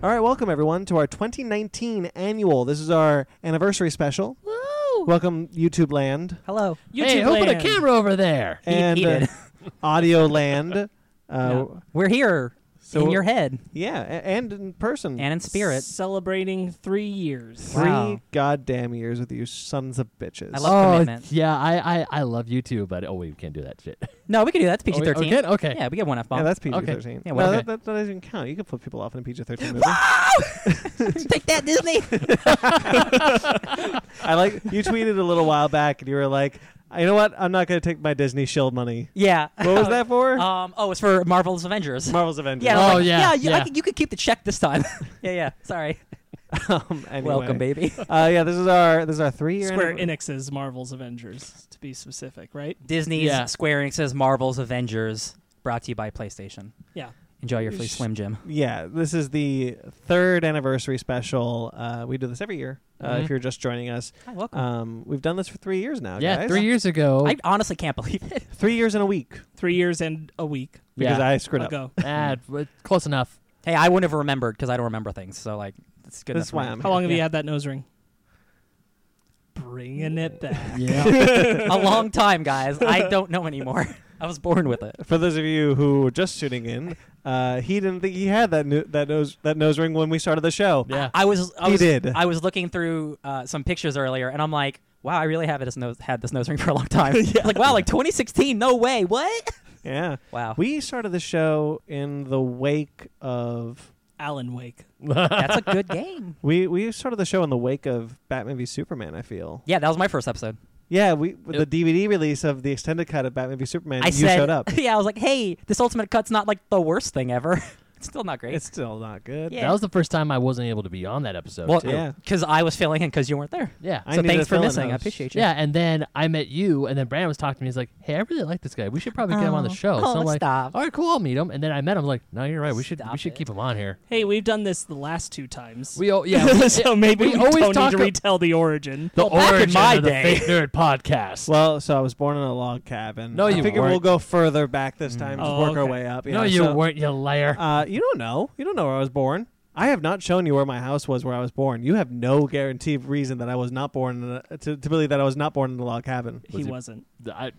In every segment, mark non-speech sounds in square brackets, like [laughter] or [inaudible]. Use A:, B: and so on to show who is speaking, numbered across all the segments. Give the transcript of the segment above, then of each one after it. A: All right, welcome everyone to our 2019 annual. This is our anniversary special.
B: Woo!
A: Welcome YouTube land
C: Hello.
B: YouTube
D: hey, open a
B: land.
D: camera over there.
A: and
C: he did.
A: uh, audio
C: [laughs]
A: land. Uh,
C: No. We're here
A: So-
C: in your head
A: Yeah, a- and in person.
C: and in spirit.
B: Celebrating three years.
A: Three
C: Wow.
A: goddamn years with you sons of bitches.
C: I love commitment.
D: Oh, yeah, I, I, I love you too, but oh, we can't do that
C: [laughs]
D: shit.
C: No, we can do that. That's PG
D: Oh, we-
C: thirteen.
D: oh, good? Okay.
C: Yeah, we get one F bomb.
A: yeah,
C: [laughs]
A: that's PG thirteen.
C: Yeah, well,
A: no, that,
D: okay.
A: that, that doesn't even count. You can flip people off in a PG
C: [laughs]
A: thirteen movie.
C: Take that, Disney.
A: I like you tweeted a little while back, and you were like, "You know what? I'm not going to take my Disney Shield
C: [laughs]
A: money."
C: yeah.
A: What was that for?
C: Um. Oh, it's for Marvel's Avengers.
A: Marvel's Avengers.
C: yeah. and I was
D: Oh,
C: like,
D: yeah,
C: Yeah. You, I
D: yeah.
C: could- you could keep the check this time. [laughs] yeah. Yeah. Sorry.
A: [laughs] um, anyway.
C: Welcome, baby.
A: Uh, yeah, this is our this is our three year
B: Square Enix's Marvel's Avengers, to be specific, right?
C: Disney's
D: Yeah.
C: Square Enix's Marvel's Avengers, brought to you by PlayStation.
B: Yeah.
C: Enjoy your free
A: Sh-
C: Slim Jim.
A: Yeah, this is the third anniversary special. Uh, we do this every year. Uh,
C: Mm-hmm.
D: Mhm.
A: If you're just joining us,
C: Hi, welcome.
A: um, we've done this for three years now.
D: yeah,
A: Oh, guys.
D: three years ago.
C: I honestly can't believe it.
A: three years in a week
B: Three years and a week
A: because
D: yeah,
A: I screwed up.
B: ago.
D: [laughs] ah, but close enough.
C: Hey, I wouldn't have remembered because I don't remember things. So like, that's good.
A: That's
C: enough for me.
A: why I'm
B: How long have you
C: Yeah.
B: had that nose ring? Bringing it back.
D: Yeah,
C: [laughs] a
A: [laughs]
C: long time, guys. I don't know anymore. [laughs] I was born with it.
A: For those of you who were just tuning in, uh, he didn't think he had that nu- that nose that nose ring when we started the show.
D: yeah.
C: I was. I
A: He
C: was,
A: did.
C: I was looking through uh, some pictures earlier, and I'm like, wow, I really have this nose had this nose ring for a
A: [laughs]
C: long time. Like, wow, like 2016. No way. What?
A: Yeah,
C: Wow.
A: we started the show in the wake of
B: Alan Wake.
C: That's a good game.
A: we we started the show in the wake of Batman v Superman. I feel.
C: Yeah, that was my first episode.
A: Yeah, we with the DVD release of the extended cut of Batman v Superman.
C: I
A: you
C: said,
A: showed
C: [laughs]
A: up.
C: yeah, I was like, hey, this ultimate cut's not like the worst thing ever. [laughs] it's still not great.
A: It's still not good.
C: Yeah.
D: That was the first time I wasn't able to be on that episode.
C: well,
D: too.
A: yeah.
C: because I was filling in because you weren't there.
D: yeah.
A: I
C: so
A: need to
C: thanks for
A: fill in
C: missing. I
A: those.
C: appreciate you.
D: yeah, and then I met you, and then Brandon was talking to me. He's like, "Hey, I really like this guy. We should probably get him on the
C: Oh,
D: show."
C: oh,
D: so I'm like,
C: stop.
D: "All right, cool. I'll meet him." And then I met him. I was like, "No, you're right. We should
C: Stop
D: we should
C: it.
D: keep him on here."
B: Hey, we've done this the last two times. [laughs]
D: We all yeah. we-
B: so maybe
D: we
B: we,
D: always
B: don't
D: talk
B: need to
D: a-
B: retell the origin.
D: the
C: Well, back in
D: origin
C: my
D: of the
C: day.
D: Fake Nerd
A: [laughs]
D: podcast.
A: Well, so I was born in a log cabin.
D: No,
A: I
D: you
A: figure
D: weren't. Mm.
A: we'll go further back this time. Just
B: Oh,
A: work our
B: okay.
A: way up.
D: no,
A: yeah,
D: you
A: so,
D: weren't. You liar.
A: Uh, you don't know. You don't know where I was born. I have not shown you where my house was, where I was born. You have no guaranteed reason that I was not born in a, to, to believe that I was not born in a log cabin.
B: He
D: Was he-
B: wasn't.
D: I,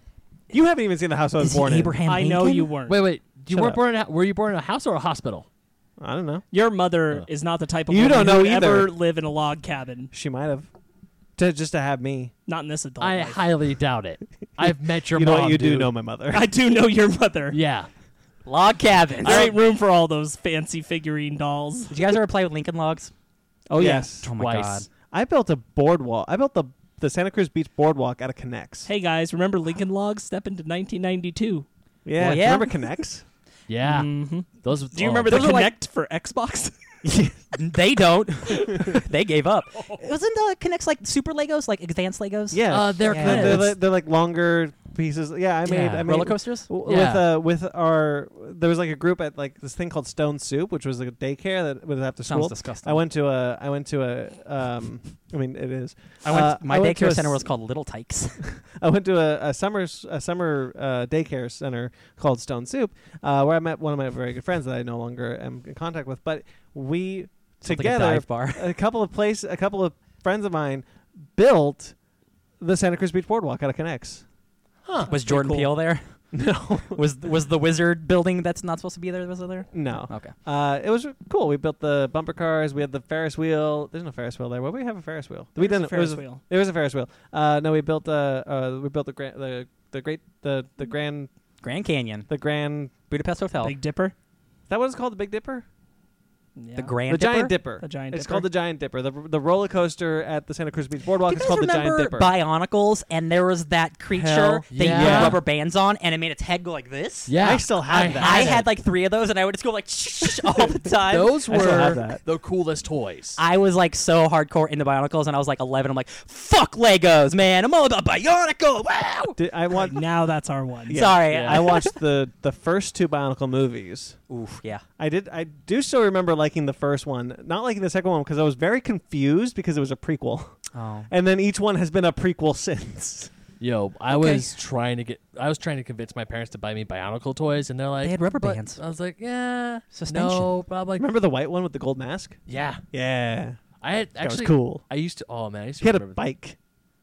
A: You haven't even seen the house I was
C: Is he
A: born
C: Abraham
B: I know
C: Lincoln?
B: you weren't.
D: wait, wait. You
A: Shut
D: were
A: up.
D: born. In, a- were you born in a house or a hospital?
A: in. I don't know.
B: Your mother
D: Uh.
B: is not the type of
A: You
B: woman
A: don't know
B: who would
A: either.
B: ever live in a log cabin.
A: She might have to just to have me.
B: Not in this adult
D: I
B: life.
D: highly
A: [laughs]
D: doubt it. I've met your
A: Oh, you know
D: mom.
A: what? You do
D: dude.
A: know my
D: [laughs]
A: mother.
B: I do know your mother.
D: Yeah.
C: Log cabin.
B: There ain't room for all those fancy figurine dolls.
C: Did you guys ever play with Lincoln Logs?
A: oh
B: yes.
C: Oh my
D: Twice.
C: god.
A: I built a boardwalk. I built the the Santa Cruz Beach boardwalk out of Connects.
B: Hey guys, remember Lincoln Logs? Step into 1992.
A: yeah,
C: Well, yeah.
A: remember
D: [laughs] Uh,
A: Connects? Mm.
D: Yeah.
B: Mm-hmm.
D: Those.
B: Do you
D: oh.
B: remember the
C: Those are like-
B: Connect for [laughs] Xbox?
C: they don't.
A: [laughs]
C: they gave up. Wasn't the connects like super Legos, like advanced Legos?
A: Yeah,
D: Uh, they're
C: Yeah.
A: They're-
D: kind
A: they're,
D: of.
A: li- they're like longer pieces. Yeah, I made
D: Yeah.
A: I made
C: roller coasters.
A: w-
D: Yeah.
A: with uh with our there was like a group at like this thing called Stone Soup, which was like a daycare that was after
C: Sounds
A: school.
C: disgusting.
A: I went to a I went to a um [laughs] I mean it is
C: I went.
A: uh,
C: my
A: I went to
C: daycare
A: a
C: center
A: s-
C: was called Little Tykes.
A: I went to a, a summer s- a summer uh, daycare center called Stone Soup, uh, where I met one of my very good friends that I no longer am in contact with. But we
C: Sounds like a
A: together [laughs]
C: dive bar.
A: a couple of place a couple of friends of mine built the Santa Cruz Beach Boardwalk out of Connects.
D: Huh.
C: Was Jordan
A: cool.
C: Peele there?
A: [laughs] No,
C: Was was the Wizard building that's not supposed to be there? Was it there?
A: no.
C: Okay.
A: Uh, it was cool. We built the bumper cars. We had the Ferris wheel. There's no Ferris wheel there. Well, we have a Ferris wheel. we
B: There's
A: didn't.
B: a Ferris
A: it was,
B: wheel.
A: There was a Ferris wheel. Uh, no, we built the. Uh, we built the grand. The, the great. The the grand.
C: Grand Canyon,
A: The grand.
C: Budapest Hotel,
B: Big Dipper.
A: Is that what it's called? The Big Dipper.
B: Yeah.
C: the Grand
A: the Giant
C: Dipper?
A: Dipper.
B: The Giant
A: It's
B: Dipper.
A: called the Giant Dipper. The the roller coaster at the Santa Cruz Beach Boardwalk
C: Do you
A: is
C: guys
A: called the Giant
C: remember
A: Dipper.
C: Bionicles? And there was that creature
A: Hell
C: that you
D: yeah.
C: put rubber bands on, and it made its head go like this.
D: Yeah.
A: I still have that.
C: I
A: had
C: had like three of those, and I would just go like [laughs]
A: [laughs]
C: all the time.
D: Those
A: I still have
D: were
A: that.
D: the coolest toys.
C: I was like so hardcore into Bionicles, and I was like 11. I'm like, fuck Legos, man. I'm all about Bionicle. Wow.
A: Did, I want.
B: [laughs] Now that's our one.
A: Yeah.
C: Sorry.
D: Yeah.
A: I watched the the first two Bionicle movies.
C: I, oof. Yeah.
A: I did. I do still remember liking the first one, not liking the second one because I was very confused because it was a prequel,
C: Oh.
A: and then each one has been a prequel [laughs] since.
D: Yo, I
B: Okay.
D: was trying to get, I was trying to convince my parents to buy me Bionicle toys, and they're like,
C: They had rubber
D: "But-"
C: bands.
D: I was like, yeah,
C: Suspension.
D: no, but I'm like,
A: Remember the white one with the gold mask?
D: yeah.
A: Yeah,
D: I had
A: that
D: actually,
A: was cool.
D: I used to. Oh man, I used to
A: He had a
D: remember-
A: bike.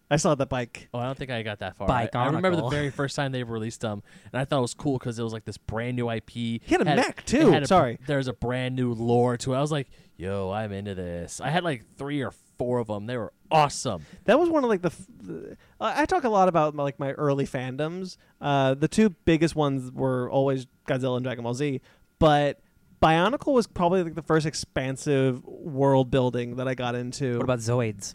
A: I saw that bike.
D: Oh, I don't think I got that far. I,
C: Bike
D: I remember the
C: Bionicle.
D: very first time they released them, and I thought it was cool because it was like this brand new IP. He
A: had a mech, too. Sorry.
D: there's a brand new lore to it. I was like, yo, I'm into this. I had like three or four of them. They were awesome.
A: That was one of like the. f- the- I I talk a lot about my, like my early fandoms. Uh, the two biggest ones were always Godzilla and Dragon Ball Z, but Bionicle was probably like the first expansive world building that I got into.
C: What about Zoids?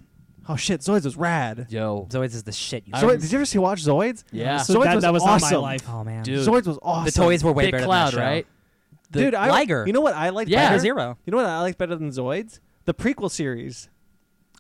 A: oh shit, Zoids was rad.
D: Yo,
C: Zoids is the shit. You
D: I
A: Zoid-
D: rem-
A: did you ever see watch Zoids?
D: yeah,
A: So-
B: So
A: Zoids
B: that,
A: was
B: that was not my
A: awesome.
B: life.
C: oh man,
D: Dude.
A: Zoids was awesome.
C: the toys were way
D: Big
C: better
D: Cloud,
C: than that show.
D: right? The-
A: dude. I
C: Liger.
A: You know what I liked?
D: Yeah.
A: better?
C: Liger Zero.
A: You know what I liked better than Zoids? The prequel series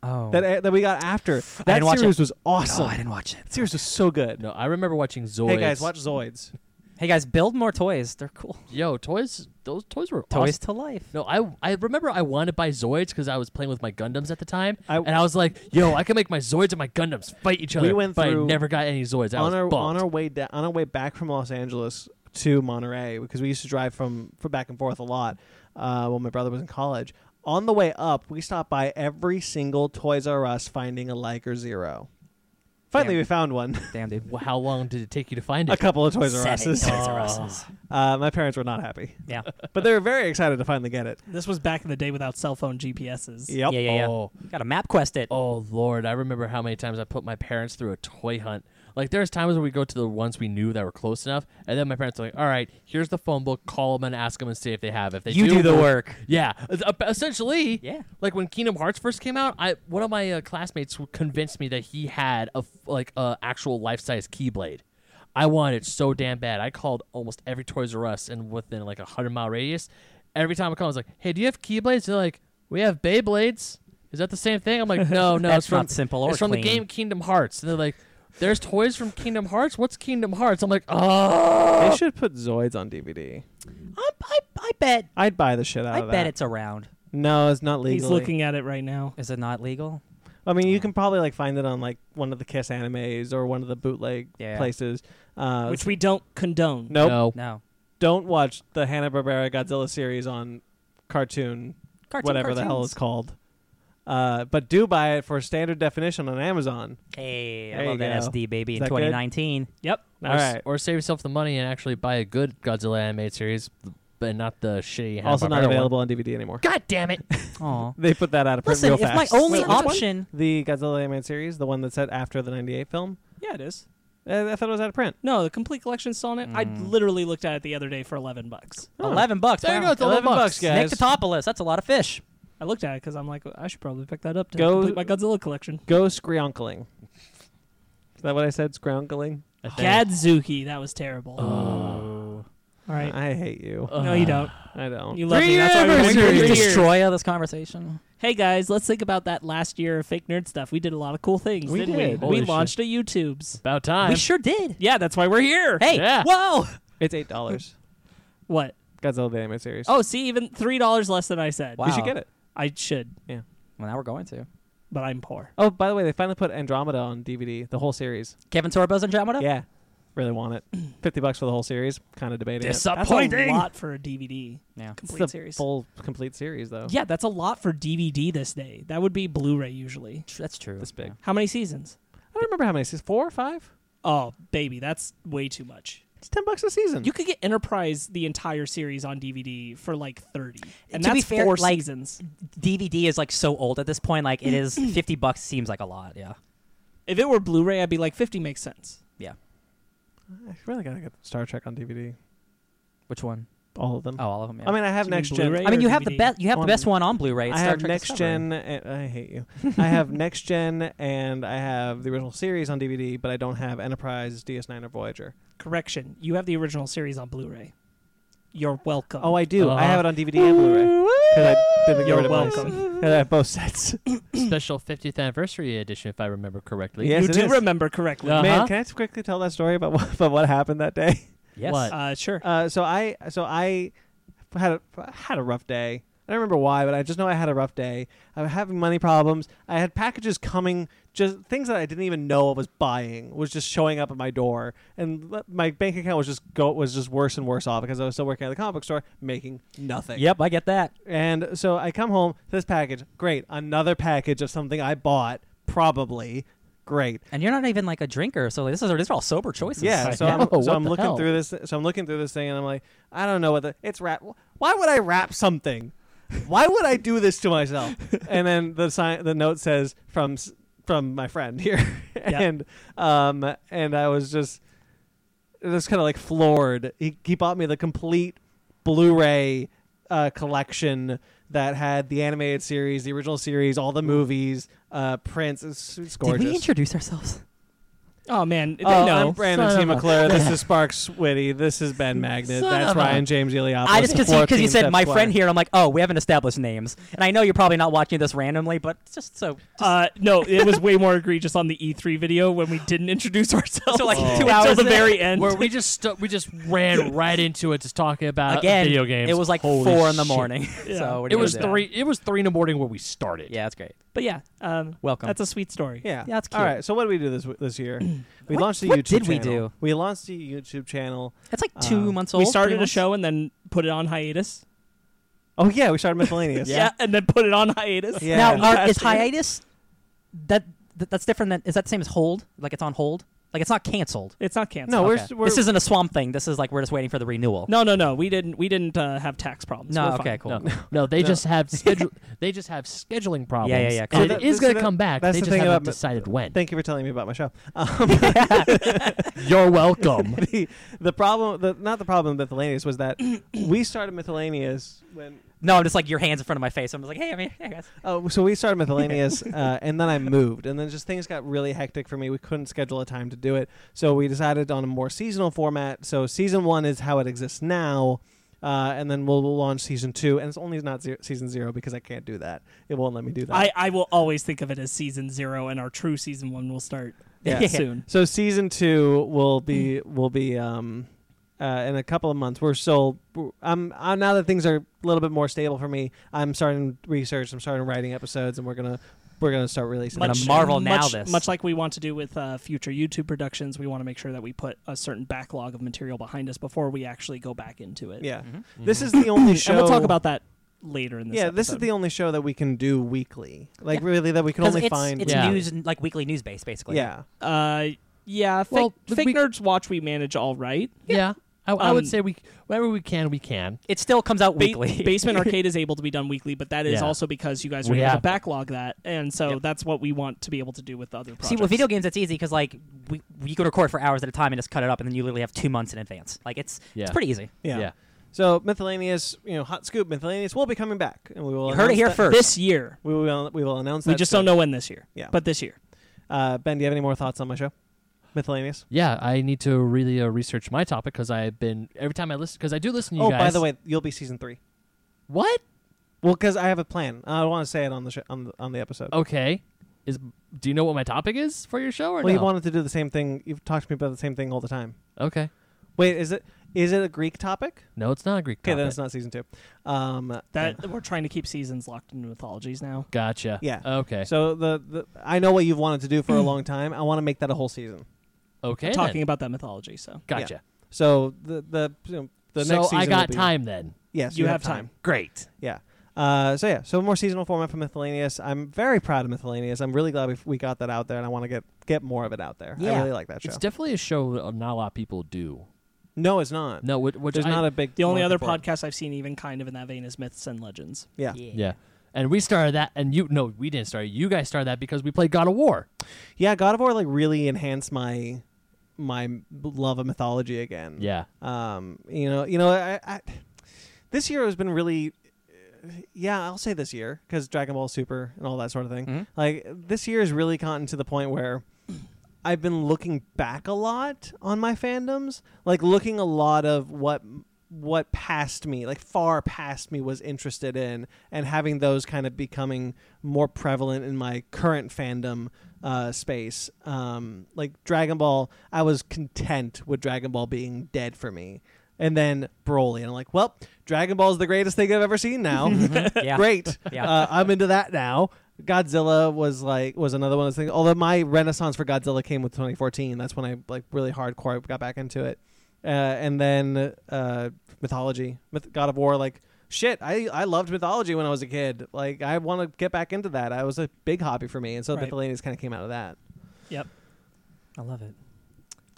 C: Oh,
A: that that we got after. That
C: didn't watch
A: series
C: it.
A: was awesome.
C: Oh, I didn't watch it.
A: that series was so good.
D: no, I remember watching Zoids.
A: Hey guys, watch Zoids.
C: Hey guys, build more toys. They're cool.
D: Yo, toys. Those toys were
C: Toys
D: awesome.
C: to life.
D: No, I I remember I wanted to buy Zoids because I was playing with my Gundams at the time,
A: I-
D: and I was like, "Yo, I can make my Zoids and my Gundams fight each
A: We
D: other."
A: went
D: but
A: through-
D: I never got any Zoids. I
A: on
D: was
A: our on
D: bummed.
A: our way da- on our way back from Los Angeles to Monterey because we used to drive from, from back and forth a lot uh, when my brother was in college. On the way up, we stopped by every single Toys R Us finding a Liker Zero. Finally,
C: Damn.
A: we found one.
C: [laughs] Damn, dude.
D: Well, how long did it take you to find
A: a
D: it?
A: couple of Toys R
C: Set it,
A: Us's.
C: Toys R [laughs] Us's.
A: [laughs] Uh, my parents were not happy,
C: Yeah.
A: but they were very excited to finally get it.
B: This was back in the day without cell phone GPSs.
A: Yep.
C: Yeah, yeah, yeah.
D: Oh,
C: Got to map quest it.
D: oh Lord, I remember how many times I put my parents through a toy hunt. Like there's times where we go to the ones we knew that were close enough, and then my parents are like, "All right, here's the phone book. Call them and ask them and see if they have. it. If they
C: you
D: do,
C: do, the
D: we'll-
C: work.
D: Yeah, Es- uh, essentially.
C: Yeah.
D: Like when Kingdom Hearts first came out, I one of my uh, classmates w- convinced me that he had a f- like a actual life size Keyblade. I wanted it so damn bad. I called almost every Toys R Us and within like a hundred mile radius. Every time I called, I was like, "Hey, do you have Keyblades?" They're like, "We have Beyblades." Is that the same thing? I'm like, Oh,
C: [laughs]
D: "No, no,
C: That's
D: it's from
C: not simple or
D: it's from the
C: clean."
D: game Kingdom Hearts." And they're like, "There's toys from Kingdom Hearts. What's Kingdom Hearts?" I'm like, "Oh,
A: They should put Zoids on DVD.
C: I, I, I bet.
A: I'd buy the shit out
C: I
A: of
C: bet
A: that.
C: it's around.
A: no, it's not legal.
B: He's looking at it right now.
C: Is it not legal?
A: I mean, you can probably like find it on like one of the Kiss animes or one of the bootleg
C: Yeah.
A: places. Uh,
B: Which we don't condone.
A: nope,
D: no,
C: No.
A: don't watch the Hanna Barbera Godzilla series on cartoon,
C: Cartoon,
A: whatever the hell
C: cartoons.
A: it's called. Uh, but do buy it for standard definition on Amazon.
C: Hey,
A: There
C: I
A: you
C: love that
A: go.
C: SD baby
A: Is
C: in
A: that good?
C: 2019.
B: Yep.
A: All right.
D: Or save yourself the money and actually buy a good Godzilla animated series, but not the shitty.
A: Also not
D: Hanna-Barbera one.
A: available on DVD anymore.
D: God damn
C: [laughs]
D: it!
C: Aw.
A: They put that out of print
C: Listen,
A: real
C: if my
A: fast.
C: only
A: Wait, which one?
C: option.
A: the Godzilla animated series, the one that's set after the '98 film,
B: Yeah, it is.
A: uh, I thought it was out of print.
B: No, the complete collection's still on it. I
C: Mm.
B: literally looked at it the other day for 11 bucks.
A: Oh.
C: 11 bucks.
D: There you
C: wow.
D: go. It's 11 bucks,
A: guys.
C: Nicotopoulos. That's a lot of fish.
B: I looked at it because I'm like, I should probably pick that up to
A: Go-
B: complete my Godzilla collection.
A: Go scrionkling. Is that what I said? Scrionkling.
D: I think-
B: Gadzuki, that was terrible.
D: Oh.
B: All right.
A: I hate you.
B: Oh.
D: Uh,
B: no, you don't.
A: I don't.
B: You love
D: Three
B: me. That's why
D: hours,
B: we went
D: Can we
B: for
D: Serious.
B: years.
C: destroy this conversation?
B: Hey guys, let's think about that last year of fake nerd stuff. We did a lot of cool things,
A: We
B: didn't
A: did.
B: we?
D: Holy
B: we launched a YouTube's.
D: About time.
C: We sure did.
B: Yeah, that's why we're here.
C: Hey,
D: Yeah.
C: whoa.
A: It's eight dollars.
B: What?
A: Godzilla the animated series.
B: Oh, see, even three dollars less than I said.
C: Wow.
A: you should get it.
B: I should,
C: Well, now we're going to.
B: but I'm poor.
A: Oh, by the way, they finally put Andromeda on DVD, the whole series.
C: Kevin Sorbo's Andromeda?
B: Oh.
A: Yeah, really want
B: [clears throat]
A: it. Fifty bucks for the whole series. Kind of debating it.
B: That's a lot for a DVD
C: Yeah.
A: It's
B: complete
A: the
B: series.
A: full complete series though.
B: yeah, that's a lot for DVD this day. That would be Blu-ray usually.
C: Tr- That's true.
A: This big.
B: How many seasons?
A: I don't remember how many seasons. Four or five?
B: Oh, baby, that's way too much.
A: It's ten bucks a season.
B: You could get Enterprise the entire series on DVD for like thirty, and
C: To be
B: that's
C: fair,
B: four
C: like-
B: seasons.
C: DVD is like so old at this point. Like it is [laughs] 50 bucks seems like a lot. Yeah.
B: If it were Blu-ray, I'd be like fifty makes sense.
A: I really gotta get Star Trek on DVD.
C: Which one?
A: All of them.
C: Oh, all of them. Yeah.
A: Mm-hmm. I mean, I have
B: Do you mean
A: next gen.
B: Blu-ray?
C: I mean, you have the
B: DVD.
C: best. You have
A: On-
C: the best one on Blu-ray. It's
A: I
C: Star
A: have
C: Trek
A: next
C: Discovery.
A: gen. and- I hate you. I have
C: [laughs]
A: next gen, and I have the original series on DVD, but I don't have Enterprise, DS9, or Voyager.
B: Correction, you have the original series on Blu-ray. You're welcome.
A: Oh, I do.
C: Uh-huh.
A: I have it on DVD and Blu-ray because I didn't get
B: You're
A: rid of mine.
B: welcome.
A: [laughs] And I have both sets.
D: [clears throat]
C: Uh-huh.
D: Special 50th anniversary edition, if I remember correctly.
A: Yes,
B: you
A: it
B: do
A: is.
B: remember correctly.
D: Uh-huh.
A: Man, can I just quickly tell that story about [laughs] what, about what happened that day?
C: Yes.
D: What?
B: Uh, sure.
A: Uh, so I so I had a, had a rough day. I don't remember why, but I just know I had a rough day. I was having money problems. I had packages coming, just things that I didn't even know I was buying was just showing up at my door, and le- my bank account was just go was just worse and worse off because I was still working at the comic book store making nothing.
C: Yep, I get that.
A: And so I come home to this package. Great, another package of something I bought. Probably great.
C: And you're not even like a drinker, so this is these are all sober choices.
A: Yeah.
C: right
A: So
C: now.
A: I'm,
D: know. [laughs]
A: so
D: What
A: I'm
D: the
A: looking
D: hell?
A: through this. So I'm looking through this thing, and I'm like, I don't know what the it's wrap. Why would I wrap something? Why would I do this to
D: [laughs]
A: myself? and then the sign, the note says from s- from my friend here, [laughs] and um, and I was just just kind of like floored. He he bought me the complete Blu-ray uh, collection that had the animated series, the original series, all the movies, uh, Prince. It's, it's
C: Did
A: gorgeous.
C: we introduce ourselves?
B: Oh man, they
A: Oh,
B: know.
A: I'm Brandon
D: Son
A: T.
D: of a-
A: McClure.
C: [laughs]
A: This is Sparks Whitty. This is Ben Magnet.
D: Son
A: That's
D: of a-
A: Ryan James Eliopoulos.
C: I just because you
A: 14
C: said
A: Steph
C: my
A: Clark.
C: friend here. I'm like, oh, we haven't established names, and I know you're probably not watching this randomly, but it's just so.
B: uh, no, it was way more egregious on the E3 video when we didn't introduce [laughs] ourselves.
C: So, like,
A: Oh.
C: two
B: until
C: hours
B: the
C: in.
B: very end.
D: Where we just stu- we just
C: [laughs]
D: ran right into it, just talking about
C: again,
D: Uh, video games.
C: it was like
D: Holy
C: four in the
D: shit.
C: morning. [laughs]
B: Yeah.
C: so what are
D: It
C: you
D: was
C: gonna do?
D: three. It was three in the morning when we started.
C: Yeah, that's great.
B: but yeah, um,
C: Welcome.
B: That's a sweet story.
A: Yeah.
C: Yeah, that's
A: All
C: cute.
A: right. So what did we do this this
C: [clears throat]
A: year? We
C: What-
A: launched a
C: what
A: YouTube.
C: did we
A: channel.
C: do?
A: We launched a YouTube channel.
C: That's like two
A: Um,
C: months old.
B: we
C: three
B: started a
C: months?
B: show and then put it on hiatus.
A: Oh [laughs] yeah, we started miscellaneous.
C: Yeah.
B: and then put it on hiatus.
A: Yeah.
C: Now, are,
B: Last
C: is
B: year.
C: hiatus that, that that's different than is that the same as hold? Like it's on hold? Like it's not canceled?
B: It's not canceled.
A: No, we're,
C: Okay.
A: we're
C: this isn't a swamp thing. This is like we're just waiting for the renewal.
B: No, no, no. We didn't. We didn't uh, have tax problems.
C: No,
B: We're
C: okay, cool.
B: fine.
C: [laughs]
D: No, no, they
A: No.
D: just have schedule. they just have scheduling problems.
C: yeah, yeah.
D: And
A: So
D: it
A: that-
D: is
A: so
D: going
A: that-
D: to come back.
A: that's
D: they
A: the
D: just
A: thing
D: haven't
A: about-
D: decided when.
A: Thank you for telling me about my show. [laughs] Um,
D: You're welcome.
A: the, the problem, the, not the problem with miscellaneous, was
C: [clears throat]
A: that we started miscellaneous when.
C: No, I'm just like your hands in front of my face. I'm just like, hey, I'm here. Hey, guys.
A: Oh, so we started miscellaneous, uh, and then I moved, and then just things got really hectic for me. We couldn't schedule a time to do it, so we decided on a more seasonal format. So season one is how it exists now, uh, and then we'll, we'll launch season two. And it's only not zero, season zero because I can't do that; it won't let me do that.
B: I, I will always think of it as season zero, and our true season one will start
A: Yeah.
B: [laughs] soon.
A: so season two will be will be um, uh, in a couple of months. We're still I'm, i now that things are a little bit more stable for me. I'm starting research. I'm starting writing episodes, and we're gonna we're gonna start releasing.
C: Much-
A: them.
C: gonna marvel
B: much,
C: now this.
B: much like we want to do with uh, future YouTube productions, we want to make sure that we put a certain backlog of material behind us before we actually go back into it.
A: Yeah.
D: Mm-hmm.
A: This is the only show.
B: and we'll talk about that later in this.
A: yeah, this is
B: episode.
A: the only show that we can do weekly. Like really, that we can
C: 'Cause
A: only
C: it's,
A: find.
C: it's
D: Yeah.
C: news, like weekly news based, basically.
A: yeah,
B: Uh, yeah, fake,
D: Well,
B: fake
D: we-
B: nerds watch. We manage all right.
D: yeah, I, I
B: Um,
D: would say we whenever we can, we can.
C: It still comes out
B: Ba-
C: weekly. [laughs]
B: Basement Arcade is able to be done weekly, but that is
D: Yeah.
B: also because you guys are
D: We
B: able to
D: have to.
B: backlog that, and so
C: Yep.
B: that's what we want to be able to do with the other projects.
C: See, with video games, it's easy because like we, you could record for hours at a time and just cut it up, and then you literally have two months in advance. Like it's it's
D: Yeah.
C: pretty easy.
A: yeah, So miscellaneous, you know, hot scoop miscellaneous will be coming back, and we will
C: You heard it
A: announce
C: here
A: that-
C: first.
B: this year,
A: We will we will announce.
B: we
A: that
B: just
A: soon.
B: don't know when this year.
A: Yeah.
B: but this year.
A: Uh, ben, do you have any more thoughts on my show? Miscellaneous.
D: Yeah, I need to really uh, research my topic because I've been every time I listen because I do listen to you
A: oh,
D: guys.
A: by the way, you'll be season three.
D: what?
A: Well, because I have a plan. I want to say it on the sh- on the, on the episode.
D: Oh, Okay, is do you know what my topic is for your show or
A: well, you
D: no?
A: wanted to do the same thing. You've talked to me about the same thing all the time.
D: okay,
A: Wait, is it is it a Greek topic?
D: no, it's not a Greek
A: Okay,
D: topic.
A: then it's not season two. Um,
B: That we're trying to keep seasons locked into mythologies now.
D: Gotcha.
A: Yeah.
D: Okay. Mm.
A: So the, the I know what you've wanted to do for a long time. I want to make that a whole season.
D: okay.
B: We're
D: then.
B: talking about that mythology, so
D: Gotcha.
A: So the the you know, the
D: so
A: next season
D: I
A: will
D: got
A: be-
D: time then.
A: Yes,
B: you have time.
D: Great.
A: Yeah. Uh, so yeah, so more seasonal format for miscellaneous. I'm very proud of miscellaneous. I'm really glad we, we got that out there, and I want to get get more of it out there. I
C: Yeah.
A: really like that show.
D: It's definitely a show that not a lot of people do.
A: no, it's not.
D: No, which, which
A: There's
D: I-
A: not a big.
B: The only other
A: market for it.
B: podcast I've seen even kind of in that vein is Myths and Legends.
A: Yeah.
D: Yeah. And we started that, and you no, we didn't start. it. You guys started that because we played God of War.
A: Yeah, God of War like really enhanced my my love of mythology again.
D: Yeah.
A: Um, you know, you know, I, I this year has been really, yeah, I'll say this year because Dragon Ball Super and all that sort of thing.
C: Mhm.
A: Like this year has really gotten to the point where I've been looking back a lot on my fandoms, like looking a lot of what what past me, like far past me, was interested in, and having those kind of becoming more prevalent in my current fandom uh, space. Um, like Dragon Ball, I was content with Dragon Ball being dead for me and then Broly, and I'm like, well, Dragon Ball is the greatest thing I've ever seen now.
C: Yeah.
A: Great,
C: Yeah.
A: uh, I'm into that now. Godzilla was like was another one of those things. Although my renaissance for Godzilla came with 2014. That's when I like really hardcore got back into it. Uh, and then uh, mythology, Myth- God of War, like shit. I I loved mythology when I was a kid. Like I want to get back into that. I was a big hobby for me, and so
B: Right.
A: Mythalanes kind of came out of that.
B: Yep.
C: I love it.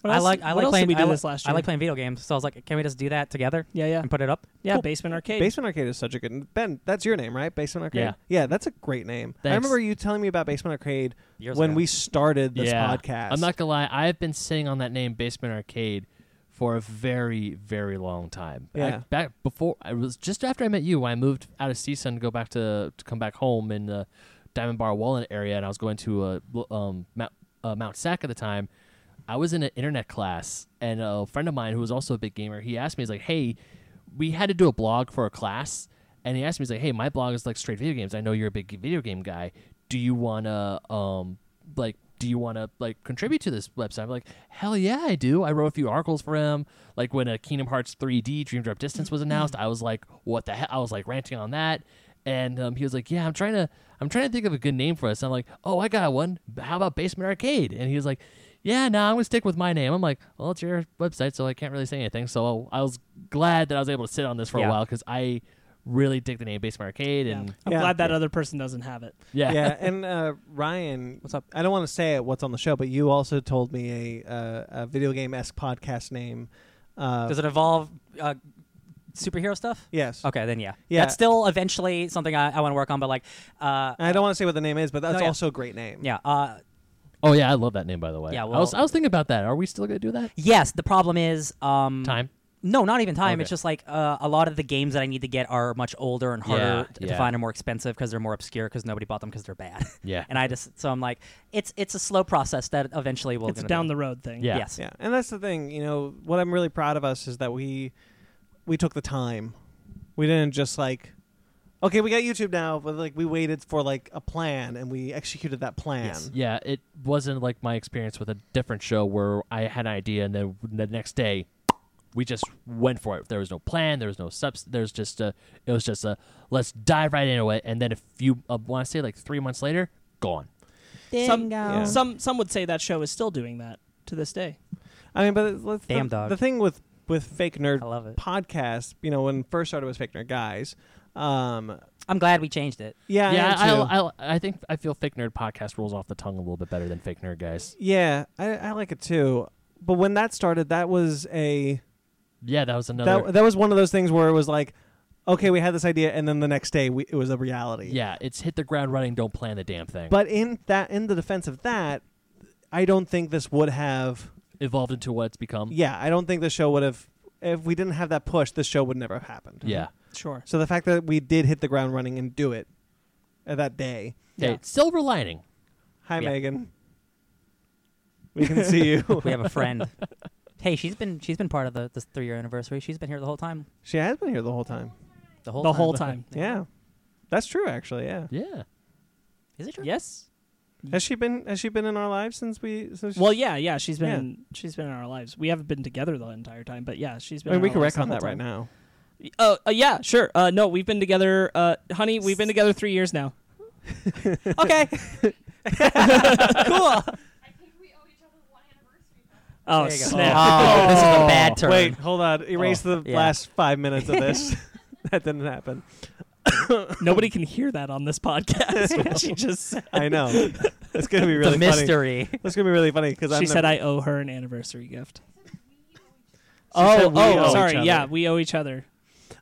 B: What
C: I
B: else-
C: like I
B: what
C: like
B: else
C: playing
B: did we do
C: I, li-
B: this last year?
C: I like playing video games, so I was like, can we just do that together
B: Yeah, yeah,
C: and put it up?
B: yeah.
A: Cool.
B: Basement arcade.
A: Basement Arcade is such a good Ben. That's your name, right? Basement Arcade.
D: Yeah.
A: that's a great name. I
D: Thanks.
A: remember you telling me about Basement Arcade
C: Years
A: when
C: ago.
A: we started this
D: yeah.
A: podcast.
D: I'm not gonna lie, I've been sitting on that name Basement Arcade for a very, very long time. Back-
A: Yeah.
D: back before I was just after I met you, I moved out of CSUN to go back to to come back home in the Diamond Bar Wallen area, and I was going to uh, l- um, Mount, uh, Mount Sac at the time. I was in an internet class, and a friend of mine who was also a big gamer, he asked me, he's like, "Hey, we had to do a blog for a class, and he asked me, he's like, "Hey, my blog is like straight video games. I know you're a big video game guy. Do you wanna um like do you want to like contribute to this website? I'm like, hell yeah, I do. I wrote a few articles for him. Like when a Kingdom Hearts 3D Dream Drop Distance was announced,
C: Mm-hmm.
D: I was like, what the hell? I was like ranting on that, and um, he was like, yeah, I'm trying to, I'm trying to think of a good name for us. I'm like, oh, I got one. How about Basement Arcade? And he was like, yeah, no, I'm gonna stick with my name. I'm like, well, it's your website, so I can't really say anything. So I was glad that I was able to sit on this for
C: Yeah.
D: a while because I really dig the name Basement Arcade,
B: Yeah.
D: and
B: I'm
A: Yeah.
B: glad that other person doesn't have it.
D: yeah,
A: yeah, and uh, Ryan,
C: What's up?
A: I don't want to say it, what's on the show, but you also told me a uh, a video game esque podcast name. Uh,
C: Does it involve uh, superhero stuff?
A: yes.
C: Okay, then yeah.
A: Yeah.
C: That's still eventually something I, I want to work on, but like, uh,
A: And I don't want to say what the name is, but that's
C: No, yeah.
A: also a great name.
C: yeah. Uh,
D: oh yeah, I love that name by the way.
C: Yeah,
D: I was,
C: well-
D: I was thinking about that. Are we still gonna do that?
C: yes, the problem is um,
D: Time.
C: No, not even time.
D: Okay.
C: It's just like uh, a lot of the games that I need to get are much older and harder to
D: Yeah, yeah.
C: find and more expensive because they're more obscure because nobody bought them because they're bad. [laughs]
D: Yeah.
C: and I just so I'm like, it's it's a slow process that eventually will.
B: it's a down the road thing.
D: [laughs] Yeah.
C: Yes.
A: Yeah, and that's the thing. You know, what I'm really proud of us is that we we took the time. We didn't just like, okay, we got YouTube now, but like we waited for like a plan and we executed that plan.
C: Yes.
D: Yeah, it wasn't like my experience with a different show where I had an idea and then the next day we just went for it. There was no plan. There was no subs. There's just a. It was just a. Let's dive right into it. And then a few. Uh, want to say like three months later, gone.
B: Some,
A: Yeah.
B: some some would say that show is still doing that to this day.
A: I mean, but let's,
C: Damn
A: the,
C: dog.
A: the thing with with fake nerd
C: I love it.
A: podcast, you know, when it first started was fake nerd guys. Um,
C: I'm glad we changed
B: [laughs]
C: it.
A: yeah,
D: yeah,
A: I, am
D: I,
A: too.
D: I, I, I think I feel fake nerd podcast rolls off the tongue a little bit better than fake nerd guys.
A: yeah, I, I like it too. But when that started, that was a
D: Yeah, that was another.
A: that, that was one of those things where it was like, okay, we had this idea, and then the next day we, it was a reality.
D: yeah, it's hit the ground running. Don't plan the damn thing.
A: But in that, in the defense of that, I don't think this would have.
D: evolved into what it's become.
A: Yeah, I don't think the show would have. If we didn't have that push, the show would never have happened.
D: Yeah.
B: Sure.
A: So the fact that we did hit the ground running and do it uh, that day.
D: Hey,
B: Yeah.
D: silver lining.
A: Hi,
C: Yeah.
A: Megan. We can
D: [laughs]
A: see you.
C: We have a friend. hey, she's been she's been part of the this three year anniversary. She's been here the whole time.
A: She has been here the whole time.
C: The whole
B: The
C: time. [laughs]
B: whole time.
A: Yeah, that's true. Actually, yeah.
D: Yeah.
C: Is it true?
B: Yes.
A: Has she been? Has she been in our lives since we? Since
B: Well, yeah, yeah. She's been she's been in our lives. We haven't been together the entire time, but yeah, she's
A: I
B: been.
A: mean, we
B: in our
A: can wreck
B: lives the
A: on
B: whole
A: that right now.
B: time. Oh, uh, yeah, sure. Uh, no, we've been together, uh, honey. We've been together three years now. [laughs]
C: Okay. cool.
E: I think we owe each other one anniversary.
B: Oh
C: There you go.
B: snap!
C: Oh, this is a bad turn.
A: Wait, hold on. Erase
B: Oh,
A: the
C: yeah.
A: last five minutes
B: [laughs]
A: of this. [laughs] that didn't happen. Oh.
B: Nobody can hear that on this podcast.
A: [laughs]
B: what she just said.
A: I
B: [laughs]
A: know. It's gonna be really
C: the
A: funny.
C: mystery.
A: That's gonna be really funny because
B: She said I owe her an anniversary gift.
A: said
B: Oh,
A: we owe
B: oh,
A: each
B: sorry.
A: other.
B: Yeah, we owe each other.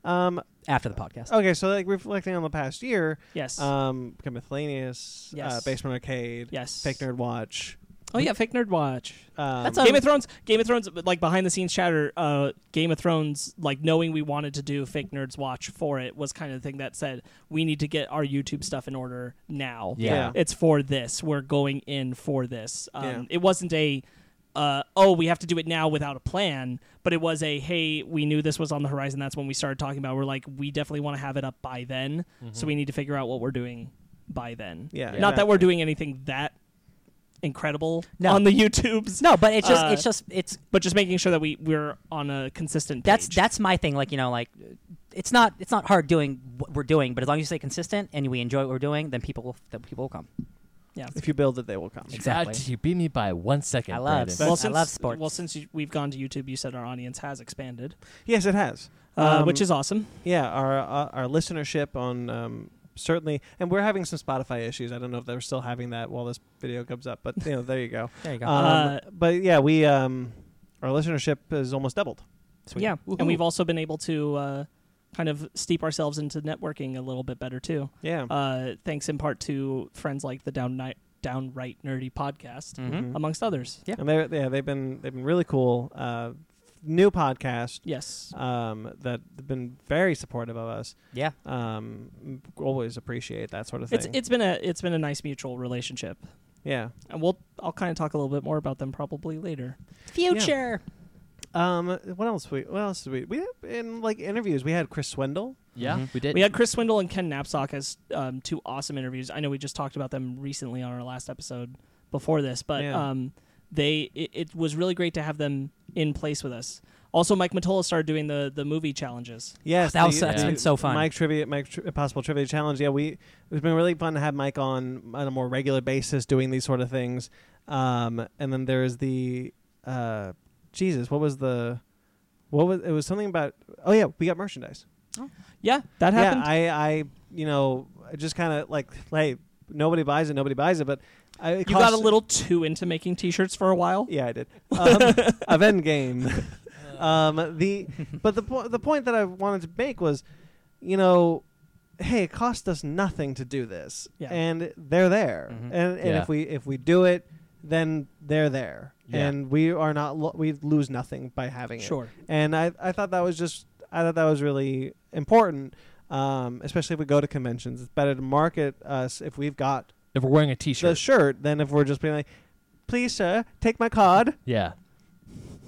A: Um.
C: After the podcast.
B: [laughs]
A: Okay. So like reflecting on the past year,
B: Yes.
A: um, got miscellaneous, uh,
B: Yes.
A: basement arcade,
B: yes.
A: fake nerd watch.
B: Oh yeah, fake nerd watch.
A: Um,
C: That's
B: Game
C: Um,
B: of Thrones. Game of Thrones. Like behind the scenes chatter. Uh, Game of Thrones. Like knowing we wanted to do fake nerds watch for it was kind of the thing that said we need to get our YouTube stuff in order now.
A: Yeah.
B: It's for this. We're going in for this. Um,
A: Yeah.
B: It wasn't a. Uh, oh, we have to do it now without a plan. But it was a hey, we knew this was on the horizon. That's when we started talking about. it. We're like, we definitely want to have it up by then. So we need to figure out what we're doing by then.
A: Mm-hmm. Yeah,
B: Not that we're
A: exactly.
B: doing anything that incredible
C: No.
B: on the YouTubes.
C: No, but it's just
B: Uh,
C: it's just it's
B: but just making sure that we we're on a consistent.
C: that's
B: page.
C: that's my thing. Like you know, like it's not it's not hard doing what we're doing, but as long as you stay consistent and we enjoy what we're doing, then people will, then people will come.
B: yeah.
A: If you build it, they will come.
C: Exactly.
D: God, you beat me by one second.
C: I love
D: Brandon.
C: that- I love sports.
B: Well, since you, we've gone to YouTube, you said our audience has expanded,
A: Yes, it has.
B: uh,
A: Um,
B: which is awesome.
A: yeah, our uh, our listenership on um, certainly, and we're having some Spotify issues. I don't know if they're still having that while this video comes up, but you know, there you go.
C: There you go.
A: Um,
B: Uh,
A: but yeah, we um, our listenership is almost doubled.
C: Sweet.
B: Yeah,
A: Woohoo.
B: and we've also been able to uh, kind of steep ourselves into networking a little bit better too.
A: Yeah,
B: Uh, thanks in part to friends like the Down Downright Nerdy podcast,
C: Mm-hmm.
A: Mhm.
B: amongst others.
C: Yeah.
A: and they yeah they've been they've been really cool. Uh, new podcast
B: Yes.
A: um, that have been very supportive of us.
C: Yeah.
A: Um, always appreciate that sort of thing.
B: It's it's been a it's been a nice mutual relationship,
A: yeah.
B: and we'll I'll kind of talk a little bit more about them probably later.
C: Future.
A: Um, what else we what else did we we in like interviews we had Chris Swindle.
D: Yeah,
C: Mhm.
D: we did.
B: We had Chris Swindle and Ken Knapsack as um, two awesome interviews. I know we just talked about them recently on our last episode before this, but
A: Yeah.
B: um, they it, it was really great to have them in place with us. Also, Mike Matola started doing the the movie challenges.
A: Yes,
C: That was,
A: the-
C: that's
A: the
C: been so fun.
A: Mike trivia, Mike tri- possible trivia challenge. Yeah, we it's been really fun to have Mike on on a more regular basis doing these sort of things. Um, and then there's the uh, Jesus, what was the what was it was something about? Oh yeah, we got merchandise.
B: Yeah, that happened.
A: Yeah, I I you know I just kind of like hey nobody buys it, nobody buys it, but I, it
B: you got a
A: costs-
B: little too into making T-shirts for a while.
A: Yeah,
D: [laughs]
A: I did. Um, of Endgame. [laughs] um, the but the po- the point that I wanted to make was, you know, hey, it cost us nothing to do this,
B: Yeah.
A: and they're there,
C: Mhm.
A: and, and
D: Mm-hmm. Yeah.
A: if we if we do it, then they're there,
D: Yeah.
A: and we are not lo- we lose nothing by having it.
B: Sure.
A: And I I thought that was just I thought that was really important. Um, especially if we go to conventions, it's better to market us if we've got
D: If we're wearing a
A: the
D: T-shirt,
A: shirt than if we're just being like, "Please, sir, take my card."
D: yeah,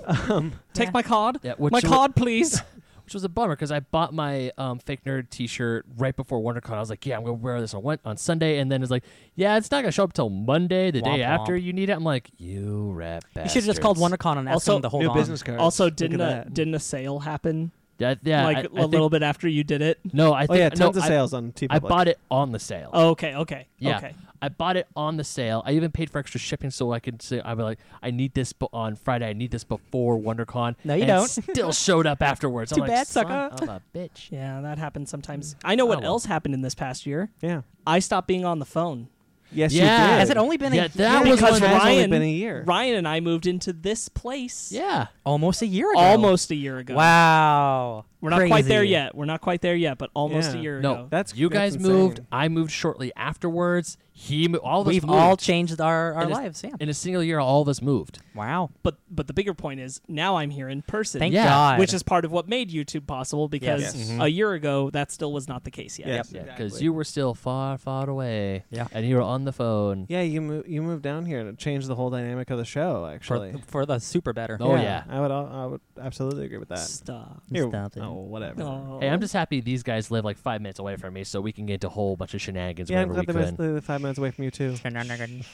B: Take
C: Yeah.
B: my card.
D: yeah which
B: my
D: wa-
B: card,
A: [laughs]
B: please.
D: which was a bummer because I bought my um, fake nerd T-shirt right before WonderCon. I was like, yeah, I'm gonna wear this on Wed- on Sunday, and then it's like, yeah, it's not gonna show up till Monday, the
C: Womp
D: day after
C: womp.
D: you need it. I'm like, you rap.
C: You should have just called
D: bastards."
C: WonderCon and asked
B: Also,
C: them to hold
A: New
C: on.
A: business cards.
B: also,
A: Look at
B: didn't a,
A: that.
B: didn't a sale happen
D: That, yeah,
B: like
D: I- I
B: a
D: think-
B: little bit after you did it?
D: No, I
A: Oh
D: think-
A: yeah,
D: no,
A: tons of
D: I-
A: sales on T.
D: I, bought it on the sale.
B: Oh, okay, okay,
D: Yeah.
B: okay.
D: I bought it on the sale. I even paid for extra shipping so I could say I was like, I need this b- on Friday. I need this before WonderCon.
C: No, you
D: and it
C: don't. [laughs]
D: still showed up afterwards.
C: Too
D: I'm like,
C: bad,
D: Son
C: sucker."
D: of a
C: [laughs]
D: bitch.
B: Yeah, that happens
A: Mm.
B: sometimes. I know what
D: Oh, well.
B: else happened in this past year.
A: Yeah.
B: I stopped being on the phone.
A: Yes,
D: Yeah.
A: you did.
C: Has it only been
D: Yeah,
C: a
D: that
C: year?
D: was
B: because
A: It has only
B: Ryan-
A: been a year.
B: Ryan and I moved into this place
D: Yeah,
C: almost a year ago?
B: almost a year ago.
C: Wow.
B: We're not quite there
C: Crazy.
B: yet. We're not quite there yet, but almost
A: Yeah.
B: a year
D: no,
B: ago.
A: That's-
D: you
A: that's
D: guys moved.
A: insane.
D: I moved shortly afterwards. He, mo- all of us
C: We've
D: moved.
C: all changed our, our
D: And it's-
C: lives. Yeah.
D: in a single year. All of us moved.
C: Wow.
B: but but the bigger point is now I'm here in person.
C: Thank
D: Yeah.
C: God.
B: which is part of what made YouTube possible because
A: Yes. Yes.
B: a year ago that still was not the case yet.
A: Yes.
D: Yeah, because
A: Exactly.
D: you were still far, far away.
C: Yeah.
D: and you were on the phone.
A: Yeah, you mo- you moved down here and it changed the whole dynamic of the show.
C: for,
A: Actually,
C: for the super better.
D: Oh, yeah.
A: I would al- I would absolutely agree with that.
B: Stop.
A: Here-
C: Stop it.
A: Oh whatever.
B: Oh.
D: Hey, I'm just happy these guys live like five minutes away from me, so we can get into a whole bunch of shenanigans
A: yeah, I'm
D: whenever
A: glad
D: we
A: they're
D: could.
A: basically five minutes away from you too.
C: Shenanigans.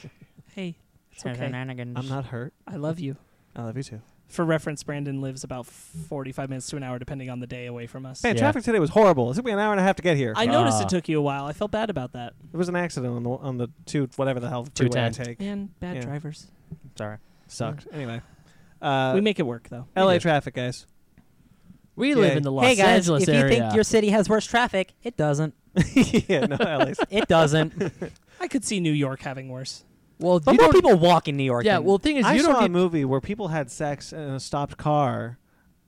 B: Hey, it's okay.
A: I'm not hurt.
B: I love you.
A: I love you too.
B: For reference, Brandon lives about 45 minutes to an hour, depending on the day, away from us.
A: Man,
D: Yeah.
A: traffic today was horrible. It took me an hour and a half to get here.
B: I noticed
D: Ah.
B: it took you a while. I felt bad about that.
A: it was an accident on the on the two whatever the hell freeway I
D: 210.
A: take.
B: Man, bad
A: Yeah.
B: drivers.
C: Sorry.
A: Sucked. Anyway, uh,
B: we make it work, though.
A: L.A.
D: Yeah.
A: traffic, guys. [laughs]
D: We live
A: Yeah.
D: in the Los
C: hey guys,
D: Angeles
C: if
D: area.
C: you think your city has worse traffic, it doesn't.
A: yeah, no, L.A.
C: It doesn't. [laughs]
B: I could see New York having worse.
D: well,
C: but
D: you
C: more
D: don't,
C: people walk in New York.
D: yeah.
C: than-
D: Well, the thing is,
A: I
D: you
A: saw
D: don't
A: a
D: need,
A: movie where people had sex in a stopped car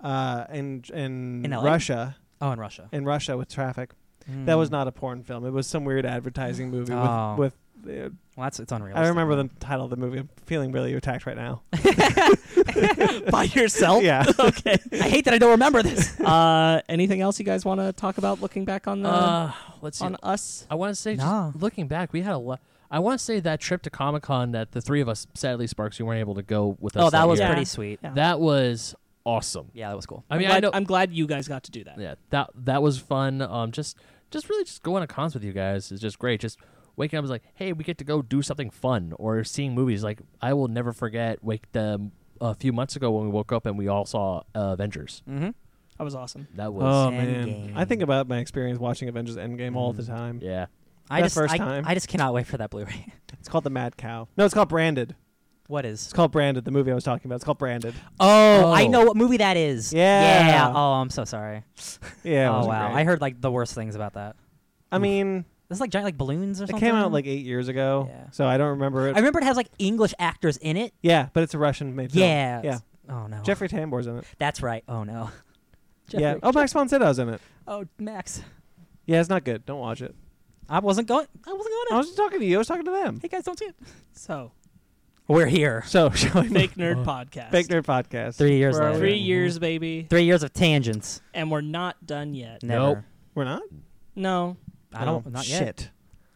A: uh, in in,
C: In LA?
A: Russia
C: oh, in Russia,
A: in Russia with traffic. That
C: Mm.
A: was not a porn film. It was some weird advertising movie
C: Oh.
A: with with. Uh,
C: Well, that's it's unreal.
A: I remember
C: [laughs]
A: the title of the movie. I'm feeling really attacked right now.
B: By
C: Oh. [laughs]
B: yourself?
A: Yeah.
B: okay.
C: I hate that I don't remember this.
B: Uh, anything else you guys want to talk about looking back on the
D: uh, let's see.
B: on us?
D: I want to say,
C: Nah.
D: just looking back, we had a lot. I want to say that trip to Comic Con that the three of us, sadly, Sparks, you weren't able to go with us.
C: oh, that was
D: year.
B: Yeah.
C: pretty sweet.
B: Yeah.
D: That was awesome.
C: Yeah, that was cool.
D: I mean,
B: am
D: I know.
B: am glad you guys got to do that.
D: yeah, that that was fun. Um, just just really just going to cons with you guys is just great. Just waking up is like, hey, we get to go do something fun or seeing movies. Like I will never forget wake the a few months ago when we woke up and we all saw uh, Avengers.
C: Mm-hmm.
B: That was awesome.
D: That
A: [laughs]
C: Oh,
D: was
C: Endgame.
A: I think about my experience watching Avengers Endgame all
C: Mm.
A: the time.
D: yeah.
C: I
A: That
C: just
A: first
C: I,
A: time.
C: I just cannot wait for that Blu-ray. [laughs]
A: It's called the Mad Cow. No, it's called Branded.
C: what is?
A: It's called Branded. The movie I was talking about. It's called Branded.
C: Oh, I
D: Oh.
C: know what movie that is.
A: Yeah.
C: Yeah. Oh, I'm so sorry.
A: Yeah. it
C: oh
A: wasn't
C: wow,
A: great.
C: I heard like the worst things about that.
A: I mean,
C: It's like giant like balloons or
A: it
C: something.
A: came out like eight years ago,
C: Yeah.
A: so I don't remember it.
C: I remember it has like English actors in it.
A: yeah, but it's a Russian made film.
C: Yeah.
A: Yeah.
C: Oh no.
A: Jeffrey Tambor's in it.
C: That's right. Oh no.
A: yeah.
C: Jeffrey-
A: Oh, Max von Sydow's in it.
C: Oh Max.
A: Yeah, it's not good. Don't watch it.
C: I wasn't going. I wasn't going.
A: I was just talking to you. I was talking to them.
C: hey guys, don't see it.
B: So,
C: We're here.
A: So, [laughs] shall we make
B: fake
D: Uh,
B: nerd podcast.
A: Fake Nerd Podcast?
C: Three years
A: Where are
C: later. Mm-hmm.
B: Three
A: Mhm.
B: years, baby,
C: Three years of tangents.
B: and we're not done yet.
C: Never.
D: Nope.
A: We're not.
B: No,
C: I don't.
A: Oh,
C: Not
A: shit.
C: yet.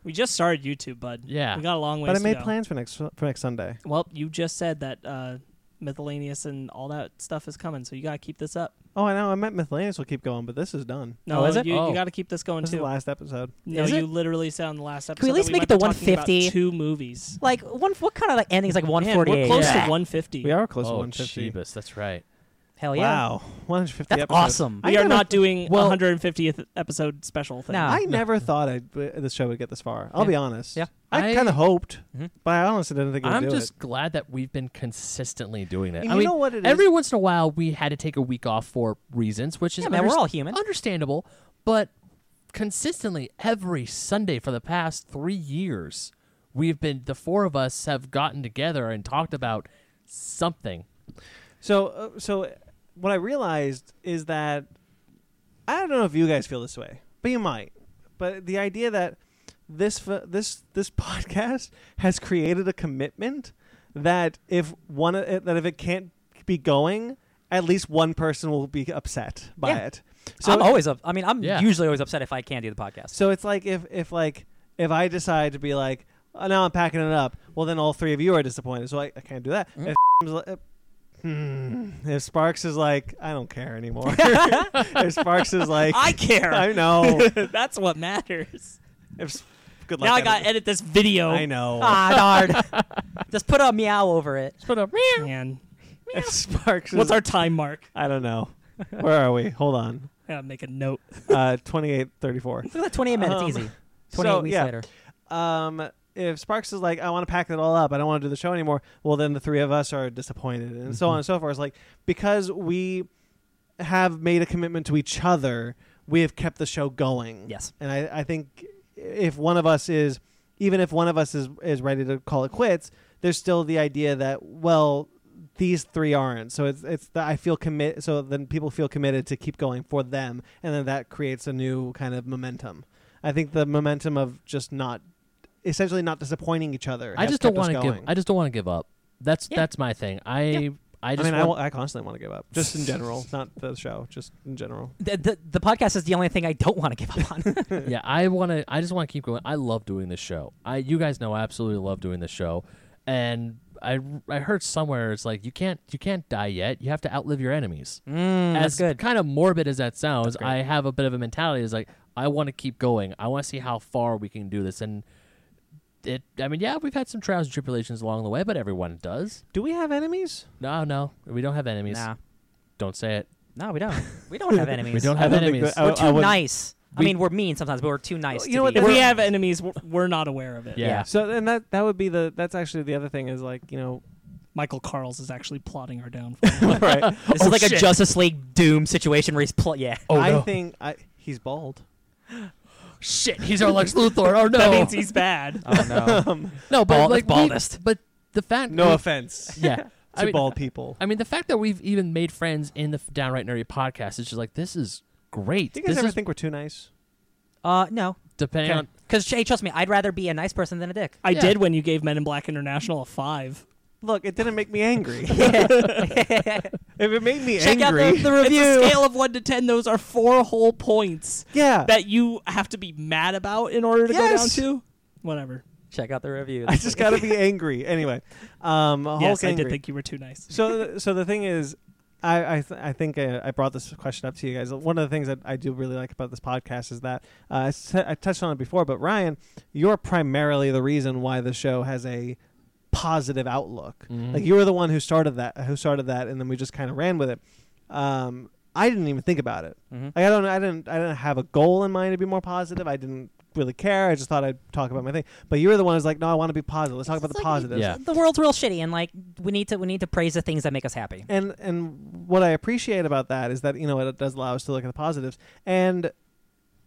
B: we just started YouTube, bud.
D: Yeah.
B: we got a long way.
A: But I
B: to
A: made
B: go.
A: plans for next for next Sunday.
B: Well, you just said that uh, miscellaneous and all that stuff is coming, so you got to keep this up.
A: Oh, I know. I meant Miscellaneous will keep going, but this is done.
B: No,
C: Oh, is it?
B: you,
D: Oh.
B: you got to keep this going
A: This is
B: too.
A: the last episode.
B: no,
C: Is
B: you
C: it?
B: literally said on the last episode.
C: we at least
B: that
C: make
B: might
C: it to
B: be talking about
C: 150?
B: Two movies.
C: Like one. What kind of like endings? Like one
B: Man,
C: forty
B: we're
C: eight.
B: close
C: yeah.
B: to 150.
A: We are close to
D: oh,
A: 150.
D: Jeebus, that's right.
C: Hell yeah.
A: Wow, 150.
C: That's
A: episodes.
C: awesome.
A: I
B: We are
A: never-
B: not doing
C: well-
B: 150th episode special thing.
C: No.
A: I never thought I'd, uh, this show would get this far. I'll
C: Yeah.
A: be honest.
C: Yeah.
A: I,
D: I-
A: kind of hoped,
C: Mhm.
A: but I honestly didn't think it would
D: I'm
A: do
D: just
A: it.
D: glad that we've been consistently doing it.
A: And
D: I
A: you
D: mean,
A: know what it is?
D: every once in a while we had to take a week off for reasons, which is
C: Yeah, man, we're
D: underst-
C: all human.
D: understandable, but consistently every Sunday for the past three years, we've been the four of us have gotten together and talked about something.
A: So, uh, so what I realized is that I don't know if you guys feel this way, but you might. But the idea that this f- this this [laughs] podcast has created a commitment that if one of it, that if it can't be going, at least one person will be upset by
C: Yeah. Uh, oh,
A: it.
C: So I'm always up. I mean, I'm
D: Yeah.
C: usually always upset if I can't do the podcast.
A: So it's like if if like if I decide to be like oh, now I'm packing it up, well then all three of you are disappointed. So I, I can't do that.
C: Mm.
A: If, is li- if- hmm, if Sparks is like I don't care
B: [laughs]
A: anymore. if Sparks is like
B: I care.
A: I know.
B: [laughs] That's what matters.
A: if s- good luck.
B: now I
A: editing.
B: got to edit this video.
A: I know.
C: [laughs] ah, [laughs] darn. Just put a meow over it.
D: But uh,
B: Man,
A: If Sparks is
B: what's our time mark?
A: I don't know. Where are we? Hold on.
B: I gotta make a note.
A: Uh, twenty eight thirty four.
C: Look at that 28 minutes
A: Um,
C: easy. 28
A: so,
C: weeks
A: yeah.
C: later.
A: um, if Sparks is like, I want to pack it all up, I don't want to do the show anymore, well, then the three of us are disappointed, and so on and so forth. It's like, because we have made a commitment to each other, we have kept the show going.
C: Yes.
A: And I, I think if one of us is, even if one of us is, is ready to call it quits, there's still the idea that, well, these three aren't. So it's, it's that I feel commit. So then people feel committed to keep going for them. And then that creates a new kind of momentum. I think the momentum of just not, essentially not disappointing each other.
D: I
A: has
D: just don't
A: kept us
D: want to give.
A: going.
D: I just don't want to give up. That's
C: Yeah.
D: that's my thing. I I
A: I
D: just
A: mean, I,
D: want-
A: wa- I constantly want to give up, just in
D: [laughs]
A: general, not the show, just in general.
C: The, the, the podcast is the only thing I don't want to give up on.
D: yeah, I want to. I just want to keep going. I love doing this show. I, you guys know, I absolutely love doing this show. And I, I heard somewhere it's like you can't, you can't die yet. You have to outlive your enemies.
C: mm,
D: as
C: that's good.
D: Kind of morbid as that sounds,
C: great.
D: I have a bit of a mentality. Is like I want to keep going. I want to see how far we can do this. And it, I mean, yeah, we've had some trials and tribulations along the way, but everyone does.
A: Do we have enemies?
D: No, no, we don't have enemies.
C: Nah.
D: Don't say it.
C: No, we don't. We don't have enemies.
D: We don't
A: I
D: have
A: don't think
D: enemies.
A: that- I-
C: We're too
A: wouldn't-
C: nice. I
D: we-
C: mean, we're mean sometimes, but we're too nice.
A: You
C: to
A: know what,
C: be-
B: If we
A: We're-
B: have enemies, we're, we're not aware of it.
D: Yeah.
A: So and that that would be the that's actually the other thing is like you know
B: Michael Carls is actually plotting our downfall.
A: [laughs] right
C: This is like a
D: shit.
C: Justice League Doom situation where he's pl- yeah.
D: Oh
A: I
D: no!
A: think I he's bald.
D: Shit, he's our Lex Luthor.
C: [laughs]
D: Oh no!
B: That means he's bad.
C: Oh no.
D: No, but
C: Bald-
D: like
C: it's baldest.
D: we- But the fact,
A: No [laughs]
D: we-
A: offense
D: [laughs] yeah,
A: to
D: I mean,
A: bald people.
D: I mean, the fact that we've even made friends in the Downright Nerdy podcast is just like this is
A: [laughs]
D: great.
A: Do you guys
D: this
A: ever
D: is
A: think we're too nice?
C: Uh, no.
D: depending on
C: Because, hey, trust me, I'd rather be a nice person than a dick.
B: I
D: Yeah.
B: did when you gave Men in Black International a five.
A: Look, it didn't make me angry.
C: Check
A: [laughs] if it made me
C: out
A: angry,
C: the, the
B: It's
C: review.
B: a scale of one to ten. Those are four whole points
A: yeah,
B: that you have to be mad about in order to
A: Yes.
B: go down to. Whatever.
C: Check out the review.
A: I just gotta be angry anyway. Um, Hulk
B: yes, I
A: angry.
B: did think you were too nice.
A: so, th- so the thing is, I I, th- I think I, I brought this question up to you guys. One of the things that I do really like about this podcast is that uh, I s- I touched on it before, but Ryan, you're primarily the reason why the show has a positive outlook.
C: Mm-hmm.
A: Like you were the one who started that, who started that, and then we just kind of ran with it. Um, I didn't even think about it.
C: Mhm.
A: Like, I don't, I didn't, I didn't have a goal in mind to be more positive. I didn't really care. I just thought I'd talk about my thing. But you were the one who's like, no, I want to be positive. Let's talk about
C: It's
A: the
C: like-
A: positives.
D: Yeah.
C: The world's real shitty, and like we need to we need to praise the things that make us happy.
A: And and what I appreciate about that is that you know it does allow us to look at the positives. And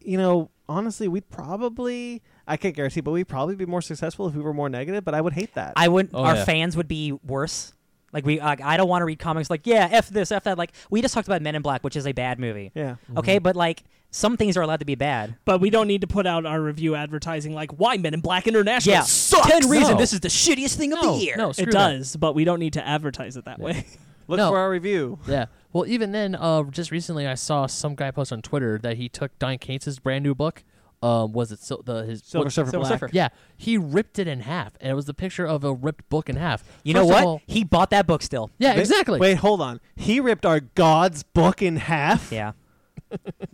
A: you know, honestly, we'd probably I can't guarantee, but we'd probably be more successful if we were more negative. But I would hate that.
C: I would.
D: Oh,
C: our
D: yeah.
C: fans would be worse. Like we, like, I don't want to read comics. Like yeah, f this, f that. Like we just talked about Men in Black, which is a bad movie.
A: yeah.
C: Okay, but like some things are allowed to be bad.
B: But we don't need to put out our review advertising like why Men in Black International
C: Yeah,
B: sucks.
C: ten reasons
D: No.
C: this is the shittiest thing of
D: No,
C: the year.
D: no,
B: it
D: Oh, screw that.
B: does, but we don't need to advertise it that
D: [laughs]
B: way.
A: Look
D: No.
A: for our review.
D: Yeah. Well, even then, uh, just recently I saw some guy post on Twitter that he took Don Cates' brand new book. Um, was it Sil- the his
A: Silver
D: what-
A: Surfer
C: Silver
A: Black.
C: Surfer.
D: Yeah, he ripped it in half, and it was the picture of a ripped book in half.
C: You know
D: First of
C: what?
D: all-
C: he bought that book still.
D: yeah,
A: Wait-
D: exactly.
A: Wait, hold on. He ripped our God's book in half.
C: Yeah. [laughs]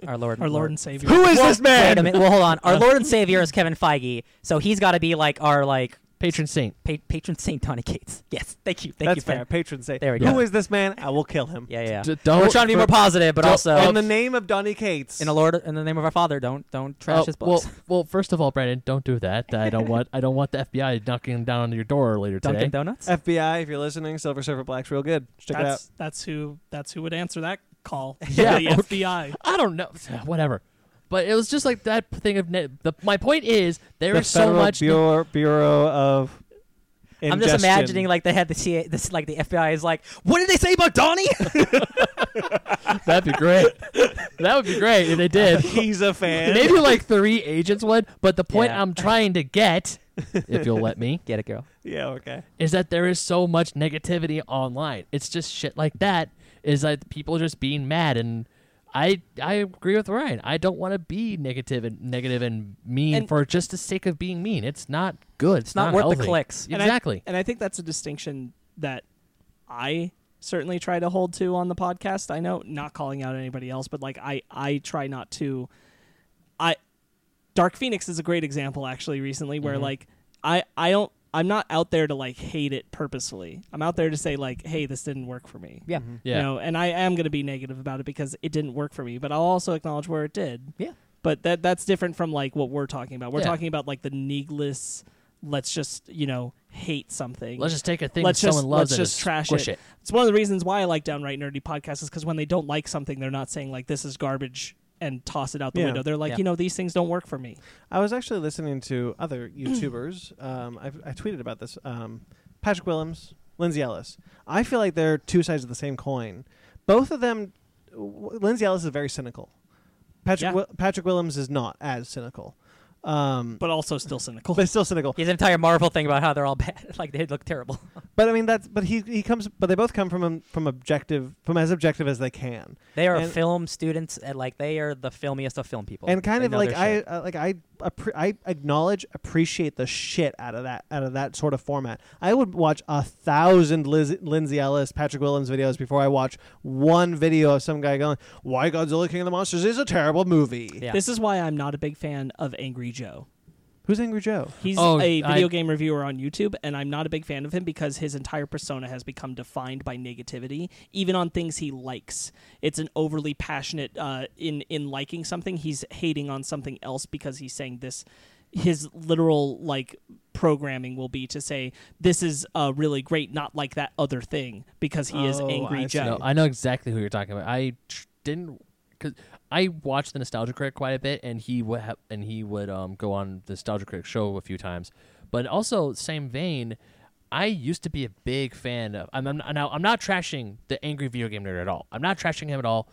C: Our Lord,
B: Our Lord and Savior.
A: Who is this
C: Wait
A: man?
C: a minute. Well, hold on. Our Lord and Savior is Kevin Feige, so he's got to be like our like
D: patron saint.
C: pa- patron saint Donny Cates. Yes, thank you, thank
A: That's
C: you.
A: fair.
C: Ben.
A: Patron saint.
C: There we
A: Who
C: go.
A: is this man? I will kill him.
C: Yeah, yeah.
D: D-
C: yeah.
D: don't
C: We're trying to be more
D: for-
C: positive, but
D: don't-
C: also
A: In the name of Donny Cates.
C: in the Lord, in the name of our Father, don't don't trash
D: uh,
C: his books. [laughs]
D: well, well, first of all, Brandon, don't do that. I don't want. I don't want the FBI knocking down on your door later today.
C: Dunkin' Donuts.
A: FBI, if you're listening, Silver Surfer Black's real good. Check it out.
B: That's that's who that's who would answer that call. [laughs]
D: Yeah,
B: the
D: okay.
B: FBI.
D: I don't know. [sighs] Whatever. But it was just like that thing of net. The, my point is there is
A: the
D: so
A: Federal
D: much.
A: Bureau, Bureau of.
C: I'm just
A: Ingestion.
C: imagining like they had the CIA, this like the FBI is like, what did they say about [laughs] Donnie?
D: [laughs] That'd be great. that would be great if
A: [laughs]
D: they did.
A: he's a fan.
D: Maybe like three agents would. But the point
C: Yeah.
D: I'm trying
A: [laughs]
D: to get, if you'll let me,
C: Get it, girl.
A: Yeah, okay.
D: is that there is so much negativity online. It's just shit like that. Is like people just being mad and. I, I agree with Ryan. I don't want to be negative and negative and mean
B: And-
D: for just the sake of being mean. It's not good. It's,
C: It's not worth the
D: healthy.
C: clicks.
B: And I-
D: Exactly.
B: And I think that's a distinction that I certainly try to hold to on the podcast. I know not calling out anybody else, but like I I try not to I Dark Phoenix is a great example actually recently where like I I don't I'm not out there to like hate it purposefully. I'm out there to say like, hey, this didn't work for me.
C: Yeah,
D: yeah.
B: You know, and I am going to be negative about it because it didn't work for me, but I'll also acknowledge where it did.
C: yeah.
B: But that that's different from like what we're talking about. We're
D: Yeah.
B: talking about like the needless let's just, you know, hate something.
D: Let's just take a thing
B: let's
D: that
B: just,
D: someone loves
B: let's
D: and
B: just trash
D: squish
B: it.
D: it.
B: It's one of the reasons why I like downright nerdy podcasts is because when they don't like something, they're not saying like this is garbage and toss it out the
A: Yeah.
B: window. They're like,
C: Yeah.
B: you know, these things don't work for me.
A: I was actually listening to other [clears throat] YouTubers. um, I, I tweeted about this. Um, Patrick Willems, Lindsay Ellis. I feel like they're two sides of the same coin. Both of them, w- Lindsay Ellis is very cynical. Patrick
B: Yeah.
A: Wi- Patrick Willems is not as cynical, um,
B: But also still cynical.
A: but still cynical.
C: His entire Marvel thing about how they're all bad, [laughs] like they look terrible.
A: But I mean that's but he he comes but they both come from um, from objective from as objective as they can.
C: They are
A: And-
C: film students, and like they are the filmiest of film people.
A: and kind
C: They
A: of
C: know
A: like
C: their
A: I
C: shit.
A: uh, like I appre- I acknowledge appreciate the shit out of that out of that sort of format. I would watch a thousand Liz- Lindsay Ellis, Patrick Williams videos before I watch one video of some guy going, "Why Godzilla King of the Monsters is a terrible movie."
C: Yeah.
B: This is why I'm not a big fan of Angry Joe.
A: Who's Angry Joe?
B: He's
D: Oh,
B: a
D: I-
B: video game reviewer on YouTube, and I'm not a big fan of him because his entire persona has become defined by negativity, even on things he likes. It's an overly passionate uh, in in liking something. He's hating on something else because he's saying this. His literal like programming will be to say this is uh, really great, not like that other thing because he is
A: Oh,
B: angry
A: I see.
B: Joe.
D: No, I know exactly who you're talking about. I tr- didn't because I watched the Nostalgia Critic quite a bit, and he would ha- and he would um go on the Nostalgia Critic show a few times. But also, same vein, I used to be a big fan of. I'm, I'm now I'm not trashing the angry video game nerd at all. I'm not trashing him at all.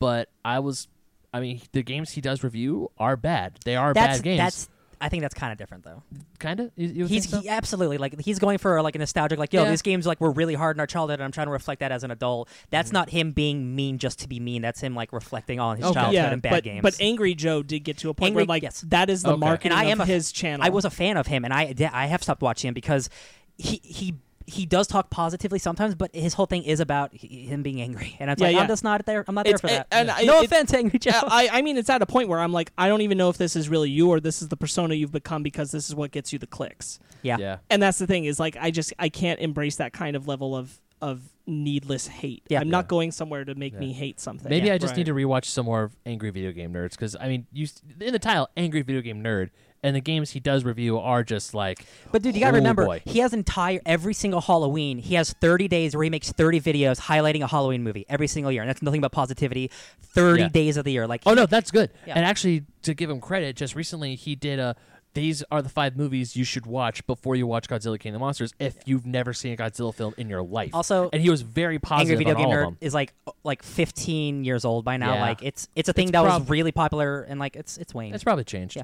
D: But I was, I mean, the games he does review are bad. They are
C: that's
D: bad games.
C: that's. I think that's kind of different though.
D: kind of. You, you would
C: He's
D: think
C: he,
D: so?
C: absolutely like he's going for like a nostalgic like yo
D: Yeah.
C: these games like were really hard in our childhood and I'm trying to reflect that as an adult.
B: Mm-hmm.
C: That's not him being mean just to be mean. That's him like reflecting on his
D: Okay.
C: childhood
B: yeah,
C: and bad
B: but
C: games.
B: but Angry Joe did get to a point
C: Angry-
B: where like
C: yes.
B: that is the
D: Okay.
B: marketing
C: And I am
B: of
C: a-
B: his channel.
C: I was a fan of him, and I yeah, I have stopped watching him because he he he does talk positively sometimes, but his whole thing is about h- him being angry, and it's
B: Yeah,
C: like
B: yeah.
C: I'm just not there. I'm not
B: It's-
C: there for that.
B: and I-
C: no
B: it-
C: offense, Angry Joe.
B: I, I mean, it's at a point where I'm like, I don't even know if this is really you or this is the persona you've become because this is what gets you the clicks.
C: yeah. yeah,
D: yeah.
B: And that's the thing is like, I just I can't embrace that kind of level of of needless hate.
C: Yeah.
B: I'm not going somewhere to make
D: Yeah.
B: me hate something.
D: Maybe
C: Yeah,
D: I just need
A: right.
D: to rewatch some more of Angry Video Game Nerds because I mean, you s- in the title, Angry Video Game Nerd, and the games he does review are just like.
C: But dude, you gotta
D: Oh,
C: remember,
D: boy.
C: he has entire every single Halloween. He has 30 days where he makes 30 videos highlighting a Halloween movie every single year, and that's nothing but positivity. 30
D: Yeah.
C: days of the year, like
D: Oh no, that's good.
C: Yeah.
D: And actually, to give him credit, just recently he did a. These are the five movies you should watch before you watch Godzilla King of the Monsters if you've never seen a Godzilla film in your life.
C: Also,
D: and he was very
C: Angry
D: positive
C: Video
D: on
C: Game
D: all of
C: Nerd
D: them.
C: is like like 15 years old by now.
D: Yeah.
C: Like it's it's a thing that was
D: prob-
C: really popular, and like it's it's Wayne.
D: It's probably changed.
C: Yeah.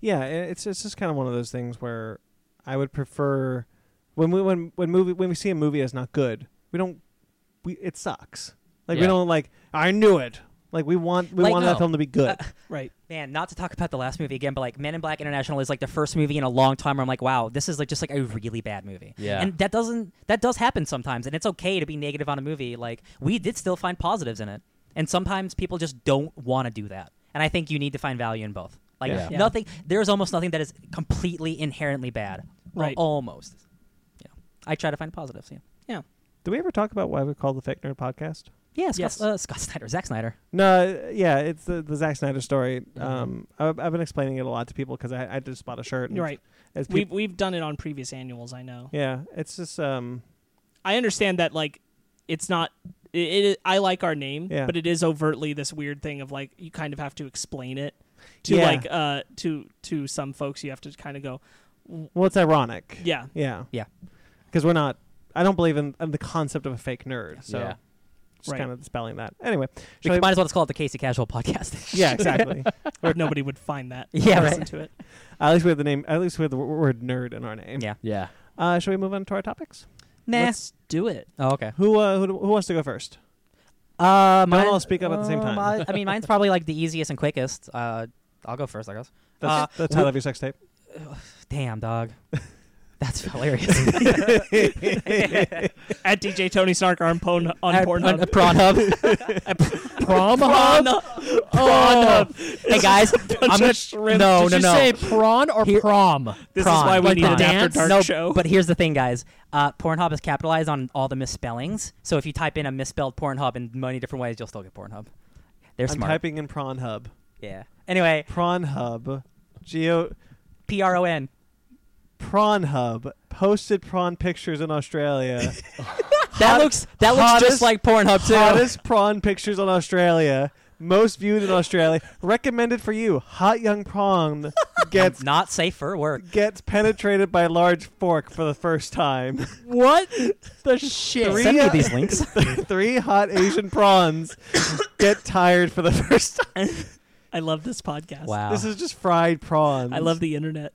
A: Yeah, i- it's it's just kind of one of those things where I would prefer when we when when movie when we see a movie as not good, we don't we it sucks. Like we
D: Yeah.
A: don't like I knew it. Like we want we
C: Like-
A: want
D: No.
A: that film to be good.
B: Right.
C: Man, not to talk about the last movie again, but like Men in Black International is like the first movie in a long time where I'm like, wow, this is like just like a really bad movie.
D: Yeah.
C: And that doesn't that does happen sometimes, and it's okay to be negative on a movie. Like we did still find positives in it, and sometimes people just don't want to do that. And I think you need to find value in both. Like
D: Yeah.
B: Yeah.
C: nothing, there's almost nothing that is completely inherently bad. Al-
B: Right.
C: almost. Yeah. I try to find positives. Yeah.
A: Did we ever talk about why we call the Fake Nerd podcast?
C: Yeah. Scott,
B: Yes.
C: uh, Scott Snyder, Zack Snyder.
A: No, yeah, it's the, the Zack Snyder story. Um, I've, I've been explaining it a lot to people because I, I just bought a shirt. And
B: You're right.
A: As peop-
B: We've we've done it on previous annuals. I know.
A: yeah, it's just um,
B: I understand that like it's not it, it I like our name,
A: Yeah.
B: but it is overtly this weird thing of like you kind of have to explain it to
A: Yeah.
B: like uh to to some folks you have to kind of go
A: well, it's ironic.
B: yeah.
A: yeah,
C: Yeah.
A: Because we're not. I don't believe in, in the concept of a fake nerd. So
D: Yeah.
A: just
B: Right.
A: kind of spelling that. Anyway,
C: We
A: shall
C: might as well just call it the Casey Casual
A: [laughs]
C: Podcast.
A: yeah,
C: [laughs]
A: exactly.
B: Nobody would find that.
C: Yeah,
B: Listen
C: right.
B: to it.
A: at least we have the name. At least we have the w- word nerd in our name.
C: Yeah.
D: [laughs] Yeah.
A: Uh, shall we move on to our topics?
C: nah.
B: Let's do it.
C: oh, okay.
A: Who uh, who, who wants to go first?
C: Uh, mine-
A: all speak up at the same
C: um,
A: time.
C: I, I mean, mine's probably like the easiest and quickest. Uh, I'll go first, I guess. [sighs]
A: That's
C: Uh,
A: the title of your sex tape.
C: Damn,
B: [laughs]
C: dog. That's hilarious.
B: At DJ Tony Snark on, Pon- on Pornhub.
C: [laughs] At uh, Pornhub.
B: [laughs]
C: Oh.
D: Prom
B: Pornhub. Pornhub.
C: hey
B: [laughs]
C: guys, I'm gonna. No,
D: Did
C: no, no.
D: you say prawn or
C: Here-
D: prom?
B: This is
C: Prawn.
B: why we
C: Like
B: need
C: the
B: an after
D: dance?
B: dark
C: no,
B: show.
C: but here's the thing, guys. Uh, Pornhub is capitalized on all the misspellings. So if you type in a misspelled Pornhub in many different ways, you'll still get Pornhub. They're
A: I'm
C: smart.
A: typing in prawn hub.
C: yeah. Anyway,
A: Prawn hub. Geo.
C: P R O N.
A: Prawn Hub posted prawn pictures in
C: [laughs]
A: Australia.
C: That looks that looks
A: hottest-
C: just like Pornhub too.
A: Hottest prawn pictures on Australia. Most viewed in Australia. Recommended for you. Hot young
C: [laughs]
A: prawn gets
C: Not safe for work.
A: gets penetrated by large fork for the first time. [laughs]
B: what?
D: The shit.
A: Three-
C: Send me
A: uh,
C: these links.
A: Three hot Asian prawns get tired for the first time.
B: I love this podcast.
C: Wow.
A: This is just fried prawns.
B: I love the internet.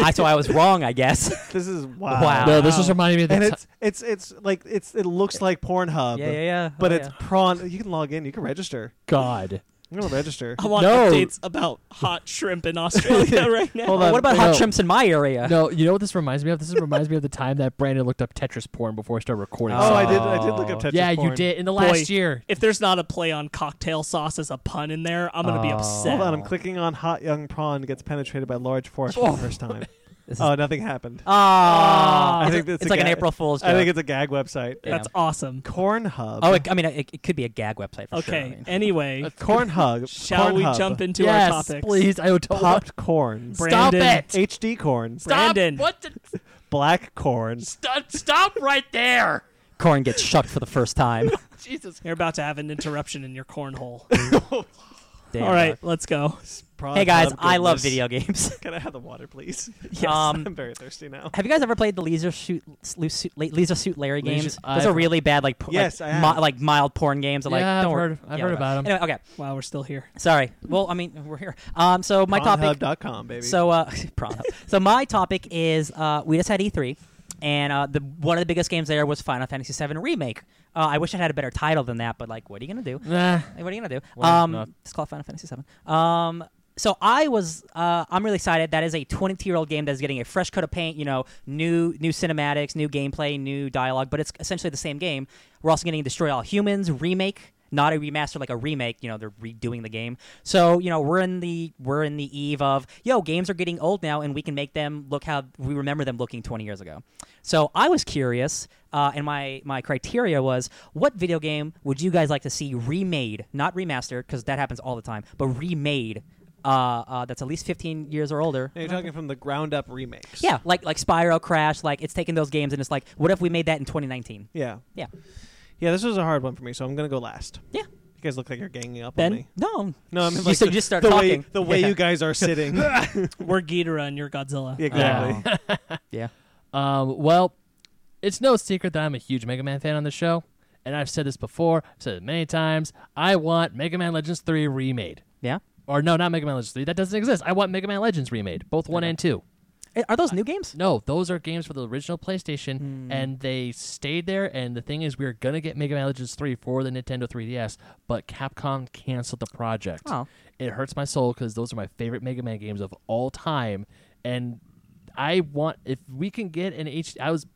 C: I so I was wrong,
A: [laughs]
C: I guess.
A: This is wow.
C: Wow.
D: No, this was reminding me of the
A: And
D: ti-
A: it's it's it's like it's it looks like Pornhub.
C: yeah.
A: But it's prawn. You can log in. You can register.
D: God.
A: I'm gonna register.
B: I want
D: No.
B: updates about hot shrimp
C: [laughs]
B: in Australia right now.
A: Hold on.
C: what about hot
D: No.
C: shrimps in my [laughs] area?
D: No, you know what this reminds me of? This reminds me of the time that Brandon looked up Tetris porn before I started recording.
A: Oh, I did.
D: something.
A: I did look up Tetris.
D: Yeah,
A: porn.
D: you did in the
B: Boy.
D: last year.
B: If there's not a play on cocktail sauce as a pun in there, I'm gonna be
C: Oh.
B: upset.
A: Hold on,
C: Oh.
A: I'm clicking on hot young prawn gets penetrated by large force for the first time.
C: [laughs] This is-
A: oh, nothing
C: [laughs]
A: happened.
C: Oh,
A: I
C: it's,
A: think
C: it's
A: it's a
C: like an
A: ga-
C: April Fool's joke.
A: I think it's a gag website.
C: Yeah.
B: That's awesome.
A: Cornhub.
C: oh, it, I mean, it, it could be a gag website for sure. I
B: Okay.
C: mean.
A: Uh,
B: Anyway,
C: [laughs]
A: Cornhub.
B: shall we jump into
D: yes,
B: our topics?
D: please. I would tell
A: Popped corn.
D: Stop
B: Brandon.
D: it.
A: HD corn.
D: Stop.
B: Brandon.
D: What? The,
A: Black corn.
D: stop, stop right there.
C: Corn gets shucked for the first
D: [laughs]
C: time.
D: Jesus.
B: You're about to have an interruption in your cornhole.
C: Damn,
B: All right,
C: dog.
B: let's go.
C: Hey
A: Oh,
C: guys, I love video games. [laughs]
A: Can I have the water, please?
C: Yes. Um,
A: I'm very thirsty now.
C: Have you guys ever played the Leisure Suit, Leisure Suit, Le- Leisure Suit Larry
D: Leisure-
C: games? Those are
D: I've-
C: really bad, like po-
A: Yes, I
C: like,
A: have.
C: mi- like mild porn games. That, like,
D: Yeah, I've
C: don't worry-
D: heard-
C: yeah,
D: I've heard
C: whatever.
D: about 'em.
C: Anyway, okay,
B: Wow, we're still here.
C: sorry. Well, I mean, [laughs] we're here. Um, so my topic.
A: Pornhub.com, baby.
C: So, uh, [laughs] Pornhub. so my topic is uh, we just had E3, and uh, the one of the biggest games there was Final Fantasy VII Remake. Uh, I wish I had a better title than that, but like, what are you gonna do?
D: Nah.
C: Like, what are you gonna do?
D: Well,
C: um,
D: no.
C: it's called Final Fantasy VII. Um, so I was uh, I'm really excited. That is a 22 year old game that is getting a fresh coat of paint. You know, new new cinematics, new gameplay, new dialogue, but it's essentially the same game. We're also getting Destroy All Humans remake, not a remaster, like a remake. You know, they're redoing the game. So you know, we're in the we're in the eve of yo, games are getting old now, and we can make them look how we remember them looking 20 years ago. So I was curious. Uh, and my, my criteria was what video game would you guys like to see remade, not remastered, because that happens all the time, but remade uh, uh, that's at least 15 years or older.
A: Now you're talking from the ground up remakes.
C: Yeah, like like Spyro, Crash, like it's taking those games and it's like, what if we made that in 2019?
A: Yeah.
C: Yeah,
A: Yeah, this was a hard one for me, so I'm going to go last.
C: yeah.
A: You guys look like you're ganging up
B: Ben?
A: on me.
C: No,
A: No, I mean
C: You
A: like
C: said
A: the,
C: just start
A: the
C: talking.
A: way the way
C: Yeah.
A: you guys are sitting.
C: [laughs]
B: We're Ghidorah and you're Godzilla.
A: exactly.
C: yeah.
D: Um, well, it's no secret that I'm a huge Mega Man fan on the show, and I've said this before, I've said it many times. I want Mega Man Legends 3 remade.
C: Yeah.
D: Or no, not Mega Man Legends 3. That doesn't exist. I want Mega Man Legends remade, both 1 and 2.
C: Eh, Are those new games?
D: No, those are games for the original PlayStation, and they stayed there. And the thing is, we are gonna get Mega Man Legends three for the Nintendo 3DS, but Capcom canceled the project.
C: Oh.
D: It hurts my soul because those are my favorite Mega Man games of all time, and I want if we can get an H. I was,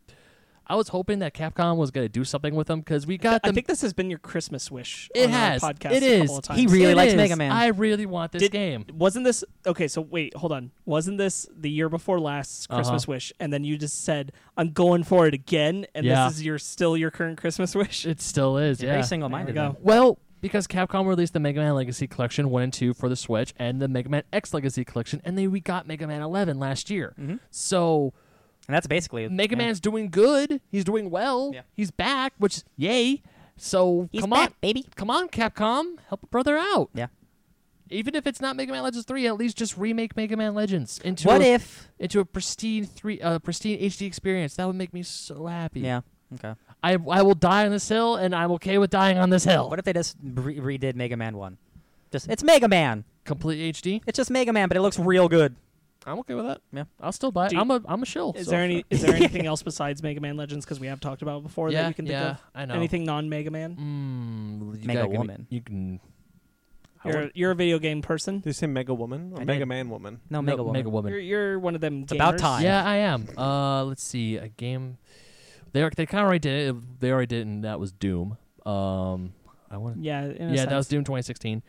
D: I was hoping that Capcom was gonna do something with them because we got
B: I
D: them.
B: think this has been your Christmas wish
D: it
B: on
D: has.
B: our podcast
D: it
B: a
D: is.
B: couple of times.
C: He really
D: It
C: likes
D: is.
C: Mega Man.
D: I really want this
B: Did-
D: game.
B: wasn't this okay so wait hold on wasn't this the year before last
D: Uh-huh.
B: christmas wish and then you just said i'm going for it again and
D: Yeah.
B: this is your still your current christmas [laughs] wish
D: It still is.
C: You're
D: yeah.
C: Very single-minded.
B: There we go.
D: Well, because Capcom released the Mega Man Legacy Collection 1 and 2 for the Switch and the Mega Man X Legacy Collection, and then we got Mega Man 11 last year.
C: Mhm.
D: So
C: And that's basically
D: Mega
C: yeah.
D: Man's doing good. He's doing well.
C: Yeah.
D: He's back, which, yay. So
C: He's
D: come
C: back,
D: on.
C: baby.
D: Come on, Capcom. Help a brother out.
C: Yeah.
D: Even if it's not Mega Man Legends 3, at least just remake Mega Man Legends into
C: What
D: a,
C: if?
D: into a pristine three uh, pristine HD experience. That would make me so happy.
C: Yeah. Okay.
D: I I will die on this hill and I'm okay with dying on this hill.
C: What if they just re- redid Mega Man One? Just it's Mega Man.
D: Complete HD.
C: It's just Mega Man, but it looks real good.
D: I'm okay with that.
C: Yeah.
D: I'll still buy it.
B: Do you-
D: I'm a I'm a shill.
B: is
D: so-
B: there any is there
D: [laughs]
B: anything else besides mega man legends because we have talked about it before
D: yeah,
B: that you can think
D: yeah,
B: of
D: I know.
B: anything non-mega man
D: Mm, you
C: Mega
D: gotta give me-
C: Woman.
D: you can. I
B: you're,
D: want-
B: you're a video game person
A: Did you say Mega Woman or
C: I
A: Mega
C: did.
A: Man Woman?
C: No,
D: no,
C: Mega Woman.
D: Mega Woman.
B: you're, you're one of them it's
C: about time.
D: Yeah, I am. Uh, let's see. A game. They are, they kind of already did it. They already did, it, and that was Doom. Um, I want. to
B: yeah in a
D: Yeah, that was
B: sense.
D: Doom 2016.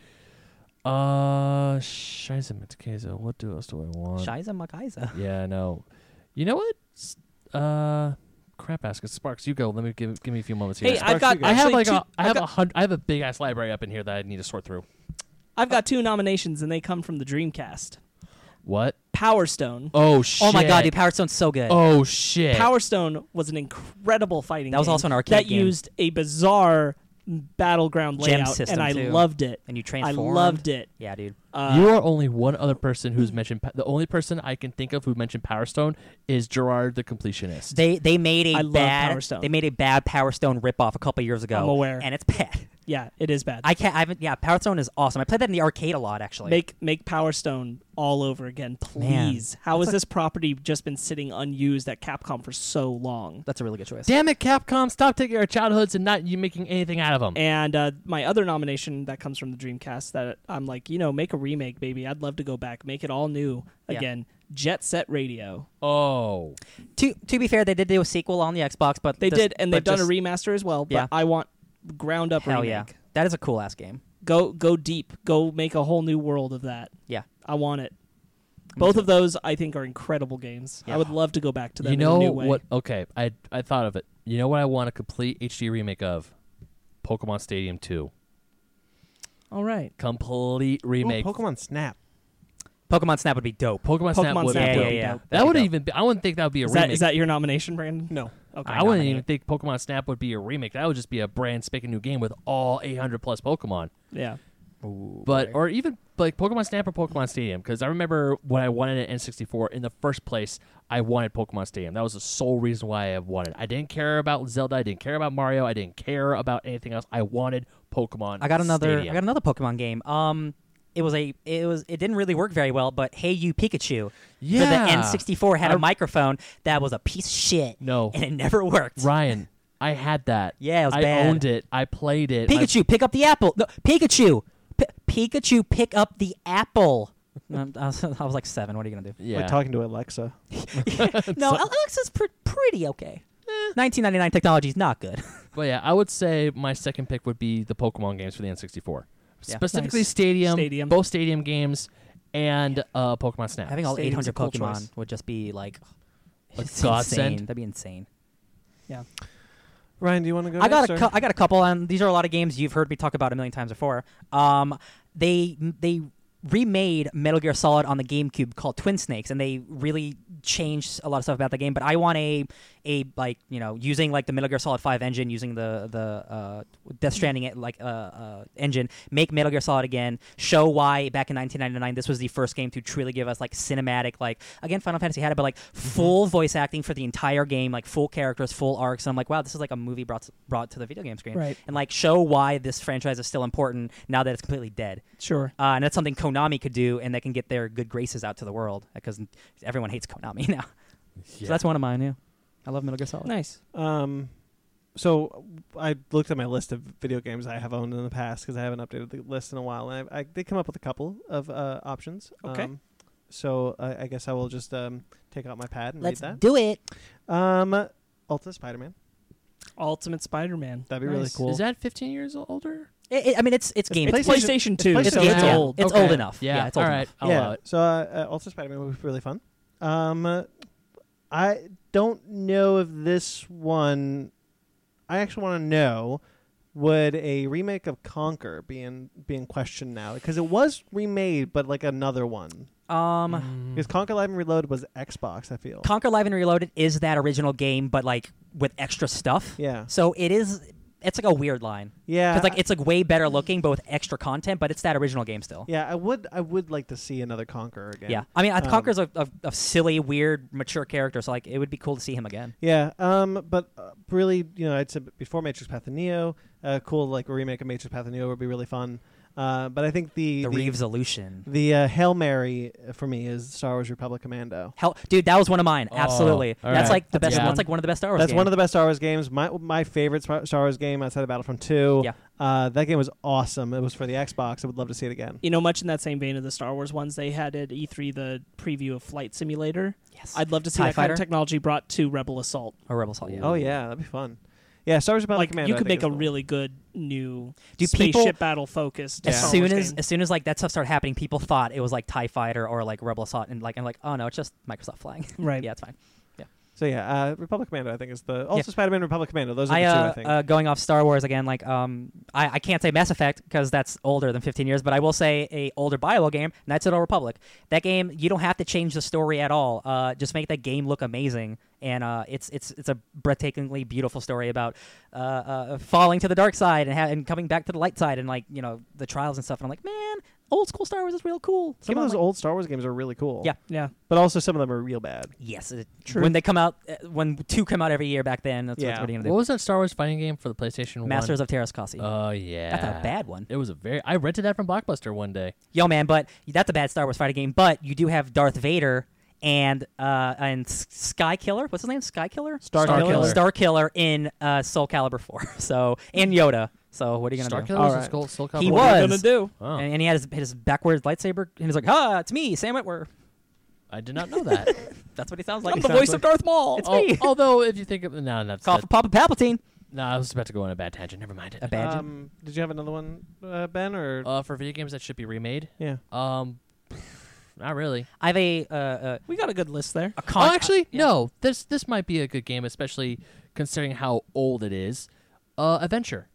D: Uh, Shiza Matsukaza. What do- else do I want?
C: Shiza Makaiza.
D: Yeah, I know. You know what? S- Uh, crap. Ask it. Sparks. You go. Let me give give me a few moments here.
B: hey
A: Sparks,
B: i've got
A: you go.
D: I have
B: actually
D: like
B: two,
D: a I
B: I've
D: have
B: got-
D: a hundred I have a big ass library up in here that I need to sort through.
B: I've got two nominations and they come from the dreamcast
D: What?
B: power stone
D: Oh shit!
C: Oh my god, dude, Power Stone's so good.
D: Oh shit!
B: Power Stone was an incredible fighting.
C: That was
B: game
C: also an arcade
B: that
C: game.
B: used a bizarre battleground
C: Gem
B: layout,
C: system,
B: and I
C: too.
B: loved it.
C: And you
B: I
C: transformed.
B: loved it.
C: Yeah, dude.
B: Uh,
D: you are only one other person who's mentioned. pa- The only person I can think of who mentioned Power Stone is Gerard the Completionist.
C: They they made a
B: I love
C: bad
B: Power Stone.
C: they made a bad Power Stone ripoff a couple years ago.
B: I'm aware.
C: and it's bad.
B: yeah, it is bad.
C: I can't. I haven't. Yeah, Power Stone is awesome. I played that in the arcade a lot actually.
B: make make Power Stone all over again, please. How has this property just been sitting unused at Capcom for so long?
C: That's a really good choice.
D: Damn it, Capcom! Stop taking our childhoods and not you making anything out of them.
B: And uh, my other nomination that comes from the Dreamcast that I'm like, you know, make a remake, baby. I'd love to go back, make it all new
C: Yeah.
B: again. Jet Set Radio.
D: oh,
C: To to be fair, they did do a sequel on the Xbox, but
B: They
C: this-
B: did, and they've
C: but
B: done
C: just-
B: a remaster as well. But
C: Yeah.
B: I want ground up
C: Hell
B: remake.
C: yeah, that is a cool ass game.
B: go go deep go make a whole new world of that
C: Yeah.
B: i want it both of those i think are incredible games
C: Yeah.
B: i would love to go back to them
D: you know
B: in a new way
D: what? Okay, I I thought of it. You know what? I want a complete HD remake of Pokemon Stadium Two.
B: all right
D: Complete
A: Ooh,
D: remake.
A: Pokemon Snap.
C: Pokemon Snap would be dope.
D: Pokemon, Snap
B: Pokemon
D: would
B: Snap
D: be
C: yeah,
B: would
D: dope.
C: yeah,
B: be
C: yeah.
B: dope.
D: That would
C: That'd be
D: even. Be, I wouldn't think that would be a
B: is
D: remake.
B: that, is that your nomination brandon
A: No.
B: okay
D: I wouldn't even
C: nominated.
D: think Pokemon Snap would be a remake. That would just be a brand spanking new game with all 800 plus Pokemon.
B: yeah
D: But or even like Pokemon Snap or Pokemon Stadium, because I remember when I wanted an N64 in the first place, I wanted Pokemon Stadium. That was the sole reason why I wanted. it. I didn't care about Zelda. I didn't care about Mario. I didn't care about anything else. I wanted Pokemon.
C: I got another.
D: Stadium.
C: I got another Pokemon game. Um, it was a. It was. It didn't really work very well. But Hey You Pikachu. for
D: Yeah.
C: The N64 had a
D: I-
C: microphone that was a piece of shit.
D: No.
C: And it never worked.
D: Ryan. I had that.
C: Yeah, it was
D: I
C: bad.
D: owned it. I played it. My-
C: [laughs] Pikachu, pick up the apple. No, Pikachu, P- Pikachu, pick up the apple. Um, I, was, I was like seven. What are you gonna do?
D: Yeah.
A: Like talking to Alexa.
C: No, Alexa's pre- pretty okay. 1999 technology is not good.
D: But yeah, I would say my second pick would be the Pokemon games for the N64,
C: Yeah.
D: specifically
B: Nice.
D: Stadium,
B: Stadium.
D: both Stadium games, and uh, Pokemon Snap.
C: Having all
B: Stadium's a
C: 800
B: cool
C: Pokemon
B: choice.
C: would just be like
D: A
C: it's
D: godsend.
C: Insane. That'd be insane.
A: Ryan, do you want to go?
C: I
A: next,
C: got a
A: or-
C: cou- I got a couple, and these are a lot of games you've heard me talk about a million times before. Um, they they remade Metal Gear Solid on the GameCube called Twin Snakes, and they really changed a lot of stuff about the game. But I want a a like you know using like the Metal Gear Solid Five engine, using the the uh, Death Stranding eh, like uh, uh, engine, make Metal Gear Solid again. Show why back in 1999 this was the first game to truly give us like cinematic like again Final Fantasy had it, but like full voice acting for the entire game, like full characters, full arcs. And I'm like, wow, this is like a movie brought to, brought to the video game screen,
B: Right.
C: and like show why this franchise is still important now that it's completely dead.
B: Sure.
C: Uh, and that's something Konami could do, and they can get their good graces out to the world because everyone hates Konami [laughs] now. So that's one of mine. Yeah, I love Metal Gear Solid.
B: Nice.
A: Um, so I looked at my list of video games I have owned in the past because I haven't updated the list in a while, and I, I did come up with a couple of uh, options.
B: Okay.
A: Um, so I, I guess I will just um, take out my pad and
C: Let's
A: read
C: do it.
A: that. Um, Ultimate Spider-Man.
B: Ultimate Spider-Man.
A: That'd be really
B: Nice.
A: cool.
D: Is that 15 years older?
C: It- it- I mean, it's it's game.
B: It's PlayStation,
A: PlayStation-
B: Two.
A: it's
B: so
A: PlayStation.
B: it's
A: Yeah.
B: old.
C: It's old enough.
D: Yeah,
C: Yeah, it's old
D: all right. Oh,
C: enough.
D: I'll allow
A: yeah.
D: it.
A: So uh, uh, Ultimate Spider-Man would be really fun. Um, uh, I don't know if this one. I actually want to know. Would a remake of Conquer be in be in question now? Because it was remade, but like another one.
C: Um,
A: Because Conquer Live and Reload was Xbox, I feel.
C: Conquer Live and Reloaded is that original game, but like with extra stuff.
A: yeah.
C: So it is. It's like a weird line.
A: Yeah.
C: Because like
A: I-
C: it's like way better looking, but with extra content. But it's that original game still.
A: yeah, I would I would like to see another Conquer again.
C: Yeah. I mean, I
A: Um,
C: Conker's a, a, a silly, weird, mature character, so like it would be cool to see him again.
A: Yeah, um, but uh, really, you know, I'd said before Matrix Path of Neo, uh, cool like a remake of Matrix Path of Neo would be really fun. Uh, but I think the
C: The,
A: the,
C: Reeves illusion.
A: the, uh, hail mary for me is Star Wars Republic Commando.
C: Hell, dude, that was one of mine.
D: Oh,
C: Absolutely.
D: all
C: That's
D: right.
C: like the
B: That's
C: best.
B: a good
C: That's like one of the best Star Wars.
A: That's one of the best Star Wars games. My my favorite Star Star Wars game outside of Battlefront Two.
C: Yeah.
A: uh, that game was awesome. It was for the Xbox. I would love to see it again.
B: You know, much in that same vein of the Star Wars ones, they had at E3 the preview of Flight Simulator.
C: Yes.
B: I'd love to see
C: TIE
B: that kind
C: fighter?
B: of technology brought to Rebel Assault.
C: Or Rebel Assault. Yeah.
A: Oh yeah, that'd be fun. Yeah, Star Wars Republic
B: like
A: Commando.
B: you
A: I
B: could
A: think
B: make
A: is
B: a
A: cool.
B: really good new
C: Do
B: spaceship
C: people-
B: battle focused.
C: As
A: Yeah.
C: soon as as soon as like that stuff started happening, people thought it was like Tie Fighter or like Rebel Assault, and like I'm like, oh no, it's just Microsoft flying. [laughs]
B: right,
C: yeah, it's fine.
A: So yeah, uh, Republic Commando. I think is the also Spider-Man Republic Commando. Those are
C: I,
A: the two.
C: uh,
A: I think.
C: uh, going off Star Wars again, like um, I, I can't say Mass Effect because that's older than 15 years, but I will say a older Bioware game, Knights of the Old Republic. That game, you don't have to change the story at all. Uh, just make that game look amazing, and uh, it's it's it's a breathtakingly beautiful story about uh, uh, falling to the dark side and ha- and coming back to the light side, and like you know the trials and stuff. And I'm like, man, old school Star Wars is real cool.
A: some
C: Come
A: of
C: on,
A: those
C: like-
A: old Star Wars games are really cool.
C: Yeah.
B: yeah.
A: but also some of them are real bad.
C: Yes, it,
B: True.
C: when they come out, uh, when two come out every year back then, that's
A: Yeah.
C: what, what are you gonna
D: What
C: do?
D: was that Star Wars fighting game for the PlayStation
C: Masters
D: 1?
C: of Terrascasi.
D: Oh, yeah.
C: that's not a bad one.
D: It was a very. I rented that from Blockbuster one day.
C: Yo, man, but that's a bad Star Wars fighting game. But you do have Darth Vader and uh and S- Sky Killer. What's his name? Sky Killer.
A: Star
D: Star
A: Killer.
D: Killer.
C: Star Killer in uh, Soul Calibur Four. [laughs] So and Yoda. So what are you gonna
D: Star
C: do?
D: Killer
A: All
D: was a
A: right.
D: Skull, Soul
C: He
D: Calibur?
B: What are you
C: was.
B: gonna do?
D: Oh,
C: And, and he had his, his backwards lightsaber, and he's like, "Ah, it's me, Sam Witwer."
D: I did not
C: [laughs]
D: know that.
C: That's what he sounds like.
B: I'm the voice of Darth Maul.
C: It's
D: Al-
C: me.
D: although, if you think of no, that's
C: Call
D: that,
C: for Papa Palpatine.
D: no, I was about to go on a bad tangent. Never mind.
C: A badger.
A: Um, did you have another one, uh, Ben? Or
D: Uh, for video games that should be remade,
A: yeah,
D: um, [sighs] not really.
C: I have a uh, uh,
B: we got a good list there.
C: a con-
D: oh, actually,
C: yeah.
D: no. This this might be a good game, especially considering how old it is. Uh, adventure,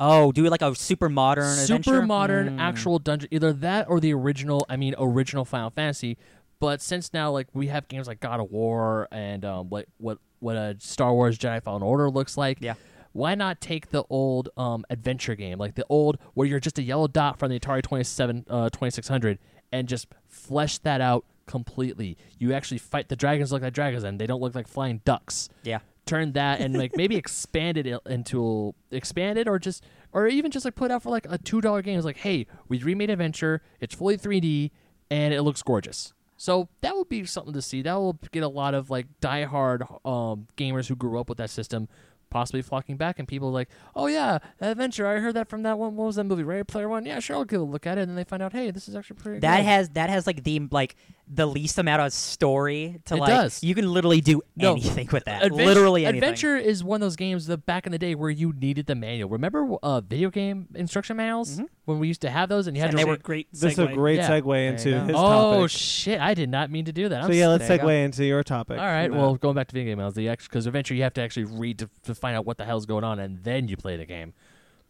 C: Oh, do like a super modern
D: super
C: adventure?
D: modern,
C: Mm.
D: actual dungeon. Either that or the original. I mean, original Final Fantasy. But since now, like we have games like God of War and um, what what what a Star Wars Jedi Fallen Order looks like.
C: Yeah.
D: Why not take the old um, adventure game, like the old where you're just a yellow dot from the Atari 27, uh, 2600, and just flesh that out completely? You actually fight the dragons look like dragons, and they don't look like flying ducks
C: Yeah.
D: turn that and like maybe expand it into expand it or just or even just like put out for like a two dollar game. It's like, hey, we remade Adventure. It's fully 3D and it looks gorgeous. So that would be something to see. That will get a lot of like diehard um, gamers who grew up with that system possibly flocking back, and people are like, "Oh yeah, that adventure! I heard that from that one. What was that movie? Ready Player One? Yeah, sure, I'll give a look at it." And then they find out, "Hey, this is actually pretty."
C: That
D: good.
C: has that has like the like the least amount of story to
D: It
C: like
D: does.
C: you can literally do
D: No.
C: anything with that.
D: Adventure,
C: literally anything.
D: Adventure is one of those games that back in the day where you needed the manual. Remember uh, video game instruction manuals when we used to have those and you had
B: and
D: to
B: they
D: read-
B: were great.
A: This is a
B: segue.
A: great
D: Yeah.
A: segue into
C: go.
A: his
D: oh
A: topic.
D: shit! I did not mean to do that. I'm
A: so yeah, let's
C: There you go.
A: segue into your topic. Uh,
D: All right.
A: from that.
D: Well, going back to video game manuals, the because eventually you have to actually read to, to find out what the hell's going on, and then you play the game.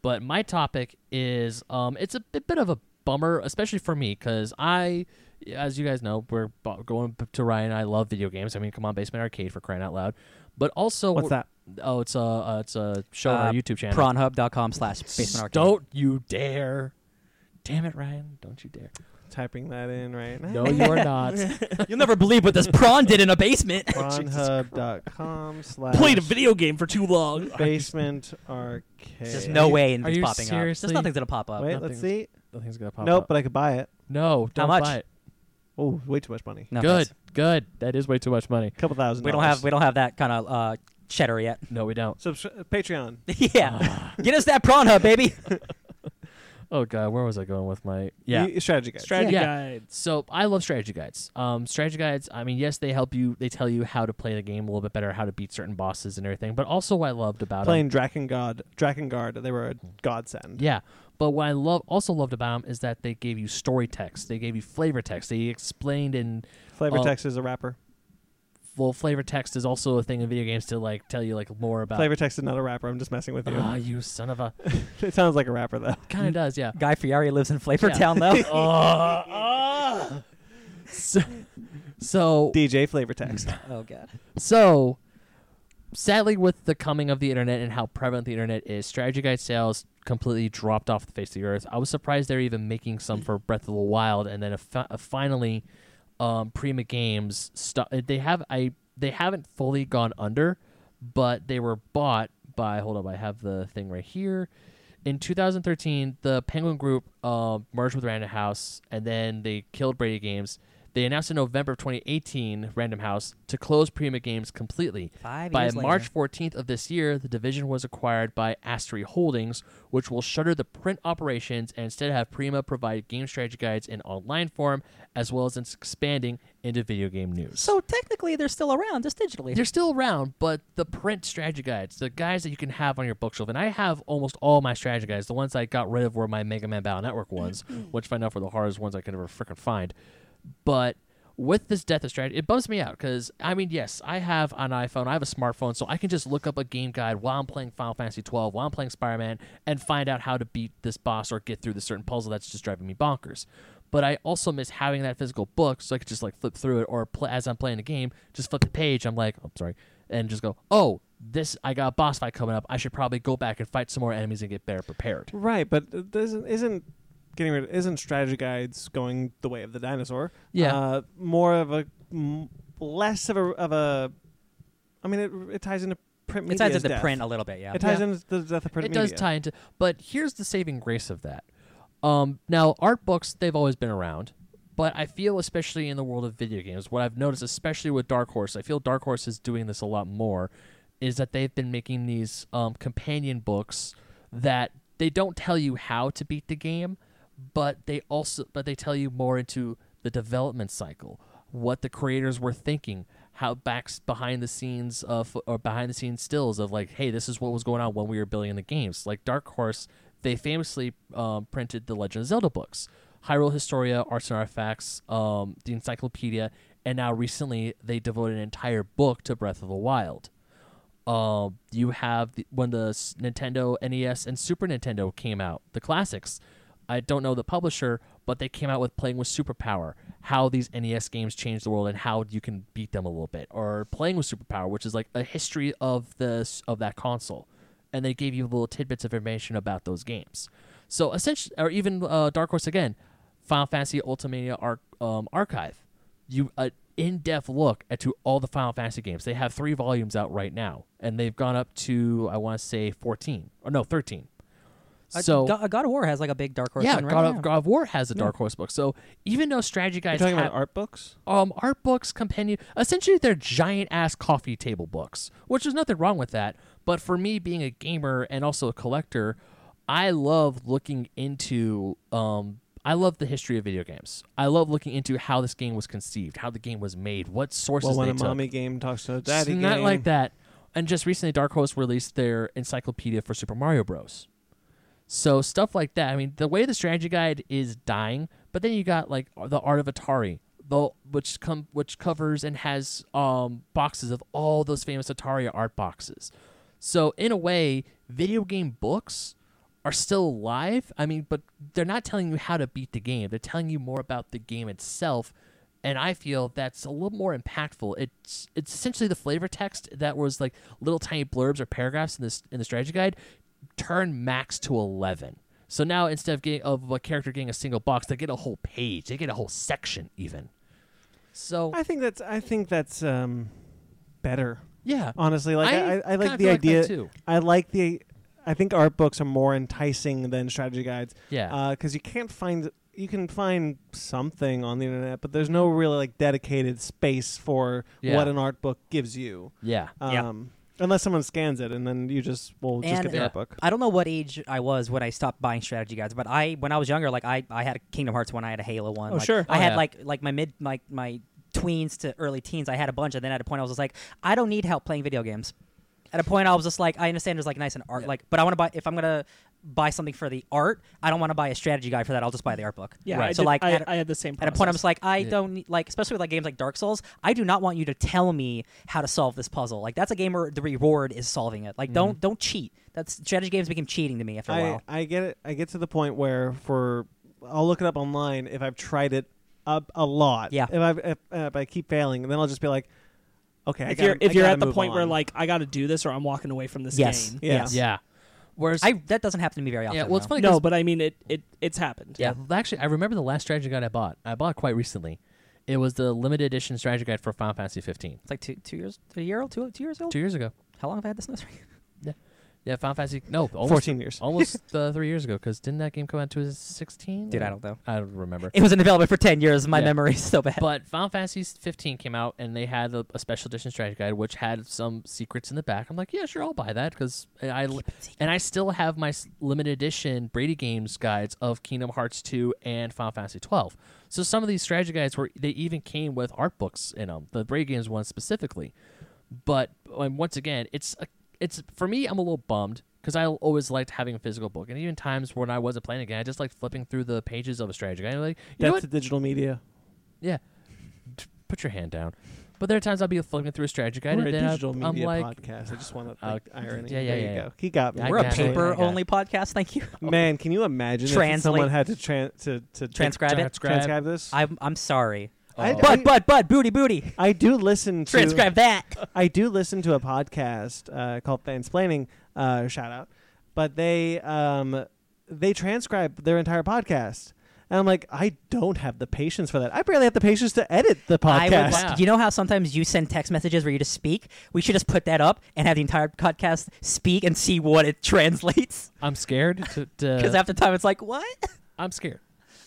D: But my topic is, um, it's a bit, bit of a bummer, especially for me, because I, as you guys know, we're bo- going p- to Ryan. I love video games. I mean, come on, Basement Arcade for crying out loud. But also,
A: what's
D: we're-
A: that?
D: Oh, it's a uh, it's a show on
C: Uh,
D: our YouTube channel.
C: Prawnhub.com slash basement arcade.
D: Don't you dare! Damn it, Ryan! Don't you
A: [laughs]
D: dare!
A: Typing that in right now.
D: No,
A: [laughs]
D: you are not.
C: You'll never believe what this prawn did in a
D: [laughs]
C: basement.
A: Pornhub.com slash
B: Played a video game for too long.
A: basement arcade.
C: There's no way
D: Are
C: anything's
D: you
C: popping up.
D: seriously-
C: There's nothing's gonna pop up.
A: Wait, let's
D: Nothing's-
A: see.
D: Nothing's gonna pop
A: nope,
D: up.
A: but I could buy it.
D: No, don't
C: much?
D: buy it.
A: Oh, way too much money.
C: No,
D: good,
C: thanks.
D: good. That is way too much money. [laughs]
A: couple thousand.
C: We don't
A: dollars.
C: have we don't have that kind of uh, cheddar yet. [laughs]
D: No, we don't.
A: Subscri- Patreon.
C: yeah,
D: Ah.
C: get us that prawn hub,
D: [laughs]
C: baby.
D: Oh god, where was I going with my? Yeah.
A: You- strategy guide.
B: Strategy
D: Yeah.
B: guide.
D: so I love strategy guides. Um, strategy guides. I mean, yes, they help you. They tell you how to play the game a little bit better, how to beat certain bosses and everything. But also, what I loved about 'em-
A: Playing Dragon God, Dragon Guard. They were a godsend.
D: Yeah. But what I love also loved about them is that they gave you story text. They gave you flavor text. They explained in
A: Flavor
D: Oh.
A: text is a rapper.
D: well, flavor text is also a thing in video games to like tell you like more about.
A: Flavor text is not a rapper. I'm just messing with you.
D: [laughs] Ah, you son of a.
A: [laughs] it sounds like a rapper though.
D: Kind of does, yeah.
C: Guy Fieri lives in Flavor Town though.
D: [laughs] So, so
A: DJ Flavor text.
C: oh god.
D: So, sadly, with the coming of the internet and how prevalent the internet is, strategy guide sales completely dropped off the face of the earth. I was surprised they're even making some for Breath of the Wild, and then a fi- a finally, um, Prima Games. Stu- uh, they have I they haven't fully gone under, but they were bought by. Hold up, I have the thing right here. In 2013, the Penguin Group uh, merged with Random House, and then they killed Brady Games. They announced in November of 2018, Random House to close Prima Games completely.
C: Five
D: by
C: years later.
D: March 14th of this year, the division was acquired by Astri Holdings, which will shutter the print operations and instead have Prima provide game strategy guides in online form, as well as it's expanding into video game news.
C: So technically, they're still around, just digitally.
D: They're still around, but the print strategy guides, the guys that you can have on your bookshelf, and I have almost all my strategy guides. The ones I got rid of were my Mega Man Battle Network ones,
C: [clears throat]
D: which find out were the hardest ones I could ever freaking find. But with this death of strategy, it bums me out because I mean, yes, I have an iPhone, I have a smartphone, so I can just look up a game guide while I'm playing Final Fantasy 12, while I'm playing Spider Man, and find out how to beat this boss or get through this certain puzzle that's just driving me bonkers but I also miss having that physical book so I could just like flip through it or play, as I'm playing a game, just flip the page. I'm like, I'm sorry, and just go, oh, this I got a boss fight coming up. I should probably go back and fight some more enemies and get better prepared.
A: [laughs] right, but uh, doesn't isn't getting rid isn't strategy guides going the way of the dinosaur?
D: Yeah.
A: Uh, more of a m- less of a of a. I mean, it, it ties into print
C: It
A: media.
C: ties into print a little bit, yeah.
A: It ties
D: Yeah.
A: into the death of print
D: it
A: media.
D: does tie into, but here's the saving grace of that. Um, now art books they've always been around, but I feel especially in the world of video games, what I've noticed, especially with Dark Horse, I feel Dark Horse is doing this a lot more, is that they've been making these um, companion books that they don't tell you how to beat the game, but they also but they tell you more into the development cycle, what the creators were thinking, how backs behind the scenes of or behind the scenes stills of like, hey, this is what was going on when we were building the games. Like Dark Horse, they famously um, printed the Legend of Zelda books, Hyrule Historia, Arts and Artifacts, um, the Encyclopedia, and now recently they devoted an entire book to Breath of the Wild. Um, you have the, when the s- Nintendo NES and Super Nintendo came out, the classics. I don't know the publisher, but they came out with Playing with Superpower, how these NES games changed the world and how you can beat them a little bit, or Playing with Superpower, which is like a history of this of that console, and they gave you little tidbits of information about those games. So essentially, or even uh, Dark Horse again, Final Fantasy Ultimania Ar- um, Archive you an in-depth look at to all the Final Fantasy games. They have three volumes out right now, and they've gone up to I want to say fourteen or no thirteen.
C: Uh,
D: So
C: Go- uh, God of War has like a big Dark Horse.
D: yeah,
C: one, right
D: God
C: now.
D: of, God of War has a Dark Horse book. So even though strategy
A: You're
D: guys
A: talking
D: have,
A: about art books?
D: um art books, companion, essentially they're giant ass coffee table books, which is nothing wrong with that. But for me, being a gamer and also a collector, I love looking into um. I love the history of video games. I love looking into how this game was conceived, how the game was made, what sources
A: Well, when
D: they
A: a
D: took.
A: mommy game talks to a
D: It's
A: daddy game.
D: not like that. And just recently, Dark Horse released their encyclopedia for Super Mario Bros. So stuff like that. I mean, the way the strategy guide is dying, but then you got like the Art of Atari, the which come which covers and has um boxes of all those famous Atari art boxes. So in a way, video game books are still alive. I mean, but they're not telling you how to beat the game. They're telling you more about the game itself, and I feel that's a little more impactful. It's it's essentially the flavor text that was like little tiny blurbs or paragraphs in this in the strategy guide. Turn max to eleven. So now instead of getting of a character getting a single box, they get a whole page. They get a whole section even. So
A: I think that's I think that's um, better.
D: yeah,
A: Honestly, uh, like I, I, I like
D: kinda
A: the
D: feel
A: idea.
D: that too.
A: I like the. I think art books are more enticing than strategy guides
D: Yeah,
A: because you can't find you can find something on the internet, but there's no really like dedicated space for
D: Yeah.
A: what an art book gives you.
D: yeah.
B: Yeah.
A: Um, Unless someone scans it, and then you just will just
C: And-
A: get the
D: Yeah.
A: art book.
C: I don't know what age I was when I stopped buying strategy guides, but I when I was younger, like I, I had a Kingdom Hearts one, I had a Halo one.
B: Oh,
C: like,
B: sure.
C: I
D: Oh,
C: had
D: yeah.
C: like like my mid my my tweens to early teens, I had a bunch, and then at a point I was just like, I don't need help playing video games. At a point I was just like, I understand there's like nice and art, like, but I want to buy if I'm gonna buy something for the art, I don't want to buy a strategy guide for that. I'll just buy the art book.
B: Yeah,
D: Right.
B: I
C: So,
B: did-
C: like,
B: I,
C: at a-
B: I had the same.
C: At a
B: Process.
C: point, I'm just like, I
D: Yeah.
C: don't need, like, especially with like games like Dark Souls. I do not want you to tell me how to solve this puzzle. Like, that's a game where the reward is solving it. Like,
D: Mm-hmm.
C: don't don't cheat. That's strategy games became cheating to me
B: Oh,
C: after a
A: I,
C: while.
A: I get it. I get to the point where for I'll look it up online if I've tried it a, a lot.
C: Yeah.
A: If I if, if I keep failing, then I'll just be like, okay. I
B: if
A: gotta-
B: you're if
A: I
B: you're
A: gotta
B: at the
A: move
B: point where
A: on.
B: like I got to do this or I'm walking away from this
C: Yes.
B: game.
A: yeah.
C: yes.
D: Yeah. Whereas
C: I that doesn't happen to me very often.
D: yeah, well, it's
C: though.
D: funny 'cause
B: No, but I mean it, it it's happened.
D: Yeah, well, actually, I remember the last strategy guide I bought. I bought quite recently. It was the limited edition strategy guide for Final Fantasy 15.
C: It's like two two years, a year old, two two years old.
D: Two years ago.
C: How long have I had this [laughs] nursery?
D: Yeah, Final Fantasy. No, almost,
A: fourteen years.
C: [laughs]
D: almost uh, three years ago. Because didn't that game come out in 2016?
C: Dude, I don't know.
D: I don't remember.
C: It was in development for ten years. My
D: Yeah.
C: memory's so [laughs] bad.
D: But Final Fantasy 15 came out, and they had a, a special edition strategy guide, which had some secrets in the back. I'm like, yeah, sure, I'll buy that because I and I still have my s- limited edition Brady Games guides of Kingdom Hearts 2 and Final Fantasy 12. So some of these strategy guides were they even came with art books in them, the Brady Games one specifically. But um, once again, it's a, it's for me, I'm a little bummed. Because I always liked having a physical book, and even times when I wasn't playing a game, I just liked flipping through the pages of a strategy guide. Like, you know
A: that's
D: what?
A: the digital media.
D: Yeah. T- Put your hand down. But there are times I'll be flipping through a strategy guide,
A: We're a
D: and then I-
A: digital
D: I'm
A: media
D: like,
A: podcast. I just want to
D: Uh,
A: like, irony.
D: yeah, yeah,
A: there
D: yeah,
A: you
D: yeah.
A: go. He got me.
D: I
C: We're a
D: got it.
C: paper only
D: I
C: podcast. Thank you.
A: Man, can you imagine if
C: Translate.
A: someone had to tran- to to
C: Transcribe it.
D: Transcribe.
A: transcribe this?
C: I'm I'm sorry.
A: I-
D: Oh.
C: But but but booty booty.
A: I do listen to
C: Transcribe that.
A: I do listen to a podcast uh, called Fansplaining. Uh, shout out, but they um, they transcribe their entire podcast, and I'm like, I don't have the patience for that. I barely have the patience to edit the
C: I
A: [laughs]
C: would
A: podcast.
D: like- Yeah.
C: like, you know how sometimes you send text messages where you just speak? We should just put that up and have the entire podcast speak and see what it [laughs] translates.
D: I'm scared. To,
B: Uh,
C: Because
D: to,
C: after time, it's like, what?
D: I'm scared.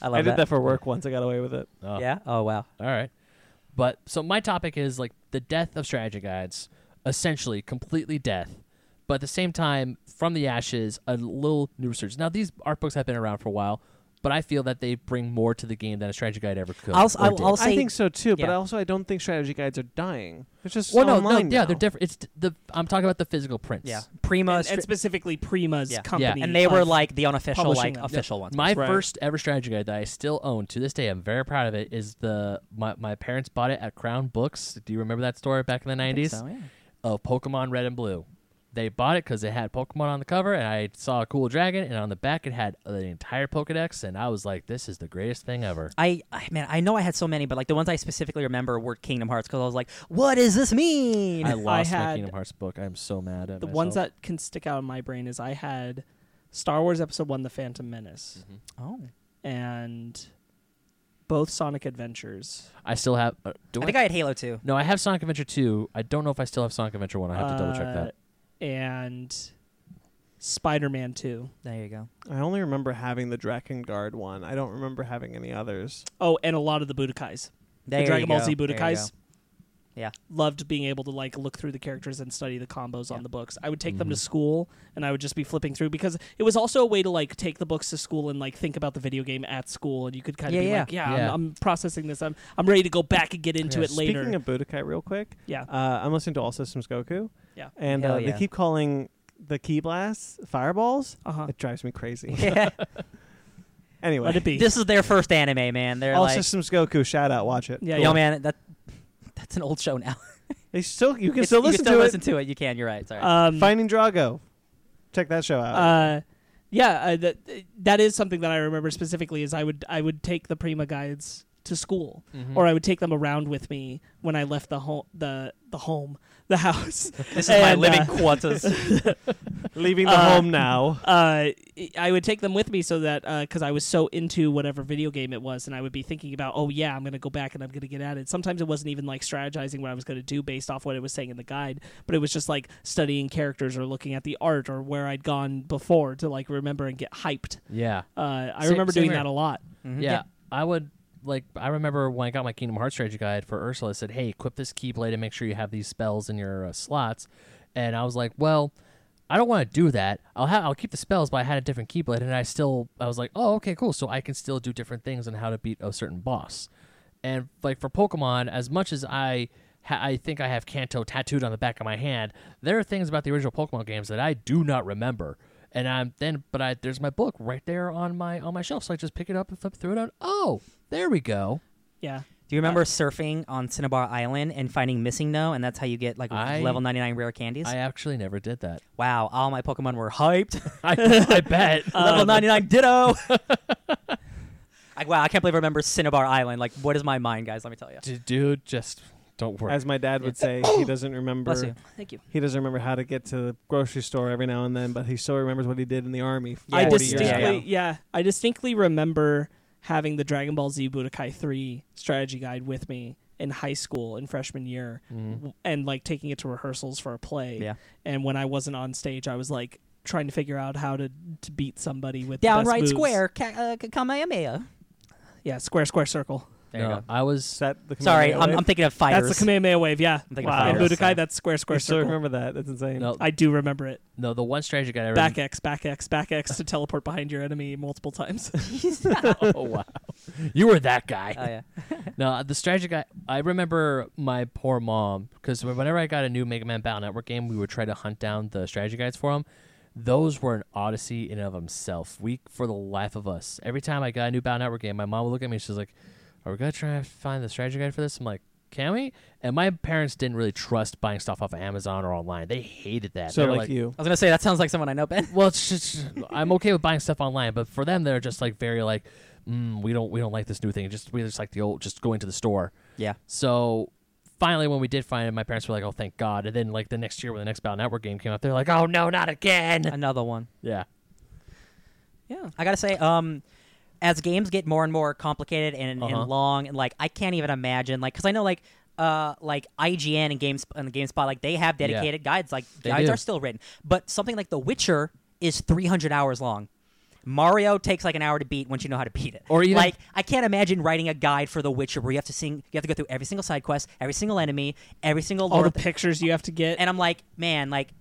C: I love
A: I did that. for work once. I got away with it.
D: Oh,
C: Yeah. Oh wow.
D: All right. But so my topic is like the death of strategy guides, essentially completely death. But at the same time, from the ashes, a little new research. Now these art books have been around for a while, but I feel that they bring more to the game than a strategy guide ever could.
C: I'll s-
D: or
C: I'll-
D: did.
C: I'll s-
A: I
C: Say-
A: think so too, but
C: yeah.
A: also I don't think strategy guides are dying. It's just
D: well, no, no,
A: online
D: yeah, they're
A: now.
D: different. It's d- the I'm talking about the physical prints.
C: Yeah. Prima.
B: and,
C: stri-
B: and specifically Prima's
C: Yeah.
B: company.
C: and they were
B: of-
C: like the unofficial,
B: publishing
C: like
B: them.
C: official ones.
D: My
A: Right.
D: first ever strategy guide that I still own to this day, I'm very proud of it, is the my, my parents bought it at Crown Books. Do you remember that store back in the
C: I think
D: 90s?
C: so, yeah.
D: Of Pokemon Red and Blue. They bought it because it had Pokemon on the cover, and I saw a cool dragon, and on the back it had the entire Pokedex, and I was like, this is the greatest thing ever.
C: I, I man, I know I had so many, but like the ones I specifically remember were Kingdom Hearts because I was like, "What does this mean?"
D: I lost my
B: had-
D: Kingdom Hearts book. I'm so mad at
B: the ones
D: myself.
B: that can stick out in my brain is I had Star Wars Episode One: The Phantom Menace
C: oh,
B: and both Sonic Adventures.
D: I still have. Uh, do
C: I
D: I
C: think I had Halo too.
D: no, I have Sonic Adventure 2. I don't know if I still have Sonic Adventure 1. I have to double check
B: uh,
D: that.
B: And Uh, Spider-Man 2.
C: There you go.
A: I only remember having the Dragon Guard one. I don't remember having any others.
B: Oh, and a lot of the Budokais.
C: There
B: the Dragon
C: you
B: Ball
C: go.
B: Z
C: There you
B: Budokais.
C: go. Yeah.
B: Loved being able to like look through the characters and study the combos
C: Yeah. Mm-hmm.
B: on the books. I would take them to school and I would just be flipping through because it was also a way to like take the books to school and like think about the video game at school and you could kind
C: Yeah,
B: of be
C: yeah.
B: like, yeah,
D: Yeah.
B: I'm, I'm processing this. I'm I'm ready to go back and get into
D: Yeah.
B: it later.
A: Speaking of Budokai, real quick,
B: yeah.
A: uh, I'm listening to All Systems Goku.
B: Yeah.
A: And
C: Hell
A: uh,
C: yeah.
A: they keep calling the key blasts fireballs.
B: Uh-huh.
A: It drives me crazy.
C: Yeah.
A: [laughs] anyway,
B: Let it be.
C: this is their first anime, man. They're
A: All
C: like,
A: Systems Goku. Shout out. Watch it.
B: yeah,
C: yo,
B: yeah.
C: man, that [laughs] that's an old show now.
A: They still you can
C: It's-
A: still listen
C: still
A: to
C: listen to it. You can. You're right. Sorry.
A: it.
B: Um,
A: Finding Drago. Check that show out.
B: uh, yeah, uh, that that is something that I remember specifically. Is I would I would take the Prima guides to school,
C: Hmm.
B: or I would take them around with me when I left the home the the home [laughs] the house.
C: this is my
B: and,
C: living
B: uh,
C: quarters.
A: Leaving the
B: uh,
A: home
B: [laughs]
A: now.
B: uh, I would take them with me so that because I was so into whatever video game it was, and I would be thinking about, oh yeah, I'm gonna go back and I'm gonna get at it. Sometimes it wasn't even like strategizing what I was gonna do based off what it was saying in the guide, but it was just like studying characters or looking at the art or where I'd gone before to like remember and get hyped.
D: Yeah.
B: Uh, I
D: Same-
B: remember
D: same
B: doing
D: here.
B: that a lot.
C: Mhm.
D: Yeah. I would like I remember when I got my Kingdom Hearts strategy guide for Ursula, it said, "Hey, equip this keyblade and make sure you have these spells in your uh, slots." And I was like, "Well, I don't want to do that. I'll have I'll keep the spells, but I had a different keyblade, and I still I was like, "Oh, okay, cool. So I can still do different things on how to beat a certain boss." And like for Pokemon, as much as I ha- I think I have Kanto tattooed on the back of my hand, there are things about the original Pokemon games that I do not remember. And I'm then, but I there's my book right there on my on my shelf, so I just pick it up and flip through it. And oh, there we go.
B: Yeah.
C: Do you remember surfing on Cinnabar Island and finding missing no, and that's how you get like
D: I-
C: level 99 rare candies?
D: I actually never did that.
C: wow, all my Pokemon were [laughs] hyped.
D: I, [laughs] I bet.
C: level 99 [laughs] Ditto. like wow, I can't believe I remember Cinnabar Island. Like, what is my mind, guys? Let me tell you.
D: D- Dude, just don't worry.
A: As my dad would say, he doesn't remember.
C: Bless you.
B: Thank you.
A: He doesn't remember how to get to the grocery store every now and then, but he still remembers what he did in the army.
B: I
A: 40 years
B: distinctly,
A: ago.
B: yeah. I distinctly remember having the Dragon Ball Z Budokai 3 strategy guide with me in high school in freshman year w- and like taking it to rehearsals for a play.
C: Yeah.
B: And when I wasn't on stage, I was like trying to figure out how to, to beat somebody with the best
C: Downright
B: moves.
C: square, ca- uh, k- Kamehameha.
B: Yeah, square, square, circle.
C: There
D: no,
C: you go.
D: I
A: Is
D: was.
A: that the
C: Sorry,
A: Kamehameha
C: I'm,
A: wave?
C: I'm thinking of fighters.
B: That's the Kamehameha wave. Yeah.
C: I'm thinking
A: Wow.
C: of
B: In
C: fighters.
B: Budokai, that's square, square,
A: You still
B: circle.
A: remember that? That's insane.
D: No,
B: I do remember it.
D: no, the one strategy guide I remember.
B: Back X, back X, back X to teleport behind your enemy multiple times.
D: oh wow, you were that guy.
C: Oh yeah.
D: No, uh, the strategy guy. I remember my poor mom because whenever I got a new Mega Man Battle Network game, we would try to hunt down the strategy guides for them. Those were an odyssey in and of themselves. We, for the life of us, every time I got a new Battle Network game, my mom would look at me. and She's like, "Are we gonna try and find the strategy guide for this?" I'm like, "Can we?" And my parents didn't really trust buying stuff off of Amazon or online. They hated that.
A: so
D: They were
A: like you.
C: I was gonna say that sounds like someone I know, Ben.
D: well, it's just [laughs] I'm okay with buying stuff online, but for them, they're just like very like, mm, we don't we don't like this new thing. Just we just like the old, just going to the store.
C: Yeah.
D: So finally, when we did find it, my parents were like, "Oh, thank God!" And then like the next year, when the next Battle Network game came out, they're like, "Oh no, not again!"
C: Another one.
D: Yeah,
B: yeah.
C: I gotta say, um, as games get more and more complicated and,
D: Uh-huh.
C: and long, and like I can't even imagine, like, because I know, like, uh, like IGN and Games and Gamespot, like they have
D: Yeah.
C: dedicated guides, like
D: They
C: guides
D: do.
C: are still written, but something like The Witcher is 300 hours long. Mario takes like an hour to beat once you know how to beat it.
D: Or even-
C: like I can't imagine writing a guide for The Witcher where you have to sing, you have to go through every single side quest, every single enemy, every single
B: All the
C: lore,
B: pictures you have to get.
C: and I'm like, man, like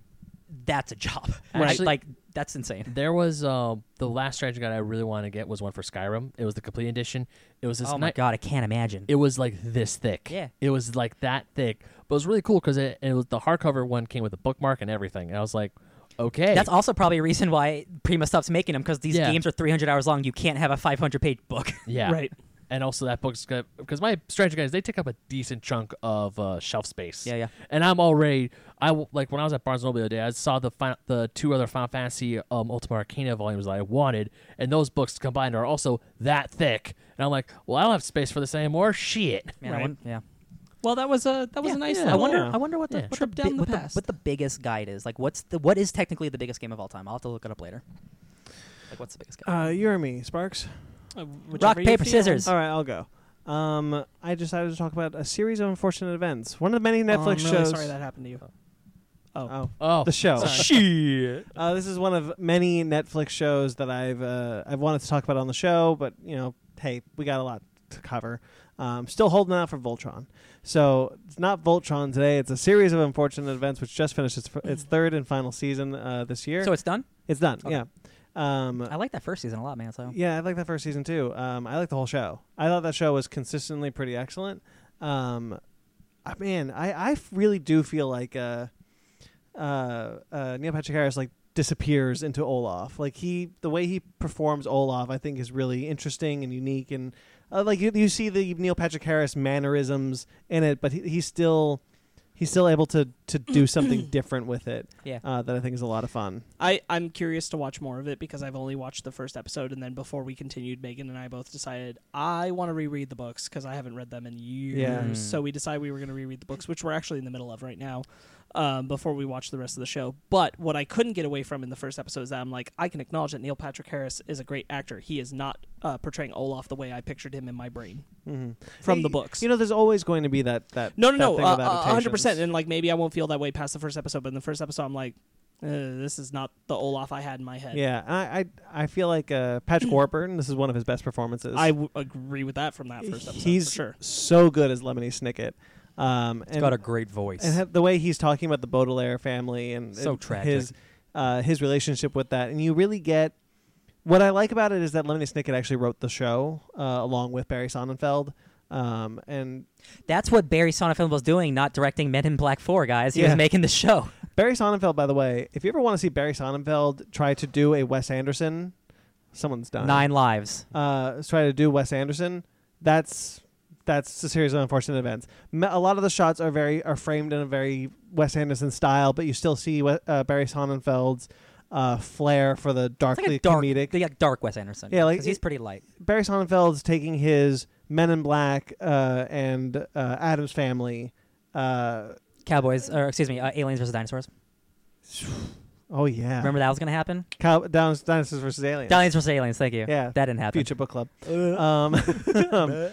C: that's a job. [laughs]
D: Actually-
C: like that's insane.
D: there was uh, the last strategy guide I really wanted to get was one for Skyrim. It was the complete edition. It was this.
C: Oh my
D: ni-
C: god, I can't imagine.
D: It was like this thick.
C: Yeah.
D: It was like that thick, but it was really cool because it, it was the hardcover one came with a bookmark and everything, and I was like, okay,
C: That's also probably a reason why Prima stops making them because these
D: Yeah.
C: games are 300 hours long. You can't have a 500 page book. [laughs]
D: yeah,
B: Right.
D: and also that book's got because my strategy guys they take up a decent chunk of uh, shelf space.
C: Yeah, yeah.
D: And I'm already I w- like when I was at Barnes and Noble the other day, I saw the final, the two other Final Fantasy um, Ultima Arcana volumes that I wanted, and those books combined are also that thick. And I'm like, well, I don't have space for this anymore. Shit.
C: Man, I
B: Right.
C: won- yeah.
B: well, that was a that was a nice.
D: yeah.
B: little- uh,
C: I wonder.
A: Yeah.
C: I wonder what the,
D: Yeah.
C: what,
B: Trip
C: the,
B: down
C: bi-
B: the
C: what, the
B: past.
C: what the biggest guide is. Like, what's the what is technically the biggest game of all time? I'll have to look it up later. Like, what's the biggest guide?
A: Uh, you or me, Sparks?
B: Uh,
C: Rock,
B: whichever you
C: paper,
B: feel.
C: scissors.
A: All right, I'll go. Um, I decided to talk about a series of unfortunate events. One of the many Netflix
B: oh, I'm
A: shows.
B: Really sorry that happened to you. Oh.
A: Oh,
D: Oh,
A: the show.
B: Sorry.
D: shit.
A: Uh, this is one of many Netflix shows that I've uh, I've wanted to talk about on the show, but you know, hey, we got a lot to cover. Um, still holding out for Voltron. So it's not Voltron today. It's a series of unfortunate events which just finished its, its third and final season uh, this year.
C: Mm-hmm. So it's done.
A: it's done.
C: Okay.
A: Yeah. Um,
C: I like that first season a lot, man. So
A: yeah, I like that first season too. Um, I like the whole show. I thought that show was consistently pretty excellent. Um, I man, I, I f- really do feel like uh, uh, uh, Neil Patrick Harris like disappears into Olaf. Like he, the way he performs Olaf, I think is really interesting and unique. And uh, like you, you see the Neil Patrick Harris mannerisms in it, but he, he's still he's still able to to do something different with it.
C: Yeah.
A: uh, that I think is a lot of fun.
B: I, I'm curious to watch more of it because I've only watched the first episode, and then before we continued, Megan and I both decided I want to reread the books because I haven't read them in years.
A: Yeah.
B: So we decided we were going to reread the books, which we're actually in the middle of right now, um, before we watch the rest of the show. But what I couldn't get away from in the first episode is that I'm like, I can acknowledge that Neil Patrick Harris is a great actor. He is not uh, portraying Olaf the way I pictured him in my brain
A: Mhm.
B: from
A: Y-
B: the books.
A: You know, there's always going to be that that
B: No, no,
A: that
B: no,
A: thing
B: uh,
A: with
B: uh, hundred percent.
A: adaptations.
B: And like maybe I won't feel that way past the first episode, but in the first episode, I'm like, uh, this is not the Olaf I had in my head.
A: Yeah, I I, I feel like uh,
B: [clears throat]
A: Patrick Warburton. This is one of his best performances.
B: I w- agree with that from that first episode.
A: he's
B: for sure.
A: so good as Lemony Snicket. Um, and,
C: great voice.
A: and ha- the way he's talking about the Baudelaire family and
C: So
A: and
C: tragic.
A: his uh, his relationship with that, and you really get what I like about it is that Lemony Snicket actually wrote the show uh, along with Barry Sonnenfeld. Um, and
C: That's what Barry Sonnenfeld was doing, not directing Men in Black Four, guys. He
A: Yeah.
C: was making the show.
A: Barry Sonnenfeld, by the way, if you ever want to see Barry Sonnenfeld try to do a Wes Anderson, someone's done
C: Nine lives.
A: uh, try to do Wes Anderson, that's that's a series of unfortunate events. M- A lot of the shots are very are framed in a very Wes Anderson style, but you still see Wes- uh, Barry Sonnenfeld's uh, flair for the
C: It's
A: darkly
C: like a dark,
A: comedic.
C: yeah, dark Wes Anderson.
A: Yeah, like-
C: 'cause he's pretty light.
A: Barry Sonnenfeld's taking his Men in Black uh, and uh, Adam's Family. Uh,
C: Cowboys, or excuse me, uh, Aliens versus Dinosaurs.
A: oh yeah,
C: Remember that was gonna happen?
A: Cow- Downs- Dinosaurs versus Aliens.
C: Aliens versus Aliens. Thank you.
A: Yeah.
C: that didn't happen.
A: Future book club. um, [laughs] um,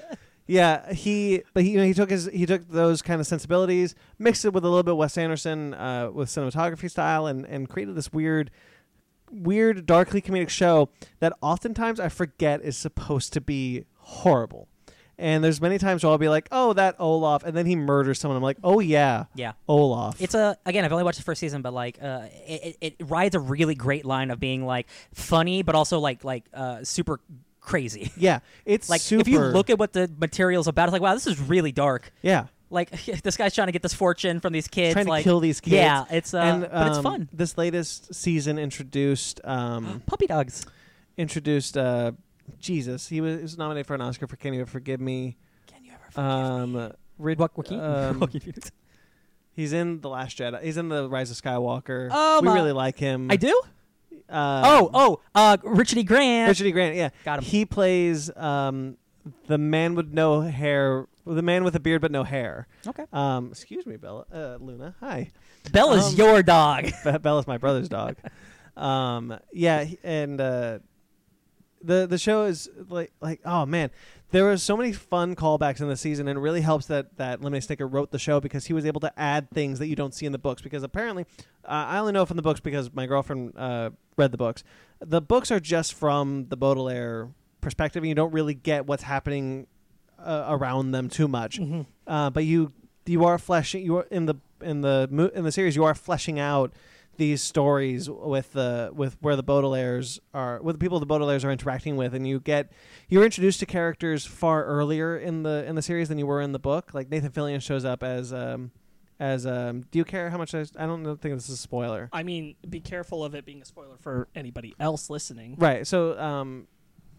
A: yeah, he but he you know he took his he took those kind of sensibilities, mixed it with a little bit Wes Anderson uh, with cinematography style, and and created this weird, weird darkly comedic show that oftentimes I forget is supposed to be horrible. And there's many times where I'll be like, "Oh, that Olaf," and then he murders someone. I'm like, "Oh yeah,
C: Yeah.
A: Olaf."
C: It's a again. I've only watched the first season, but like, uh, it, it it rides a really great line of being like funny, but also like like uh, super crazy. [laughs]
A: yeah, it's
C: like
A: super,
C: if you look at what the material's about, it's like wow, this is really dark.
A: yeah,
C: Like [laughs] this guy's trying to get this fortune from these kids.
A: trying
C: like,
A: to kill these kids.
C: Yeah, it's uh,
A: and,
C: but it's
A: um,
C: fun.
A: This latest season introduced um,
C: Puppy dogs.
A: introduced uh, Jesus. He was, he was nominated for an Oscar for Can You Ever Forgive Me?
C: Can you ever?
A: Um, Rid-
C: Wa- Joaquin? [laughs]
A: um,
C: Joaquin Phoenix.
A: he's in The Last Jedi. He's in The Rise of Skywalker.
C: Oh,
A: we
C: my-
A: really like him.
C: I do.
A: Uh,
C: oh, oh, uh, Richard E. Grant.
A: Richard E. Grant. Yeah,
C: Got him.
A: He plays um, the man with no hair, the man with a beard but no hair.
C: Okay.
A: Um, excuse me, Bella, uh, Luna. Hi.
C: Bella's
A: Um,
C: your dog.
A: [laughs] Be- Bella's my brother's dog. Um, yeah, he- and uh, the the show is like like oh man, there were so many fun callbacks in the season, and it really helps that that Lemony Snicket wrote the show because he was able to add things that you don't see in the books. Because apparently, uh, I only know from the books because my girlfriend uh, read the books. The books are just from the Baudelaire perspective, and you don't really get what's happening uh, around them too much. Uh, but you you are fleshing you are in the in the mo- in the series you are fleshing out these stories with the with where the Baudelaires are with the people the Baudelaires are interacting with, and you get you're introduced to characters far earlier in the in the series than you were in the book. Like Nathan Fillion shows up as um as um. Do you care how much I? s- I don't know- think this is a spoiler.
B: I mean, be careful of it being a spoiler for anybody else listening.
A: Right. So um,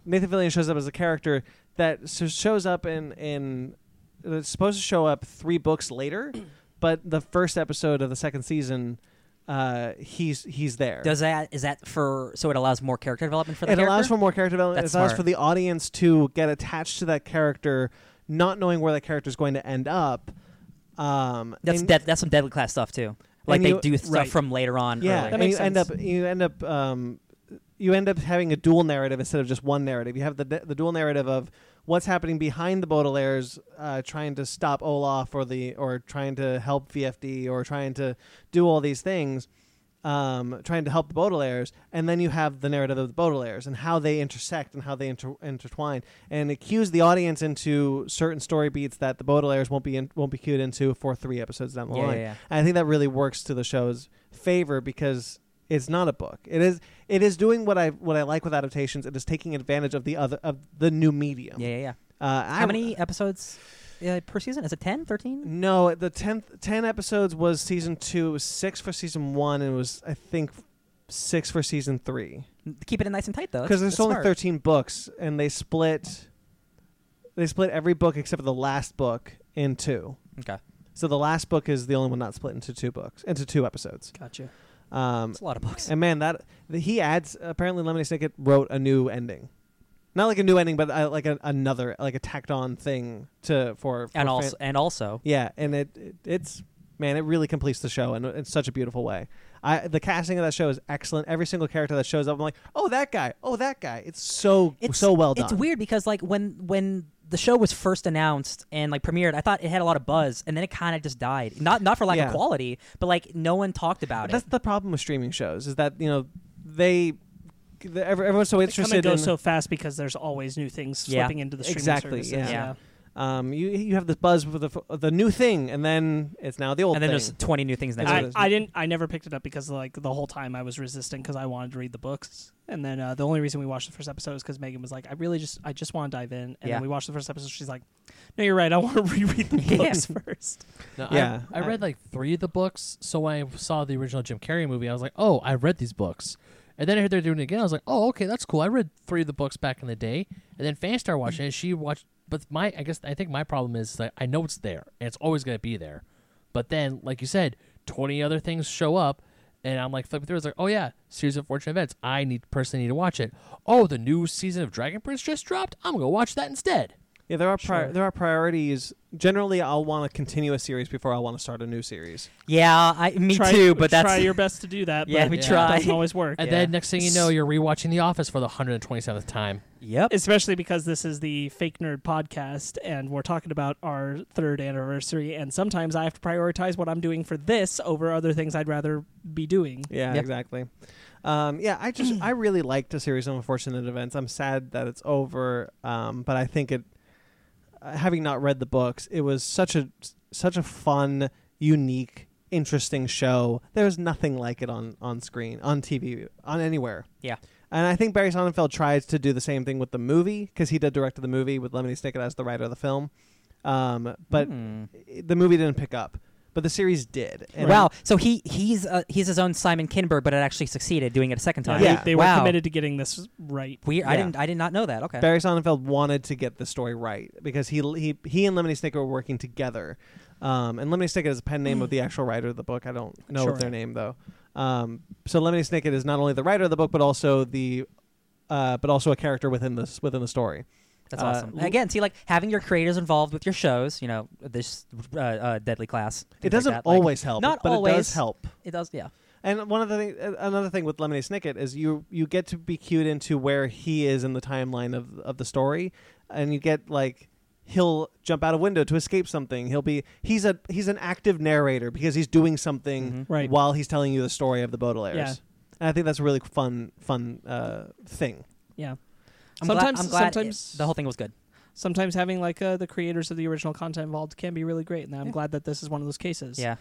A: Nathan Fillion shows up as a character that s shows up in in that's supposed to show up three books
C: [clears throat]
A: later, but the first episode of the second season, uh, he's he's there.
C: Does that is that for so it allows more character development for the
A: it allows
C: character?
A: for more character development.
C: That's
A: it allows
C: smart.
A: for the audience to get attached to that character, not knowing where that character is going to end up. Um,
C: that's
A: and-
C: dead that's some deadly class stuff too. Like
A: and
C: they
A: you-
C: do stuff
B: right.
C: from later on.
A: Yeah,
C: early.
B: That
A: and
B: makes
A: you end
B: sense.
A: up you end up um, you end up having a dual narrative instead of just one narrative. You have the the dual narrative of what's happening behind the Baudelaires, uh, trying to stop Olaf or the or trying to help VFD or trying to do all these things, um, trying to help the Baudelaires, and then you have the narrative of the Baudelaires and how they intersect and how they inter- intertwine, and it cues the audience into certain story beats that the Baudelaires won't be in, won't be cued into for three episodes down the
C: Yeah,
A: line.
C: yeah, yeah.
A: And I think that really works to the show's favor because it's not a book. It is it is doing what I what I like with adaptations. It is taking advantage of the other of the new medium.
C: Yeah, yeah, yeah.
A: Uh,
C: How many episodes uh, per season? Is it 10, 13?
A: No, the tenth ten episodes was season two. It was six for season one, and it was I think six for season three.
C: Keep it nice and tight though.
A: Because
C: That's-
A: there's
C: that's
A: only
C: smart.
A: thirteen books, and they split they split every book except for the last book in two.
C: Okay,
A: So the last book is the only one not split into two books into two episodes.
B: Gotcha.
A: Um,
C: it's a lot of books.
A: And man, that the, he adds apparently Lemony Snicket wrote a new ending, not like a new ending, but uh, like a, another like a tacked on thing to for, for
C: And
A: fan-
C: also, and also,
A: yeah, and it, it it's man, it really completes the show in, in such a beautiful way. I the casting of that show is excellent. Every single character that shows up, I'm like, oh that guy, oh that guy. It's so
C: it's
A: so well done.
C: It's weird because like when when the show was first announced and like premiered, I thought it had a lot of buzz, and then it kind of just died. Not not for lack
A: Yeah.
C: of quality, but like no one talked about
A: That's
C: it.
A: the problem with streaming shows is that you know they. the- every- Everyone's so
B: They come
A: interested
B: and go
A: in
B: so fast because there's always new things
C: Yeah.
B: slipping into the streaming
A: Exactly,
B: services.
A: yeah.
B: yeah.
A: um, you you have this buzz for the the new thing, and then it's now the old
C: And then
A: thing.
C: there's 20 new things next
A: what
B: I,
A: it is.
B: I didn't. I never picked it up because like the whole time I was resisting because I wanted to read the books, and then uh, the only reason we watched the first episode is because Megan was like, "I really just, I just want to dive in." And
C: Yeah.
B: then we watched the first episode. She's like, "No, you're right. I want to [laughs] reread
C: [laughs]
B: the
C: Yeah.
B: books first.
D: No,
A: Yeah,
D: I, I
A: I-
D: read like three of the books. So when I saw the original Jim Carrey movie, I was like, oh, I read these books. And then I heard they're doing it again. I was like, oh, okay, that's cool. I read three of the books back in the day. And then Fan started watching it. She watched, but my, I guess, I think my problem is that I know it's there and it's always going to be there. But then, like you said, 20 other things show up. And I'm like flipping through. It's like, oh yeah, series of fortunate events. I need personally need to watch it. Oh, the new season of Dragon Prince just dropped. I'm gonna watch that instead.
A: Yeah, there are pri-
B: Sure.
A: there are priorities. Generally, I'll want to continue a series before I want to start a new series.
C: yeah, I, me
B: try,
C: too. But that's
B: try your best to do that.
C: [laughs] Yeah,
B: but
C: we
B: it
C: try.
B: Doesn't always work.
D: And
C: Yeah.
D: then next thing you know, you're rewatching The Office for the 127th time.
C: yep.
B: Especially because this is the fake nerd podcast, and we're talking about our third anniversary. And sometimes I have to prioritize what I'm doing for this over other things I'd rather be doing.
A: Yeah,
C: Yep.
A: exactly. Um, yeah, I just
C: [clears throat]
A: I really liked a series of unfortunate events. I'm sad that it's over, um, but I think it, uh, having not read the books, it was such a such a fun, unique, interesting show. There was nothing like it on on screen, on TV, on anywhere.
C: Yeah.
A: And I think Barry Sonnenfeld tries to do the same thing with the movie because he did direct the movie with Lemony Snicket as the writer of the film, um, but
C: Hmm.
A: i- the movie didn't pick up, but the series did. And
C: Wow. So he he's uh, he's his own Simon Kinberg, but it actually succeeded doing it a second
B: Yeah,
C: time.
B: they-
A: Yeah.
B: They, were
C: Wow.
B: committed to getting this right.
C: Weird. I
A: Yeah.
C: didn't I did not know that. Okay.
A: Barry Sonnenfeld wanted to get the story right because he he he and Lemony Snicket were working together, um, and Lemony Snicket is a pen name of the
C: Mm.
A: actual writer of the book. I don't know
B: Sure.
A: their name though. Um, so Lemony Snicket is not only the writer of the book but also the uh, but also a character within this within the story.
C: That's
A: Uh,
C: awesome. Again, see, like having your creators involved with your shows, you know, this uh, uh, Deadly Class. things
A: It
C: like
A: doesn't
C: that, like-
A: always help,
C: not
A: but it
C: always.
A: does help.
C: It does, yeah.
A: And one of the thing, uh, another thing with Lemony Snicket is you you get to be cued into where he is in the timeline of of the story, and you get like he'll jump out a window to escape something. He'll be he's a he's an active narrator because he's doing something
C: Mhm.
B: Right.
A: while he's telling you the story of the Baudelaires.
B: Yeah.
A: And I think that's a really fun fun uh, thing.
B: Yeah.
C: I'm glad-
B: sometimes
C: I'm glad it-
B: sometimes
C: the whole thing was good.
B: sometimes having like uh, the creators of the original content involved can be really great, and I'm
C: Yeah.
B: glad that this is one of those cases.
C: Yeah.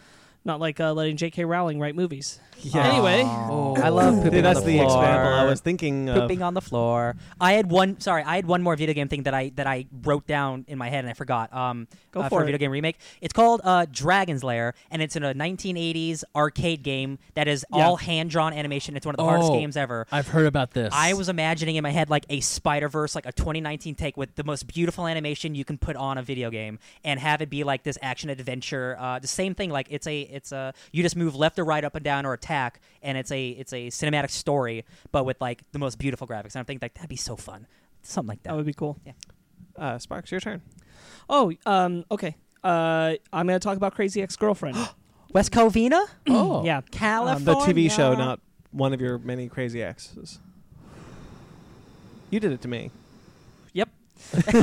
B: Not like uh, letting J.K. Rowling write movies.
A: Yeah.
B: Anyway.
C: Aw. I love pooping
A: Oh. Dude, that's
C: on the,
A: the
C: floor.
A: example I was thinking of.
C: Pooping on the floor. I had one. Sorry, I had one more video game thing that I that I wrote down in my head and I forgot. Um,
B: Go
C: uh,
B: for
C: a
B: it.
C: video game remake. It's called uh, Dragon's Lair, and it's in a 1980s arcade game that is
B: Yeah.
C: all hand drawn animation. It's one of the hardest
D: Oh.
C: games ever.
D: I've heard about this.
C: I
D: [clears throat]
C: was imagining in my head like a Spider Verse, like a 2019 take with the most beautiful animation you can put on a video game, and have it be like this action adventure. Uh, the same thing, like it's a it's a you just move left or right, up and down, or attack, and it's a it's a cinematic story, but with like the most beautiful graphics. And I'm thinking like that'd be so fun, something like that.
B: That would be cool.
A: Uh, Sparks, your turn.
B: Oh, um, okay. Uh, I'm gonna talk about Crazy Ex-Girlfriend.
C: West Covina,
D: oh
B: yeah.
C: California.
A: the TV show, not one of your many crazy exes. You did it to me.
B: Yep.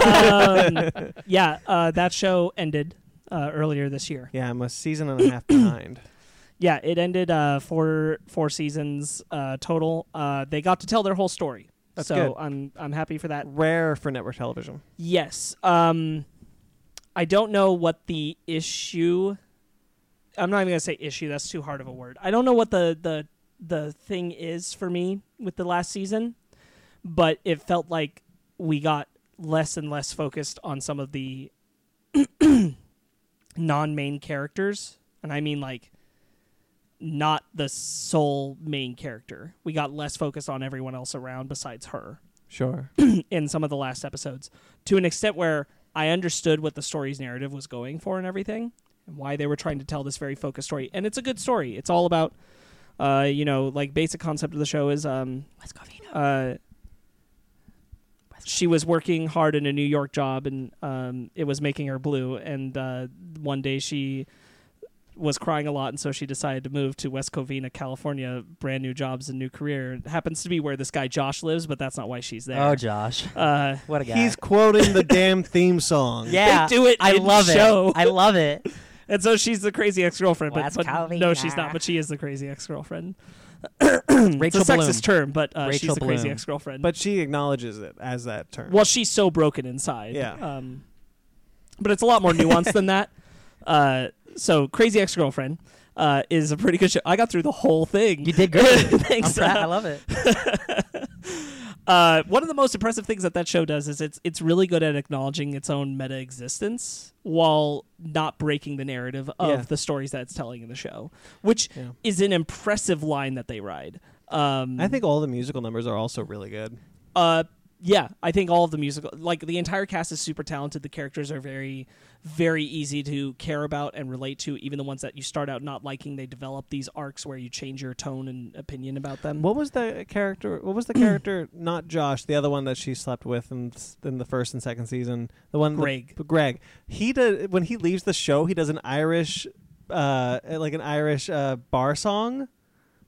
B: um, yeah, uh, that show ended uh, earlier this year.
A: Yeah, I'm a season and a [coughs] half behind.
B: Yeah, it ended uh, four four seasons uh, total. Uh, they got to tell their whole story,
A: That's
B: so
A: good.
B: I'm I'm happy for that.
A: Rare for network television.
B: Yes. Um, I don't know what the issue. I'm not even gonna say issue. That's too hard of a word. I don't know what the the the thing is for me with the last season, but it felt like we got less and less focused on some of the [clears throat] non-main characters, and I mean like not the sole main character. We got less focused on everyone else around besides her
A: Sure.
B: in some of the last episodes to an extent where I understood what the story's narrative was going for and everything and why they were trying to tell this very focused story. And it's a good story. It's all about, uh, you know, like basic concept of the show is um,
C: West Covina.
B: uh, she was working hard in a New York job and um, it was making her blue. And uh, one day she was crying a lot and so she decided to move to West Covina, California, brand new jobs and new career. It happens to be where this guy Josh lives, but that's not why she's there.
C: Oh, Josh,
B: uh,
C: what a guy.
A: He's quoting [laughs] the damn theme song.
C: yeah,
B: do it
C: I
B: in
C: love
B: show.
C: it. I love it.
B: And so she's the crazy ex girlfriend, but,
C: West
B: but
C: Covina.
B: no, she's not. But she is the crazy ex girlfriend. [laughs] It's a
C: Rachel Bloom.
B: sexist term, but uh, she's
C: Rachel
B: the crazy
C: Bloom.
B: ex girlfriend.
A: But she acknowledges it as that term.
B: well, she's so broken inside.
A: Yeah.
B: Um, but it's a lot more nuanced
C: [laughs]
B: than that. Uh, so crazy ex girlfriend uh, is a pretty good show. I got through the whole thing.
C: You did
B: [laughs]
C: good. I'm
B: Thanks.
C: proud.
B: uh,
C: I love it.
B: uh, one of the most impressive things that that show does is it's it's really good at acknowledging its own meta existence while not breaking the narrative of
A: Yeah.
B: the stories that it's telling in the show, which
A: Yeah.
B: is an impressive line that they ride. Um,
A: I think all the musical numbers are also really good.
B: uh, yeah, I think all of the musical, like the entire cast, is super talented. The characters are very, very easy to care about and relate to. Even the ones that you start out not liking, they develop these arcs where you change your tone and opinion about them.
A: What was the character? What [coughs] was the character? Not Josh, the other one that she slept with in, s- in the first and second season. The one,
B: Greg.
A: The, Greg. He does when he leaves the show. He does an Irish, uh, like an Irish uh, bar song,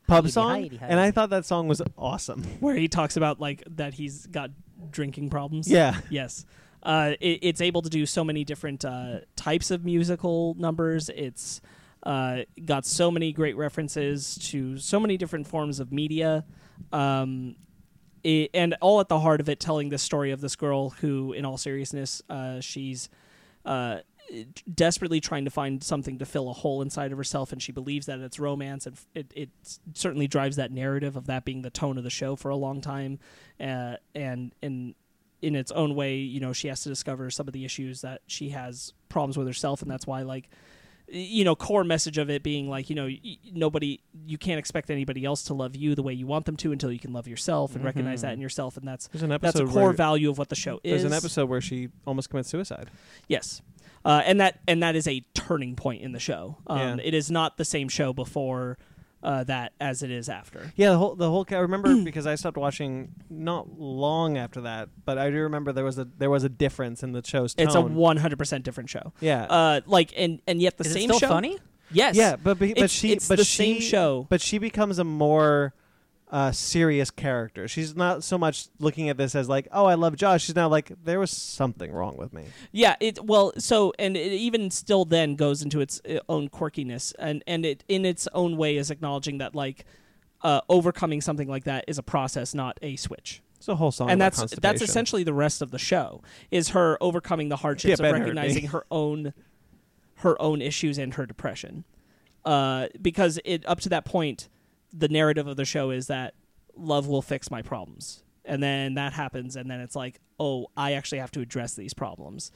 A: pub
C: Heidi,
A: song,
C: Heidi,
A: and I
C: Heidi.
A: thought that song was awesome.
B: where he talks about like that he's got drinking problems.
A: Yeah,
B: [laughs] Yes. Uh, it, it's able to do so many different uh, types of musical numbers. It's uh, got so many great references to so many different forms of media. Um, i and all at the heart of it, telling the story of this girl who, in all seriousness, uh, she's uh, desperately trying to find something to fill a hole inside of herself, and she believes that it's romance, and f- it, it certainly drives that narrative of that being the tone of the show for a long time, uh, and and in its own way, you know, she has to discover some of the issues that she has problems with herself, and that's why like y- you know core message of it being like you know y- y- nobody you can't expect anybody else to love you the way you want them to until you can love yourself and recognize that in yourself and that's
A: there's an
B: that's a
A: Mm-hmm. episode.
B: core
A: where,
B: value of what the show is
A: there's an episode where she almost commits suicide.
B: Yes. Uh, and that and that is a turning point in the show. Um,
A: Yeah.
B: It is not the same show before uh, that as it is after.
A: Yeah, the whole the whole. ca- I remember [clears throat] because I stopped watching not long after that, but I do remember there was a there was a difference in the show's tone.
B: It's a one hundred percent different show.
A: yeah.
B: Uh, like and and yet the
C: Is
B: same
C: it still
B: show.
C: funny?
B: Yes.
A: Yeah, but be, but
B: It's-
A: she
B: it's
A: but
B: the
A: she
B: same show.
A: but she becomes a more uh, serious character. She's not so much looking at this as like, oh, I love Josh. She's now like, there was something wrong with me.
B: Yeah, it well, so and it even still then goes into its uh, own quirkiness and and it in its own way is acknowledging that like uh, overcoming something like that is a process, not a switch.
A: It's a whole song,
B: and
A: about
B: that's that's
A: constipation.
B: essentially the rest of the show is her overcoming the hardships
A: Yeah, Ben
B: of
A: heard me.
B: recognizing her own her own issues and her depression uh, because it up to that point the narrative of the show is that love will fix my problems and then that happens and then it's like oh i actually have to address these problems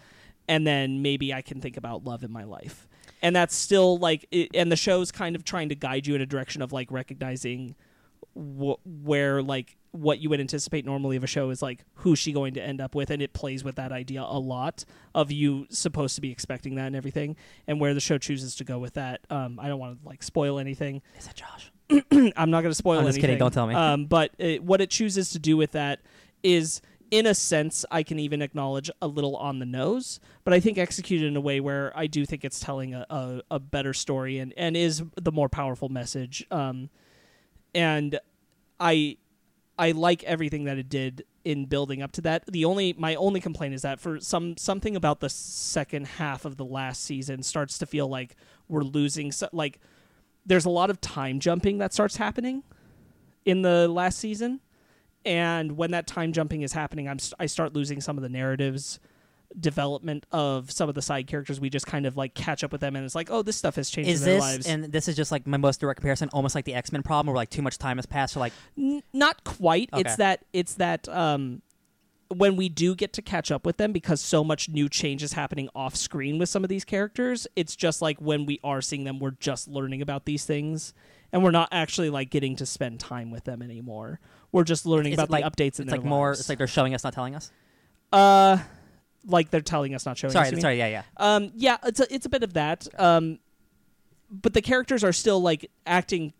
B: and then maybe i can think about love in my life and that's still like it, and the show's kind of trying to guide you in a direction of like recognizing wh- where like what you would anticipate normally of a show is like who's she going to end up with and it plays with that idea a lot of you supposed to be expecting that and everything and where the show chooses to go with that um, i don't want to like spoil anything [clears throat]
C: Is it Josh?
B: i'm not going to spoil
C: I'm just kidding,
B: anything.
C: don't tell me.
B: um, but it, what it chooses to do with that is in a sense i can even acknowledge a little on the nose but i think executed in a way where i do think it's telling a, a, a better story and, and is the more powerful message um, and I I like everything that it did in building up to that. The only my only complaint is that for some something about the second half of the last season starts to feel like we're losing so, like there's a lot of time jumping that starts happening in the last season and when that time jumping is happening I'm st- I start losing some of the narratives development of some of the side characters we just kind of like catch up with them and it's like oh this stuff has changed
C: Is
B: in their
C: this
B: lives
C: and this is just like my most direct comparison, almost like the X Men problem, where like too much time has passed. So like,
B: N- not quite.
C: Okay.
B: It's that it's that um when we do get to catch up with them because so much new change is happening off screen with some of these characters, it's just like when we are seeing them, we're just learning about these things and we're not actually like getting to spend time with them anymore. We're just learning
C: is it
B: about
C: like
B: the updates
C: It's
B: in
C: like
B: their
C: more.
B: lives.
C: It's like they're showing us, not telling us.
B: uh like they're telling us not showing us,
C: Sorry,
B: you mean?
C: sorry, yeah, yeah.
B: Um, yeah, it's a, it's a bit of that. Um, but the characters are still like acting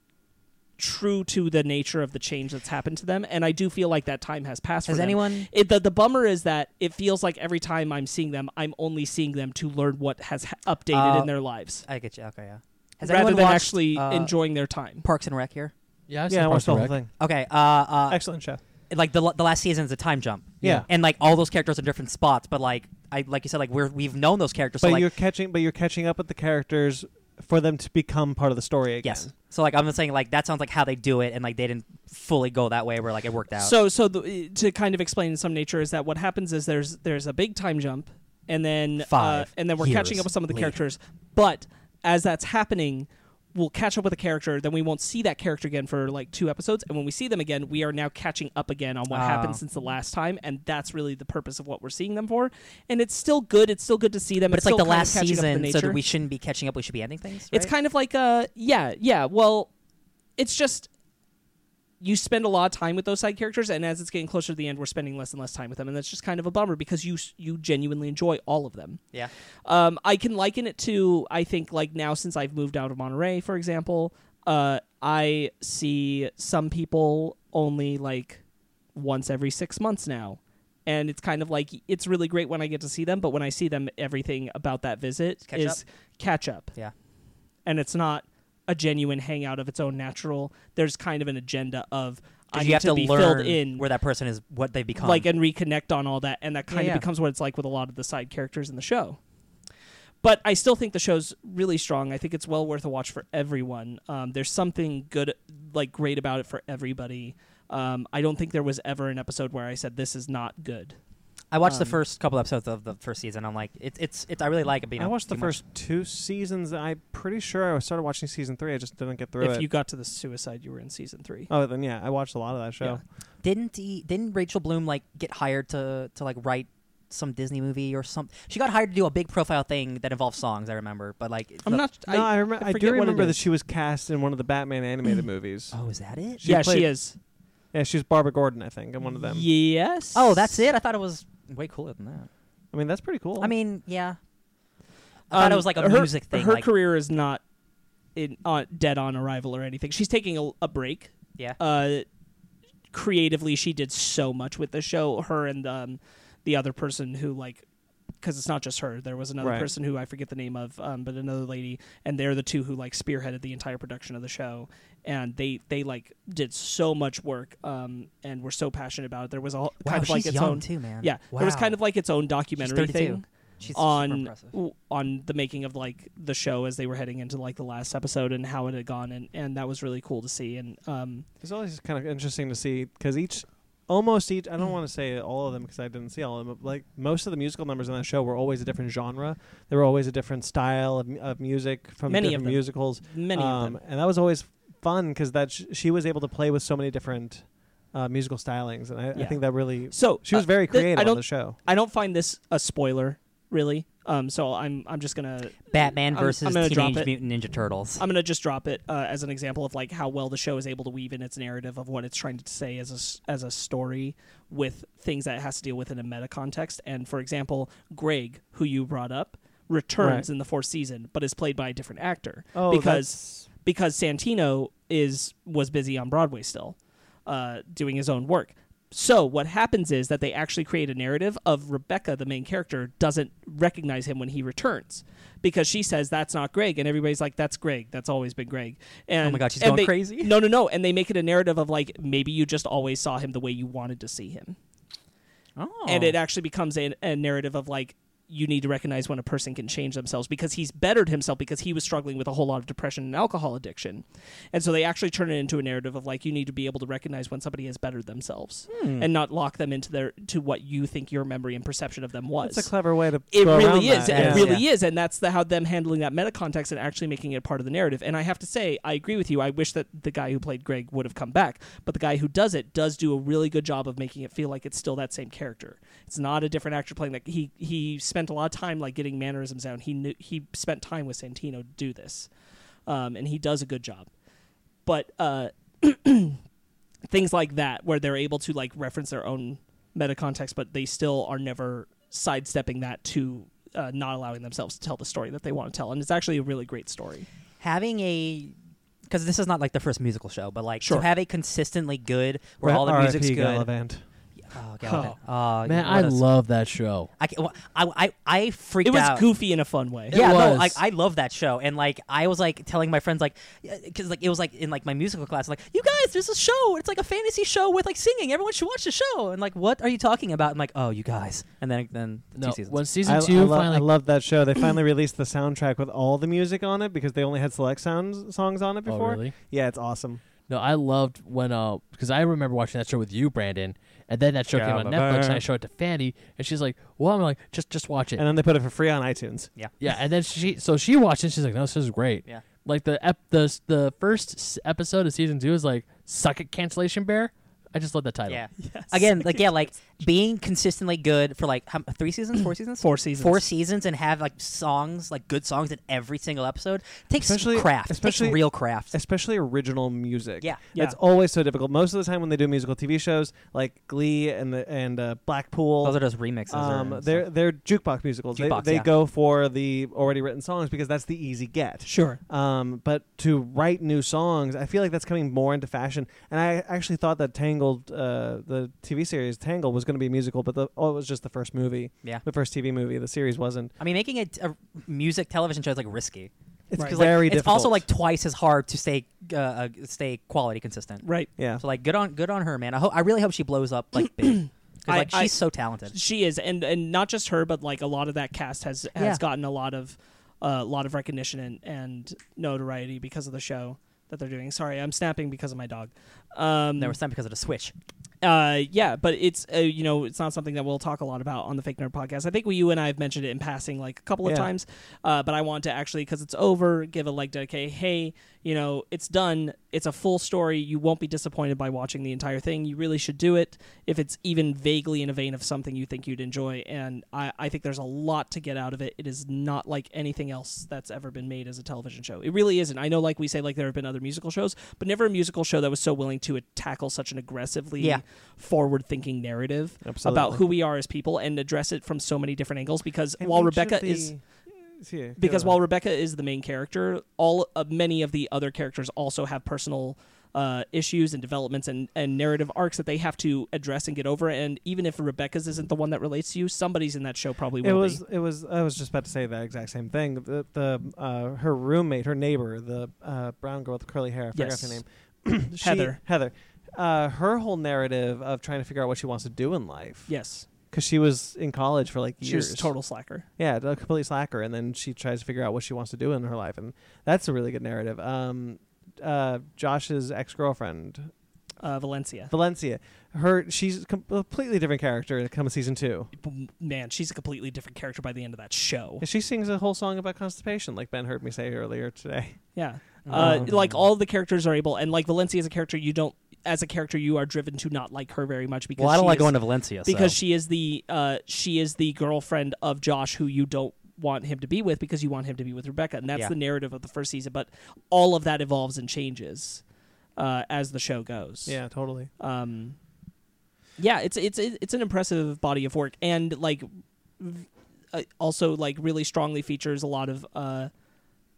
B: true to the nature of the change that's happened to them, and I do feel like that time has passed. for
C: Has
B: them.
C: anyone?
B: It, the the bummer is that it feels like every time I'm seeing them, I'm only seeing them to learn what has ha- updated
C: Uh,
B: in their lives,
C: I get you. Okay, yeah. Has
B: rather
C: anyone
B: than
C: watched,
B: actually
C: uh,
B: enjoying their time.
C: Parks and Rec here?
D: Yeah, I've
A: yeah, I watched
D: seen Parks
A: the
D: and
A: whole
D: Rec.
A: thing.
C: Okay, uh, uh,
A: Excellent show.
C: like the the last season is a time jump.
A: Yeah.
C: and like all those characters are different spots, but like I like you said, like we're we've known those characters.
A: But
C: so like
A: you're catching, but you're catching up with the characters for them to become part of the story again.
C: yes, so like I'm just saying like that sounds like how they do it, and like they didn't fully go that way where like it worked out.
B: So, so the, eh, to kind of explain in some nature is that what happens is there's there's a big time jump, and then uh,
C: Five
B: and then we're catching
C: years
B: up with some of the
C: later.
B: characters. But as that's happening, we'll catch up with a character, then we won't see that character again for like two episodes, and when we see them again, we are now catching up again on what
C: Oh.
B: happened since the last time, and that's really the purpose of what we're seeing them for. And it's still good. It's still good to see them.
C: but it's like the
B: still kind of
C: last
B: catching up with
C: season,
B: the
C: so that
B: nature.
C: we shouldn't be catching up. We should be ending things.
B: It's
C: right?
B: kind of like uh yeah, yeah. Well, it's just you spend a lot of time with those side characters and as it's getting closer to the end we're spending less and less time with them and that's just kind of a bummer because you s- you genuinely enjoy all of them.
C: yeah.
B: Um I can liken it to I think like now since I've moved out of Monterey for example, uh I see some people only like once every 6 months now. And it's kind of like it's really great when I get to see them, but when I see them everything about that visit
C: Catch
B: is catch up
C: Yeah.
B: and it's not a genuine hangout of its own natural. There's kind of an agenda of I
C: Because
B: need
C: you have to,
B: be
C: learn
B: filled in,
C: where that person is, what they become.
B: like, and reconnect on all that, and that kind
C: Yeah,
B: of
C: yeah.
B: becomes what it's like with a lot of the side characters in the show. But I still think the show's really strong. I think it's well worth a watch for everyone. Um, there's something good, like great about it for everybody. Um, I don't think there was ever an episode where I said this is not good.
C: I watched the
B: um,
C: first couple episodes of the first season. I'm like, it's it's it's. I really like it. But, you
A: I
C: know,
A: watched the
C: too much.
A: first two seasons. I'm pretty sure I started watching season three. I just didn't get through
B: if
A: it.
B: you got to the suicide, you were in season three.
A: oh, then yeah, I watched a lot of that show.
C: Didn't he, didn't Rachel Bloom like get hired to to like write some Disney movie or something? She got hired to do a big profile thing that involves songs. I remember, but like,
B: I'm
C: the-
B: not.
A: no,
B: I,
A: I, remember.
B: I
A: I do
B: forget what it
A: remember that
B: is.
A: she was cast in one of the Batman animated movies.
C: Oh, is that it?
A: she
B: yeah,
A: played-
B: she is.
A: Yeah, she was Barbara Gordon, I think, in one of them.
B: Yes.
C: Oh, that's it. I thought it was way cooler than that.
A: I mean, that's pretty cool.
C: I mean, yeah. I thought it
B: Um,
C: was like a
B: her-
C: music thing.
B: Her
C: like,
B: career is not in, on, dead on arrival or anything. She's taking a, a break.
C: yeah.
B: Uh, creatively, she did so much with the show. Her and um, the other person who like. Because it's not just her. There was another
A: Right.
B: person who I forget the name of, um, but another lady, and they're the two who like spearheaded the entire production of the show, and they they like did so much work, um, and were so passionate about it. There was a whole-
C: wow,
B: kind of
C: she's
B: like its
C: young
B: own,
C: too, man.
B: yeah, there was
C: Wow.
B: kind of like its own documentary
C: 32.
B: thing
C: she's super
B: on
C: impressive.
B: w- on the making of like the show as they were heading into like the last episode and how it had gone and and that was really cool to see and um
A: it's always kind of interesting to see because each, almost each, I don't want to say all of them because I didn't see all of them. But like most of the musical numbers in that show were always a different genre. They were always a different style of, mu- of music from
B: Many of
A: different
B: them.
A: musicals.
B: many of
A: um,
B: them
A: and that was always fun because that sh- she was able to play with so many different uh, musical stylings, and I, I
B: Yeah.
A: think that really
B: so
A: she was
B: uh,
A: very
B: th-
A: creative
B: I
A: on
B: don't
A: the show.
B: I don't find this a spoiler really um so I'm I'm just gonna
C: Batman
B: I'm-
C: versus
B: I'm gonna drop
C: Teenage
B: it. Um,
C: Mutant Ninja Turtles.
B: I'm gonna just drop it uh, as an example of like how well the show is able to weave in its narrative of what it's trying to say as a s- as a story with things that it has to deal with in a meta context. And for example, Greg, who you brought up,
A: Right.
B: returns in the fourth season, but is played by a different actor
A: Oh,
B: because because Santino is was busy on Broadway still, uh, doing his own work. So what happens is that they actually create a narrative of Rebecca, the main character, doesn't recognize him when he returns because she says that's not Greg, and everybody's like, "That's Greg. That's always been Greg." And
C: Oh my God, she's
B: and
C: going
B: they-
C: crazy.
B: No, no, no. And they make it a narrative of like maybe you just always saw him the way you wanted to see him,
C: Oh.
B: and it uh, actually becomes a, a narrative of like you need to recognize when a person can change themselves because he's bettered himself because he was struggling with a whole lot of depression and alcohol addiction. And so they actually turn it into a narrative of like you need to be able to recognize when somebody has bettered themselves
A: Hmm.
B: and not lock them into their to what you think your memory and perception of them was.
A: That's a clever way to.
B: It
A: go around
B: really is.
A: that,
B: It
A: yeah.
B: really is. And that's the, how them handling that meta context and actually making it part of the narrative. And I have to say, I agree with you. I wish that the guy who played Greg would have come back. But the guy who does it does do a really good job of making it feel like it's still that same character. It's not a different actor playing that. He he spent a lot of time like getting mannerisms down. He knew, he spent time with Santino to do this, um, and he does a good job. But uh, [clears throat] things like that where they're able to like reference their own meta context but they still are never sidestepping that to uh, not allowing themselves to tell the story that they want to tell and it's actually a really great story
C: having a because this is not like the first musical show, but like
B: Sure.
C: to have a consistently good where
A: Rip
C: all the
A: RIP
C: music's good.
A: Gallivant.
C: Oh, Gallivant. Oh,
D: Man,
C: what
D: I
C: a-
D: love that show.
C: I, can't- well, I, I, I freaked
B: it was
C: out.
B: goofy in a fun way
D: It
C: yeah, no,
D: was.
C: like I love that show, and like I was like telling my friends like, because like it was like in like my musical class, like you guys, there's a show. It's like a fantasy show with like singing. Everyone should watch the show. And like, what are you talking about? I'm like, oh, you guys. And then then the
D: No,
C: two seasons.
D: when season
A: I, I,
D: two
A: lo- I
D: finally,
A: love that show. They finally released the soundtrack with all the music on it because they only had select sounds songs on it
D: oh
A: before.
D: really?
A: Yeah, it's awesome.
D: No, I loved when uh because I remember watching that show with you, Brandon, and then that show came on
A: Gallivant.
D: Netflix, and I showed it to Fanny, and she's like, "Well," I'm like, "Just just watch it."
A: And then they put it for free on iTunes.
D: yeah, and then she so she watched it. She's like, "No, this is great."
C: Yeah.
D: Like the ep- the s- the first s- episode of season two is like "Suck it, cancellation bear." I just love that title.
C: yeah.
B: [laughs] Yes.
C: Again, like yeah, like being consistently good for like how, three seasons, four seasons,
B: [laughs] four seasons
C: four seasons and have like songs, like good songs in every single episode takes
A: Especially-
C: craft,
A: especially-
C: takes real craft.
A: Especially original music.
C: Yeah.
B: Yeah.
A: It's always so difficult. Most of the time when they do musical TV shows like Glee and the, and uh, Blackpool,
C: Those are just remixes. or
A: um,
C: stuff.
A: they're they're jukebox musicals.
C: Jukebox,
A: they they
C: yeah.
A: go for the already written songs because that's the easy get.
B: sure
A: Um, but to write new songs, I feel like that's coming more into fashion. And I actually thought that Tangled, uh, the TV series Tangled, was going to be a musical, but the, oh, it was just the first movie,
C: yeah.
A: the first TV movie. The series wasn't.
C: I mean, making a, t- a music television show is like risky.
A: It's
B: Right.
C: 'Cause,
A: very
C: like, it's
A: difficult.
C: also like twice as hard to stay uh, uh, stay quality consistent.
B: right
A: yeah.
C: So like good on good on her, man. I hope I really hope she blows up like big. 'Cause,
B: I-
C: like she's
B: I-
C: so talented.
B: she is and and not just her but like a lot of that cast has has
C: Yeah.
B: gotten a lot of uh, a lot of recognition and and notoriety because of the show that they're doing sorry i'm snapping because of my dog um
C: There was time because of the switch.
B: Uh, yeah, but it's uh, you know it's not something that we'll talk a lot about on the Fake Nerd podcast. I think we, you and I have mentioned it in passing like a couple of
A: Yeah.
B: times, uh, but I want to actually because it's over, give a like dedicate. Hey, you know it's done. It's a full story. You won't be disappointed by watching the entire thing. You really should do it if it's even vaguely in a vein of something you think you'd enjoy. And I, I think there's a lot to get out of it. It is not like anything else that's ever been made as a television show. It really isn't. I know like we say like there have been other musical shows, but never a musical show that was so willing to uh, tackle such an aggressively
C: Yeah.
B: forward thinking narrative
A: Absolutely.
B: about who we are as people and address it from so many different angles because
A: And
B: while
A: each of
B: Rebecca
A: the-
B: is
A: Yeah, go
B: because
A: on.
B: while Rebecca is the main character, all uh, many of the other characters also have personal uh, issues and developments and, and narrative arcs that they have to address and get over. And even if Rebecca's isn't the one that relates to you, somebody's in that show probably
A: it
B: will
A: was
B: be.
A: it was I was just about to say that exact same thing. The, the uh, her roommate, her neighbor, the uh, brown girl with the curly hair. I forgot her
B: Yes. [clears throat]
A: name. She-
B: Heather.
A: Heather. Uh, her whole narrative of trying to figure out what she wants to do in life.
B: Yes,
A: because she was in college for like years.
B: she was a total slacker.
A: Yeah, a complete slacker, and then she tries to figure out what she wants to do in her life, and that's a really good narrative. Um, uh, Josh's ex girlfriend,
B: Uh, Valencia,
A: Valencia, her she's a completely different character come season two.
B: B- man, she's a completely different character by the end of that show.
A: And She sings a whole song about constipation, like Ben heard me say earlier today.
B: Yeah. Uh,
A: Um,
B: like all the characters are able, and like Valencia is a character you don't, as a character, you are driven to not like her very much because
C: Well, I don't
B: she
C: like
B: is-
C: going to Valencia
B: because she is the uh, she is the girlfriend of Josh who you don't want him to be with because you want him to be with Rebecca and that's
C: Yeah.
B: the narrative of the first season but all of that evolves and changes uh, as the show goes
A: [laughs] Yeah, totally.
B: um, yeah it's it's it's an impressive body of work and like v- uh, also like really strongly features a lot of uh,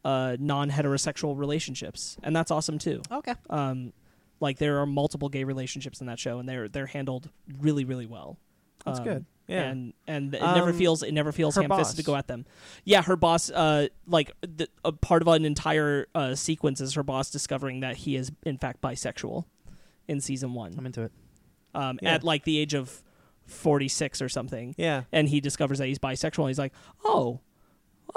B: uh, non-heterosexual relationships and that's awesome too
C: okay.
B: um, Like there are multiple gay relationships in that show, and they're they're handled really really well.
A: That's
B: Um,
A: good. Yeah.
B: and and it never
A: Um,
B: feels it never feels
A: her
B: ham-fisted to
A: boss.
B: go at them. Yeah, her boss, uh, like the, a part of an entire uh, sequence is her boss discovering that he is in fact bisexual in season one,
C: I'm into it.
B: um,
A: Yeah.
B: at like the age of forty six or something
A: yeah.
B: and he discovers that he's bisexual. And he's like, oh,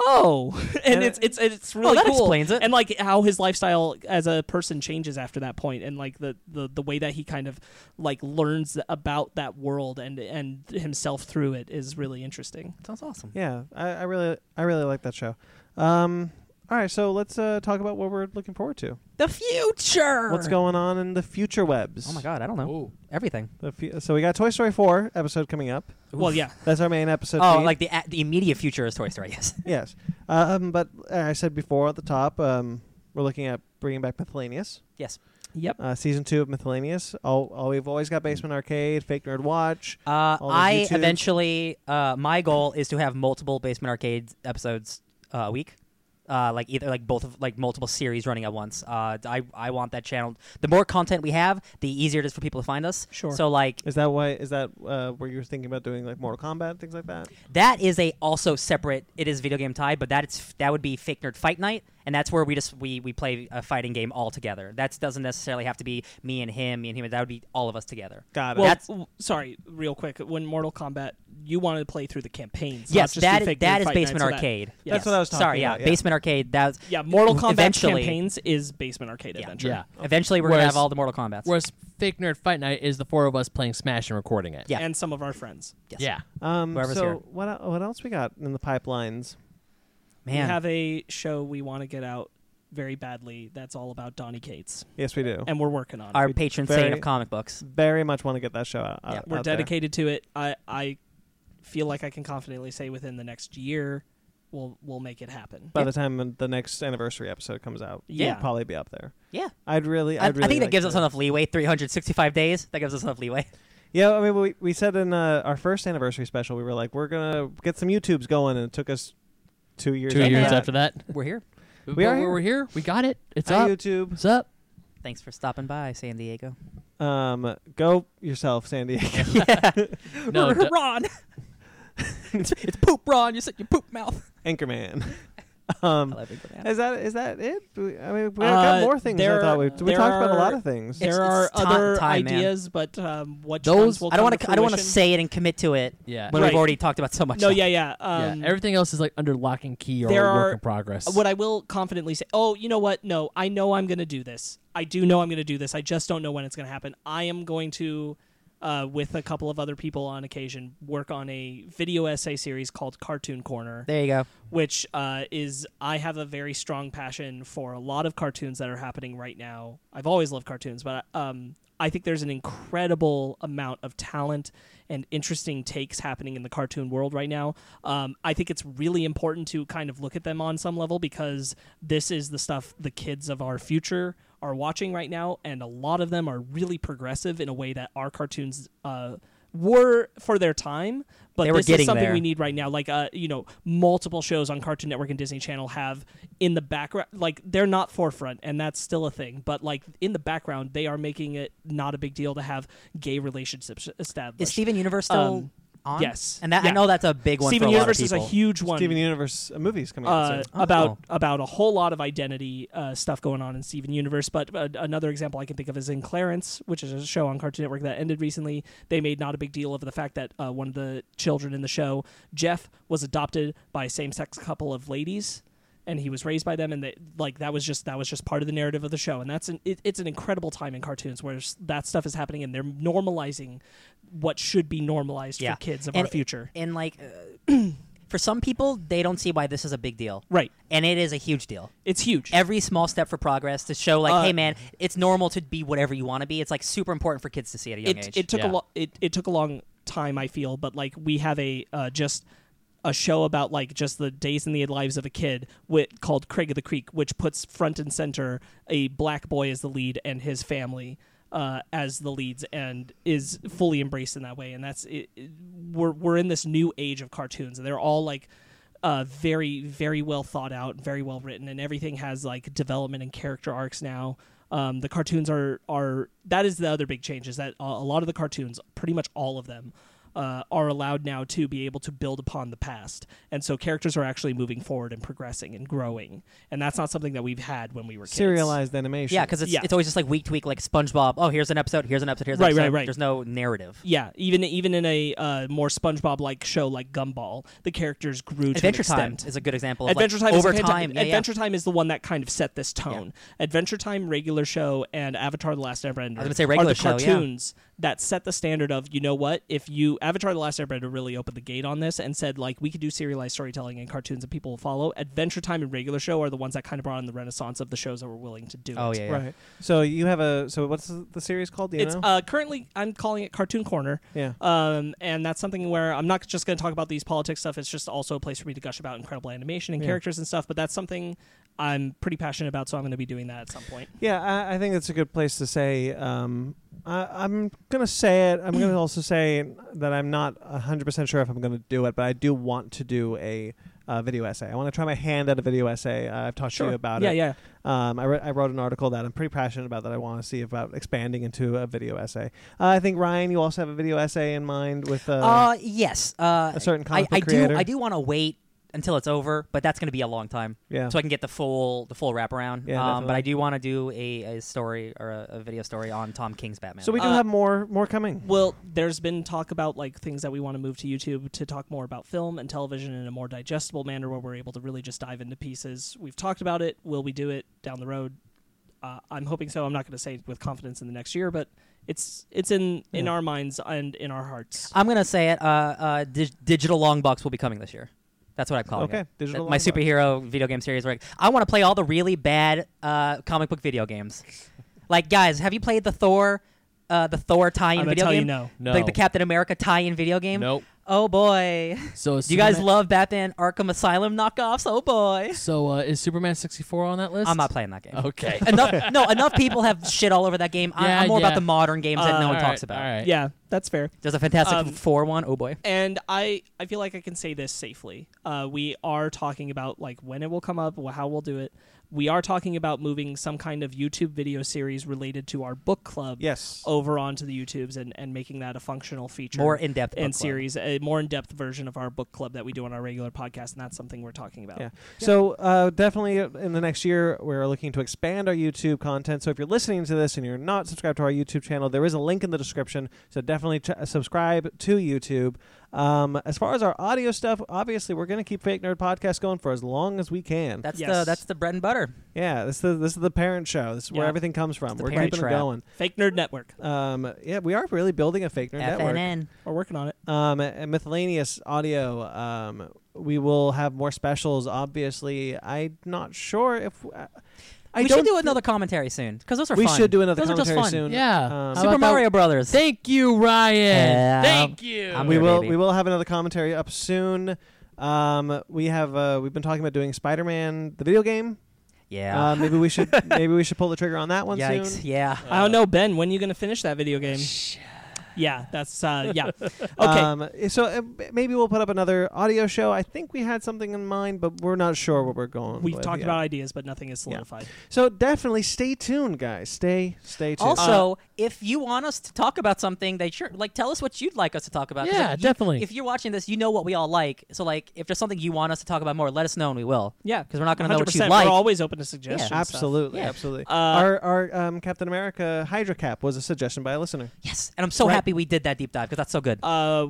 B: oh, [laughs] and,
A: And
B: it's it's it's really
C: Oh, that
B: cool.
C: explains it.
B: And like how his lifestyle as a person changes after that point, and like the the the way that he kind of like learns about that world and and himself through it is really interesting.
C: Sounds awesome.
A: Yeah, I, I really, I really like that show. Um, all right, so let's uh, talk about what we're looking forward to.
B: The future.
A: What's going on in the future webs?
C: Oh my god, I don't know. Everything.
A: The fu- so we got Toy Story four episode coming up.
B: Well, yeah.
A: That's our main episode.
C: oh,
A: feed.
C: like the a- the immediate future is Toy Story. Yes.
A: yes. Um, but uh, I said before at the top, um, we're looking at bringing back Miscellaneous,
C: yes.
B: Yep.
A: uh, season two of Miscellaneous. All, all we've always got Basement Arcade, Fake Nerd Watch.
C: Uh,
A: All those
C: I
A: YouTubes.
C: eventually, uh, my goal is to have multiple Basement Arcade episodes uh, a week. Uh, like either like both of like multiple series running at once. Uh, I I want that channel. The more content we have, the easier it is for people to find us.
B: Sure.
C: So like
A: Is that why? Is that uh, where you were thinking about doing like Mortal Kombat things like that?
C: that is a also separate. It is video game tied, but that it's that would be Fake Nerd Fight Night, and that's where we just we we play a fighting game all together. That doesn't necessarily have to be me and him, me and him. That would be all of us together.
A: Got it.
B: Well,
C: That's-
B: w- sorry, real quick. When Mortal Kombat, you wanted to play through the campaigns. not
C: yes,
B: just
C: that
B: the
C: is
B: fake
C: that
B: new
C: is
B: fight nights
C: Basement
B: and that-
C: Arcade.
B: Yes.
A: That's what I was talking
C: Sorry,
A: about, yeah.
C: yeah, Basement Arcade. That was
B: Yeah, Mortal Kombat
C: Eventually.
B: campaigns is Basement Arcade Adventure.
D: Yeah.
C: Eventually, we're gonna
D: Whereas-
C: have all the Mortal Kombat.
D: Whereas Fake Nerd Fight Night is the four of us playing Smash and recording it.
C: Yeah.
B: and some of our friends.
C: Yes.
D: Yeah.
A: Um,
C: Whoever's
A: so
C: here.
A: what? el- What else we got in the pipelines?
C: man,
B: We have a show we want to get out very badly that's all about Donny Cates,
A: Yes, we
C: Oh.
A: do.
B: and we're working on it.
C: our patron saint
A: very-
C: of comic books.
A: Very much want to get that show out. out-
C: Yeah.
B: We're
A: out there.
B: dedicated to it. I I feel like I can confidently say within the next year we'll we'll make it happen.
A: By the time the next anniversary episode comes out,
B: Yeah.
A: it'll probably be up there.
C: Yeah,
A: I'd really,
C: I,
A: I'd really
C: I think that
A: like
C: gives
A: to-
C: us enough leeway. 365 days. That gives us enough leeway. [laughs]
A: Yeah, I mean, we, we said in uh, our first anniversary special, we were like, we're gonna get some YouTubes going, and it took us two years.
D: Two
A: after
D: years
A: that.
D: after that.
C: We're here.
D: We
A: are here.
D: We're here. We got it. It's
A: Hi,
D: up.
A: YouTube.
C: [laughs]
D: It's up.
C: Thanks for stopping by, San Diego.
A: Um, go yourself, San Diego.
C: [laughs]
D: No, d-
C: Ron. it's, it's poop, Ron. You said your poop mouth.
A: Anchorman. [laughs]
C: I
A: um,
C: love Anchorman.
A: is that is that it? We- I mean, we got
B: Uh,
A: more things.
B: there-
A: I thought we, we
B: there
A: talked about a
B: are-
A: lot of things.
B: there
C: it's-
B: are
C: it's ti-
B: other
C: time, man.
B: ideas, but um, what
D: Those-
B: will
C: I don't
B: want
C: to. I don't want to say it and commit to it
D: yeah.
C: when
B: Right.
C: we've already talked about so much.
B: No,
C: of it.
B: yeah, yeah.
D: Yeah,
B: Um,
D: everything else is like under lock and key or
B: there
D: work
B: are-
D: in progress.
B: What I will confidently say, oh, you know what? No, I know I'm going to do this. I do know I'm going to do this. I just don't know when it's going to happen. I am going to, uh, with a couple of other people on occasion, work on a video essay series called Cartoon Corner,
C: There you go.
B: which uh, is I have a very strong passion for a lot of cartoons that are happening right now. I've always loved cartoons, but um, I think there's an incredible amount of talent and interesting takes happening in the cartoon world right now. Um, I think it's really important to kind of look at them on some level because this is the stuff the kids of our future are watching right now, and a lot of them are really progressive in a way that our cartoons. Uh, were for their time, but
C: They were
B: this is
C: getting
B: something
C: there.
B: we need right now. Like, uh, you know, multiple shows on Cartoon Network and Disney Channel have in the background, like they're not forefront, and that's still a thing. But like in the background, they are making it not a big deal to have gay relationships established.
C: Is Steven Universe still
B: Um,
C: on?
B: yes.
C: And that,
B: Yeah.
C: I know that's a big one.
B: Steven
C: for a lot of
B: Universe is a
C: people.
B: huge one
A: Steven Universe uh, movies coming out
B: uh,
A: soon.
C: Oh.
B: about about a whole lot of identity uh, stuff going on in Steven Universe. But uh, another example I can think of is in Clarence, which is a show on Cartoon Network that ended recently. They made not a big deal of the fact that uh, one of the children in the show, Jeff, was adopted by a same-sex couple of ladies. And he was raised by them, and they, like that was just that was just part of the narrative of the show, and that's an it, it's an incredible time in cartoons where s- that stuff is happening, and they're normalizing what should be normalized
C: Yeah.
B: for kids of
C: And
B: our future,
C: And like, uh, [clears throat] for some people, they don't see why this is a big deal.
B: right?
C: And it is a huge deal.
B: It's huge.
C: Every small step for progress to show, like,
B: Uh,
C: hey, man, it's normal to be whatever you want to be. It's like super important for kids to see at a young
B: it,
C: age.
B: It took
D: Yeah.
B: a lo- it, it took a long time, I feel, but like we have a uh, just a show about like just the days and the lives of a kid with, called Craig of the Creek, which puts front and center a black boy as the lead and his family. Uh, as the leads and is fully embraced in that way, and that's it, it- we're we're in this new age of cartoons, and they're all like uh, very very well thought out, very well written, and everything has like development and character arcs now. Um, the cartoons are are that is the other big change is that a a lot of the cartoons, pretty much all of them, uh, are allowed now to be able to build upon the past, and so characters are actually moving forward and progressing and growing, and that's not something that we've had when we were kids.
A: serialized animation.
C: Yeah, because it's,
B: Yeah.
C: it's always just like week to week, like SpongeBob. Oh, here's an episode. Here's an episode. Here's an
B: Right,
C: episode.
B: right, right.
C: There's no narrative.
B: Yeah, even even in a uh, more SpongeBob-like show like Gumball, the characters grew to
C: Adventure
B: an extent.
C: Time is a good example. Of
B: Adventure
C: like,
B: Time
C: over
B: is a fanta-
C: time. Yeah, yeah.
B: Adventure Time is the one that kind of set this tone. Adventure Time, regular show, and Avatar: The Last Airbender.
C: I was gonna say
B: are
C: Regular
B: the
C: Show, yeah.
B: cartoons that set the standard of you know what if you Avatar: The Last Airbender really opened the gate on this and said like we could do serialized storytelling and cartoons that people will follow. Adventure Time and regular show are the ones that kind of brought in the renaissance of the shows that were willing to do
C: Oh
B: it.
C: yeah. yeah.
A: Right. So you have a so what's the the series called? Do you
B: It's
A: know?
B: uh, currently I'm calling it Cartoon Corner.
A: yeah.
B: Um, and that's something where I'm not just going to talk about these politics stuff. It's just also a place for me to gush about incredible animation and
A: Yeah.
B: characters and stuff. But that's something I'm pretty passionate about, so I'm going to be doing that at some point.
A: Yeah, I, I think that's a good place to say. Um, I, I'm gonna say it. I'm [clears throat] gonna also say that I'm not 100 percent sure if I'm gonna do it, but I do want to do a uh, video essay. I want to try my hand at a video essay. Uh, I've talked to you about
B: yeah,
A: it.
B: yeah.
A: Um, I, re- I wrote an article that I'm pretty passionate about that I want to see about expanding into a video essay. Uh, I think Ryan, you also have a video essay in mind with. Uh,
C: Uh, yes. Uh,
A: a certain comic
C: I, I
A: book
C: do.
A: creator?
C: I do want to wait until it's over, but that's going to be a long time.
A: Yeah.
C: So I can get the full the full wraparound.
A: Yeah,
C: um, but
A: definitely.
C: I do want to do a, a story or a, a video story on Tom King's Batman.
A: so we do
B: Uh,
A: have more more coming.
B: Well, there's been talk about like things that we want to move to YouTube to talk more about film and television in a more digestible manner, where we're able to really just dive into pieces. We've talked about it. Will we do it down the road? Uh, I'm hoping so. I'm not going to say with confidence in the next year, but it's it's in in
A: Yeah.
B: our minds and in our hearts.
C: I'm going to say it. Uh, uh, dig- digital long box will be coming this year. That's what I'm calling
A: Okay,
C: it.
A: digital
C: Th-
A: long
C: my
A: box.
C: superhero video game series. Where like, I want to play all the really bad uh, comic book video games. like, guys, have you played the Thor, uh, the Thor tie-in
B: I'm going to
C: video
B: tell
C: game?
B: you no.
D: No.
C: Like the Captain America tie-in video game.
D: Nope.
C: Oh boy.
D: So
C: Do you guys love Batman Arkham Asylum knockoffs? Oh boy.
D: So uh, is Superman 64 on that list?
C: I'm not playing that game.
D: Okay.
C: [laughs] enough, no, enough people have shit all over that game. I,
D: Oh. Yeah,
C: I'm more
D: yeah.
C: about the modern games that no
B: Uh,
C: one
D: All
C: talks
D: right,
C: about.
D: All right.
B: Yeah, that's fair.
C: There's a Fantastic
B: Um,
C: Four one. Oh boy.
B: and I, I feel like I can say this safely. Uh, we are talking about like when it will come up, wh- how we'll do it. We are talking about moving some kind of YouTube video series related to our book club
A: yes.
B: over onto the YouTubes and, and making that a functional feature
C: More in depth
B: and series, a more in depth version of our book club that we do on our regular podcast, and that's something we're talking about.
A: Yeah. So uh, definitely uh, in the next year, we're looking to expand our YouTube content. So if you're listening to this and you're not subscribed to our YouTube channel, there is a link in the description. So definitely ch- subscribe to YouTube. Um, as far as our audio stuff, obviously we're going to keep Fake Nerd Podcast going for as long as we can.
C: That's the
B: Yes.
C: that's the bread and butter.
A: yeah, this is the, this is the parent show. This is where
B: Yeah.
A: everything comes from.
C: the
A: We're
C: parent
A: keeping
C: trap.
A: it going.
B: Fake Nerd Network.
A: Um, yeah, we are really building a Fake Nerd network.
C: FNN.
B: We're working on it.
A: um, and miscellaneous audio. Um, we will have more specials. Obviously, I'm not sure if I, I
C: we
A: don't
C: should do another commentary soon because those are
A: we
C: fun.
A: should do another
C: Those are just
A: commentary
C: fun.
A: soon.
D: Yeah.
A: Um,
D: How about
C: Super
D: that?
C: Mario Brothers. Uh,
D: Thank you, Ryan.
C: Yeah.
B: Uh,
D: Thank you.
C: Um, I'm
A: we
C: here,
A: will
C: baby.
A: we will have another commentary up soon. Um, we have uh, we've been talking about doing Spider-Man the video game.
C: yeah.
A: Uh, maybe we
C: [laughs]
A: should maybe we should pull the trigger on that one
C: Yikes.
A: soon.
C: Yeah.
B: I don't know, Ben. When are you going to finish that video game? Yeah, that's uh, yeah. Okay,
A: Um, so uh, b- maybe we'll put up another audio show. I think we had something in mind, but we're not sure what we're going.
B: we've
A: with
B: talked
A: yet.
B: about ideas, but nothing is solidified.
A: So definitely stay tuned, guys. Stay stay tuned. Uh,
C: Also, if you want us to talk about something, they sure like tell us what you'd like us to talk about. 'Cause,
D: Yeah,
C: like, you-
D: definitely.
C: If you're watching this, you know what we all like. So like, if there's something you want us to talk about more, let us know and we will.
B: Yeah,
C: because we're not going to know what
B: 100%.
C: you like.
B: We're always open to suggestions. and stuff.
A: absolutely,
C: Yeah.
A: absolutely.
B: Uh,
A: our our um, Captain America Hydra cap was a suggestion by a listener.
C: yes, and I'm so
B: Right.
C: happy we did that deep dive because that's so good.
B: Uh,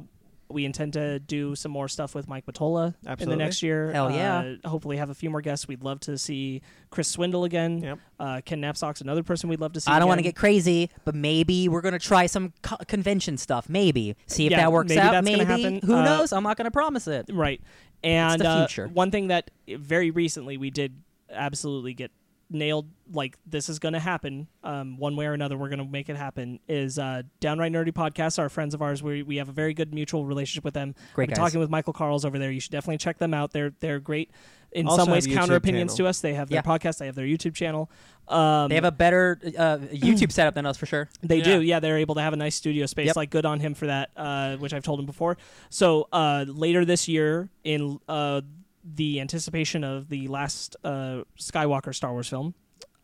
B: we intend to do some more stuff with Mike Matola in the
A: Absolutely.
B: next year.
C: Hell yeah.
B: Uh, hopefully, have a few more guests. We'd love to see Chris Swindle again.
A: Yep.
B: Uh, Ken Knapsack's another person we'd love to see.
C: I don't want
B: want
C: to get crazy, but maybe we're going to try some co- convention stuff. Maybe see if
B: Yeah,
C: that works
B: maybe
C: out.
B: that's
C: maybe
B: gonna happen.
C: who
B: Uh,
C: knows? I'm not going to promise it.
B: right. And
C: the
B: uh,
C: future.
B: one thing that very recently we did absolutely get nailed like this is going to happen um, one way or another we're going to make it happen is uh, downright nerdy podcasts are friends of ours we, we have a very good mutual relationship with them
C: Great
B: I've been
C: guys.
B: talking with michael carls over there you should definitely check them out they're they're great in
A: Also
B: some ways
A: have a
B: counter
A: YouTube
B: opinions
A: channel.
B: to us they have their
C: Yeah.
B: podcast they have their youtube channel um,
C: They have a better uh, YouTube setup than us for sure.
B: they
D: Yeah.
B: do, yeah. They're able to have a nice studio space.
C: Yep.
B: Like, good on him for that, uh, which I've told him before. So uh, later this year, in uh, the anticipation of the last uh, Skywalker Star Wars film,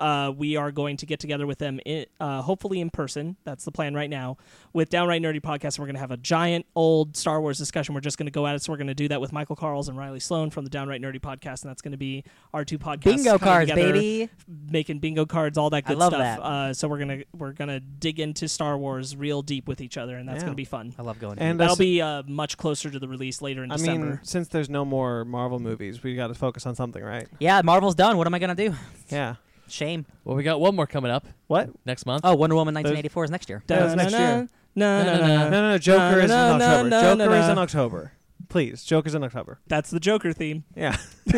B: Uh, we are going to get together with them, in, uh, hopefully in person. That's the plan right now. With Downright Nerdy Podcast, and we're going to have a giant old Star Wars discussion. We're just going to go at it. So we're going to do that with Michael Carls and Riley Sloan from the Downright Nerdy Podcast, and that's going to be our two podcasts.
C: Bingo
B: coming
C: cards,
B: together
C: baby.
B: making bingo cards, all that
C: I
B: good
C: love
B: stuff.
C: that.
B: Uh, so we're gonna we're gonna dig into Star Wars real deep with each other, and that's
A: Yeah.
B: gonna be fun.
C: I love going.
A: And that's-
B: That'll be uh, much closer to the release later in
A: I
B: December.
A: mean, since there's no more Marvel movies, we got to focus on something, right?
C: yeah, Marvel's done. What am I gonna do?
A: Yeah.
C: Shame.
D: Well, we got one more coming up
A: What?
D: next month.
C: Oh, Wonder Woman 1984 is next year.
A: That was next year.
B: No, no,
A: No,
B: no.
A: no, no. Joker is in
B: no, no,
A: October.
B: no,
A: Joker
B: no,
A: is
B: no.
A: in October. Please, Joker's in October.
B: [laughs] That's the Joker theme.
A: Yeah.
C: [laughs]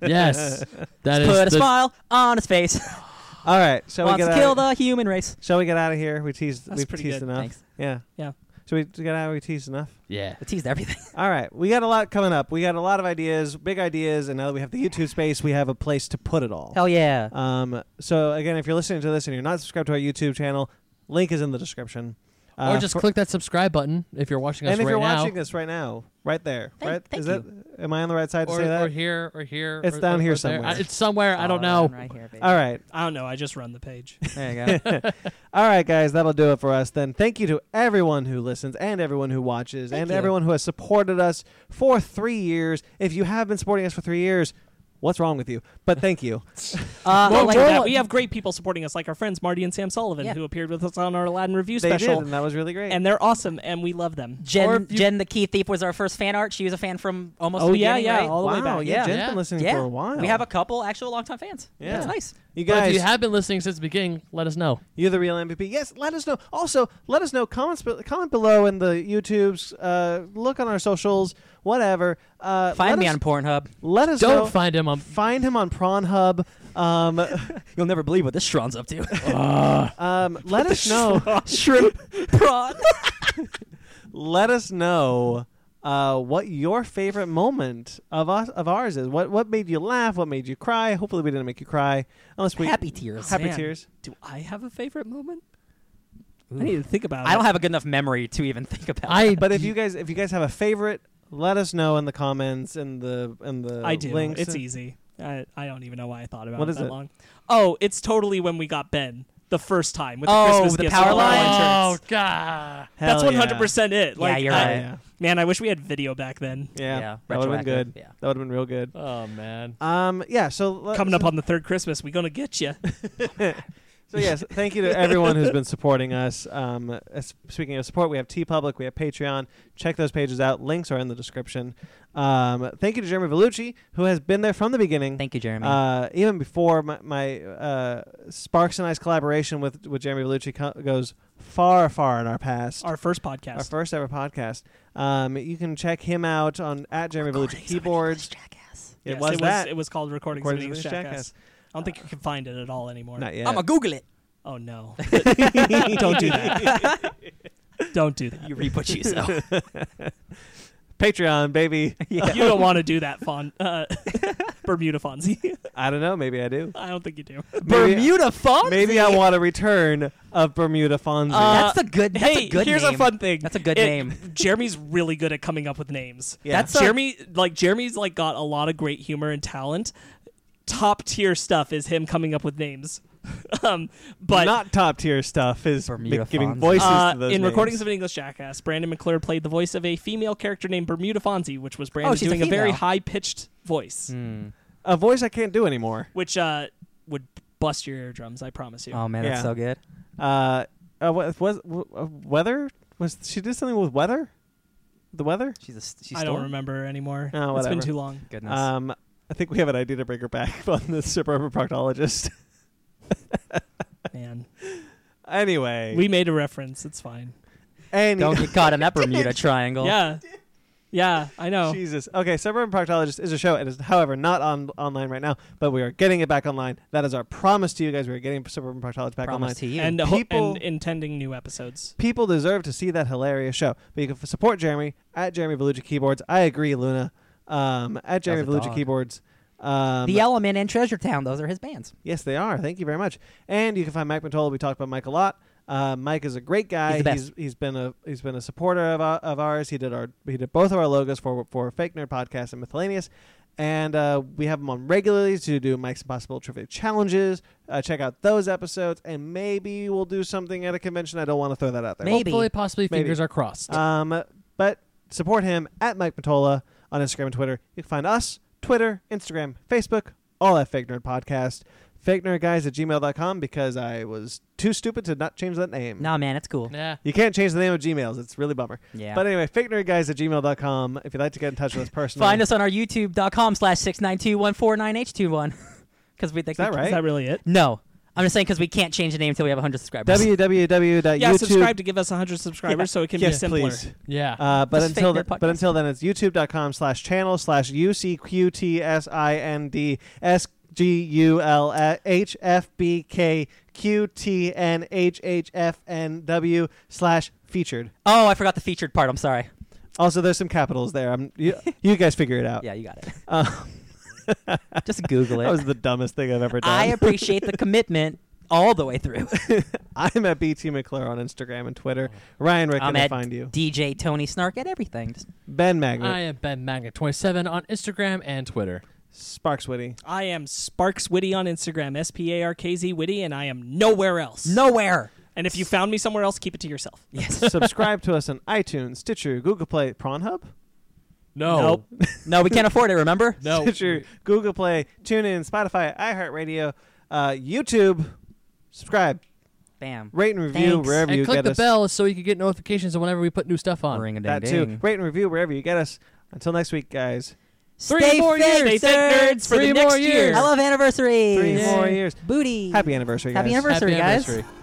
D: yes, that is
C: Put a
D: the-
C: smile on his face.
A: All right. Shall we
C: Wants
A: get
C: to
A: out
C: kill
A: of-
C: the human race.
A: Shall we get out of here? We teased.
B: That's
A: we've
B: pretty
A: teased
B: good.
A: enough.
C: Thanks.
A: Yeah.
B: Yeah.
A: Shall we get out? of here? We teased enough.
D: yeah.
C: I teased everything.
A: All right, we got a lot coming up. We got a lot of ideas, big ideas, and now that we have the YouTube space, we have a place to put it all.
C: Hell yeah.
A: Um, so again, if you're listening to this and you're not subscribed to our YouTube channel, link is in the description. Uh,
D: or just
A: for-
D: click that subscribe button if you're watching us
A: and if
D: right
A: you're
D: now,
A: watching this right now, right there,
C: Thank-
A: right?
C: thank
A: is that am I on the right side to
D: or,
A: say that?
D: or here, or here.
A: It's
D: or-
A: down
D: or-
A: here
D: or there.
A: somewhere.
D: I- it's somewhere. I don't know.
C: All around Right here, baby.
A: all right,
B: I don't know. I just run the page.
C: There you go.
A: [laughs] all right, guys, that'll do it for us. Then thank you to everyone who listens and everyone who watches
C: Thank
A: and
C: you.
A: everyone who has supported us for three years. If you have been supporting us for three years, what's wrong with you? But thank you.
C: Uh,
B: Well,
C: like-
B: for that, we have great people supporting us, like our friends Marty and Sam Sullivan,
C: Yeah.
B: who appeared with us on our Aladdin review
A: they did,
B: special,
A: and that was really great.
B: and they're awesome, and we love them.
D: Or
C: Jen,
D: if you-
C: Jen the Key Thief was our first fan art. She was a fan from almost
B: Oh
C: the
B: yeah,
C: beginning,
B: yeah,
C: right?
B: all the way
A: wow,
B: back.
A: yeah, Jen's
D: Yeah.
A: been listening
C: yeah.
A: for a while.
C: We have a couple actual longtime fans.
A: Yeah.
C: That's nice.
A: You
D: But
A: guys,
D: if
A: you
D: you have been listening since the beginning, let us know.
A: are the real MVP. Yes, let us know. Also, let us know. Comments, be- comment below in the YouTubes. Uh, look on our socials, whatever. Uh, let
C: Find me
A: us,
C: on Pornhub.
A: Let us
D: Don't um,
A: know.
D: find him on.
A: Find him on Prawn Hub. Um,
C: You'll never believe what this Shron's up to.
B: [laughs]
A: um, let us know.
C: Shrimp [laughs] prawn.
A: Let us know uh, what your favorite moment of us of ours is. What what made you laugh? What made you cry? Hopefully, we didn't make you cry. Unless we
C: Happy tears.
A: happy
B: Man,
A: tears.
B: Do I have a favorite moment? I need to think about it.
C: I don't have a good enough memory to even [laughs] think about.
D: I
A: But if you guys if you guys have a favorite, let us know in the comments and the and the
B: I do.
A: links.
B: It's easy. I, I don't even know why I thought about
A: What
B: it
A: is
B: that
A: it?
B: long. Oh, it's totally when we got Ben the first time with the
C: Oh,
B: Christmas
C: the
B: gifts
C: power
B: and all the
C: line?
B: lanterns.
D: Oh God.
A: Hell
B: That's
A: yeah.
B: one hundred percent it.
C: Yeah,
B: Like,
C: you're
B: I-
C: right.
A: Yeah.
B: Man, I wish we had video back then.
A: Yeah,
C: Yeah,
A: that would have been
C: retroactive,
A: good.
C: yeah.
A: That would have been real good.
D: Oh man.
A: Um, yeah. So let-
B: Coming
A: so,
B: up on the third Christmas, we gonna get
A: [laughs]
B: you.
A: So yes, thank you to everyone who's been supporting us. Um, as- speaking of support, we have T Public, we have Patreon. Check those pages out. Links are in the description. Um, thank you to Jeremy Vellucci, who has been there from the beginning.
C: Thank you, Jeremy.
A: Uh, even before my, my uh, Sparks and I's collaboration with with Jeremy Vellucci co- goes far, far in our past.
B: Our first podcast.
A: Our first ever podcast. Um, you can check him out on at Jeremy Vellucci Keyboards.
B: Yes,
A: It was
B: it
A: that.
B: It was called Recordings,
A: Recordings
B: of an
A: of
B: English
A: an English
B: Jackass. I don't think you can find it at all anymore.
A: Not yet.
C: I'm gonna
A: [laughs]
C: Google it.
B: Oh no! don't do that. don't do that.
C: [laughs] You reap what
A: [laughs]
C: you sow.
A: Patreon, baby.
B: You don't want to do that, Fon uh, [laughs] Bermuda Fonzie. [laughs]
A: I don't know. Maybe I do.
B: I don't think you do.
A: Maybe-
C: Bermuda Fonzie.
A: Maybe I want a return of Bermuda Fonzie.
B: Uh,
C: That's the good. That's
B: hey,
C: a good
B: here's
C: name.
B: a fun thing.
C: That's a good
B: It-
C: name.
A: [laughs]
B: Jeremy's really good at coming up with names.
A: Yeah. [laughs]
C: That's a-
B: Jeremy. like Jeremy's like got a lot of great humor and talent. Top tier stuff is him coming up with names. [laughs] um, but
A: not top tier stuff is
C: Bermuda
A: mi- giving
C: Fonzie.
A: voices
B: uh,
A: to
B: in
A: those names.
B: recordings of an English Jackass, Brandon McClure played the voice of a female character named Bermuda Fonzie, which was
A: Oh,
B: Brandon
C: she's a
B: doing a, very
C: female.
B: high pitched voice,
A: Hmm.
C: Hmm.
A: a voice I can't do anymore.
B: which uh, would bust your eardrums. I promise you.
C: Oh man, that's
A: Yeah.
C: so good.
A: Uh, uh was, was w- uh, weather was she did something with weather? The weather?
C: She's a, she's
B: I don't remember anymore.
A: Oh,
B: it's been
A: whatever. [laughs]
B: too long.
C: Goodness. [laughs]
A: Um, I think we have an idea to bring her back [laughs] on the suburban proctologist. [laughs]
B: Man,
A: anyway,
B: we made a reference. It's fine.
A: any-
C: don't get caught in that [laughs] Bermuda Triangle.
B: Yeah, yeah, I
C: Oh.
B: know.
A: Jesus. Okay, Suburban Proctologist is a show. It is, however, not on online right now, but we are getting it back online. That is our promise to you guys. We are getting Suburban Proctologist back
C: Promise
A: online.
C: to you.
B: and, ho-
A: People-
B: and intending new episodes.
A: People deserve to see that hilarious show. But you can f- support Jeremy at Jeremy Vellucci Keyboards. I agree, Luna. Um, at Jeremy
C: That was a
A: Vellucci
C: dog.
A: Keyboards. Um,
C: the Element and Treasure Town. Those are his bands.
A: yes, they are. Thank you very much. And you can find Mike Matola. We talked about Mike a lot. Uh, Mike is a great guy.
C: He's the best.
A: he's he's been a he's been a uh, supporter of, our- of ours. He did our he did both of our logos for for Fake Nerd Podcast and Miscellaneous. And uh, we have them on regularly to do Mike's Impossible Trivia Challenges. Uh, check out those episodes, and maybe we'll do something at a convention. I don't want to throw that out there.
C: Maybe.
D: Hopefully, possibly,
A: Maybe.
D: fingers are crossed.
A: Um, but support him at Mike Matola on Instagram and Twitter. You can find us, Twitter, Instagram, Facebook, all at Fake Nerd Podcast. Fake Nerd Guys at gmail.com because I was too stupid to not change that name.
C: Nah, man, it's cool.
D: nah.
A: You can't change the name of Gmails. It's really bummer.
C: Yeah.
A: But anyway, fake nerd guys at gmail.com. If you'd like to get in touch with
B: [laughs]
A: us personally,
C: Find us on our YouTube.com slash six nine two one [laughs] four nine h 21 Because we think
A: Is that
C: we-
A: right?
B: Is that really it?
C: No. I'm just saying because we can't change the name until we have 100 subscribers.
A: www.youtube.
B: Yeah, subscribe to give us 100 subscribers
C: Yeah.
B: so it can be
A: Uh, yes,
B: simpler.
A: please.
D: Yeah.
A: Uh, but
C: Just
A: until
C: fake
A: th-
C: nerd
A: but
C: podcast.
A: until then, it's youtube.com slash channel slash U C Q T S I N D S G U L H F B K Q T N H H F N W slash featured.
C: Oh, I forgot the featured part. I'm sorry.
A: Also, there's some capitals there. I'm,
C: [laughs]
A: you, you guys figure it out. [laughs]
C: Yeah, you got it.
A: Uh,
C: Just Google
A: that was
C: it.
A: the dumbest thing I've ever done.
C: I appreciate the commitment all the way through. [laughs]
A: [laughs] I'm at BT McClure on Instagram and Twitter. Ryan, where can
C: I'm
A: I
C: at
A: find you?
C: DJ Tony Snark at everything. Just
A: Ben Magnet,
D: I am Ben Magnet 27 on Instagram
A: [laughs]
D: and Twitter.
A: Sparks Witty.
C: [laughs]
B: I am Sparks Witty on Instagram, S P A R K Z Witty, and I am nowhere else.
C: nowhere.
B: And if you found me somewhere else, keep it to yourself.
C: Yes.
A: Subscribe to us on iTunes, Stitcher, Google Play, Pornhub,
D: No.
B: Nope.
C: No, we can't afford it, remember?
D: No.
A: Stitcher, Google Play, TuneIn, Spotify, iHeartRadio, uh, YouTube. Subscribe,
C: Bam.
A: rate and review
C: Thanks.
A: wherever
D: And
A: you
D: click
A: get
D: the
A: us.
D: bell so you can get notifications of whenever we put new stuff on.
C: Ring a ding
A: That too.
C: ding.
A: Rate and review wherever you get us. Until next week, guys.
C: Stay
D: more
C: fake,
D: years.
B: Stay fake, nerds, for
D: Three
B: the
D: more
B: next year.
D: years.
C: I love anniversaries.
A: Three more years.
C: Booty.
A: Happy anniversary,
C: Happy
A: guys.
C: anniversary,
D: Happy
C: guys.
D: anniversary.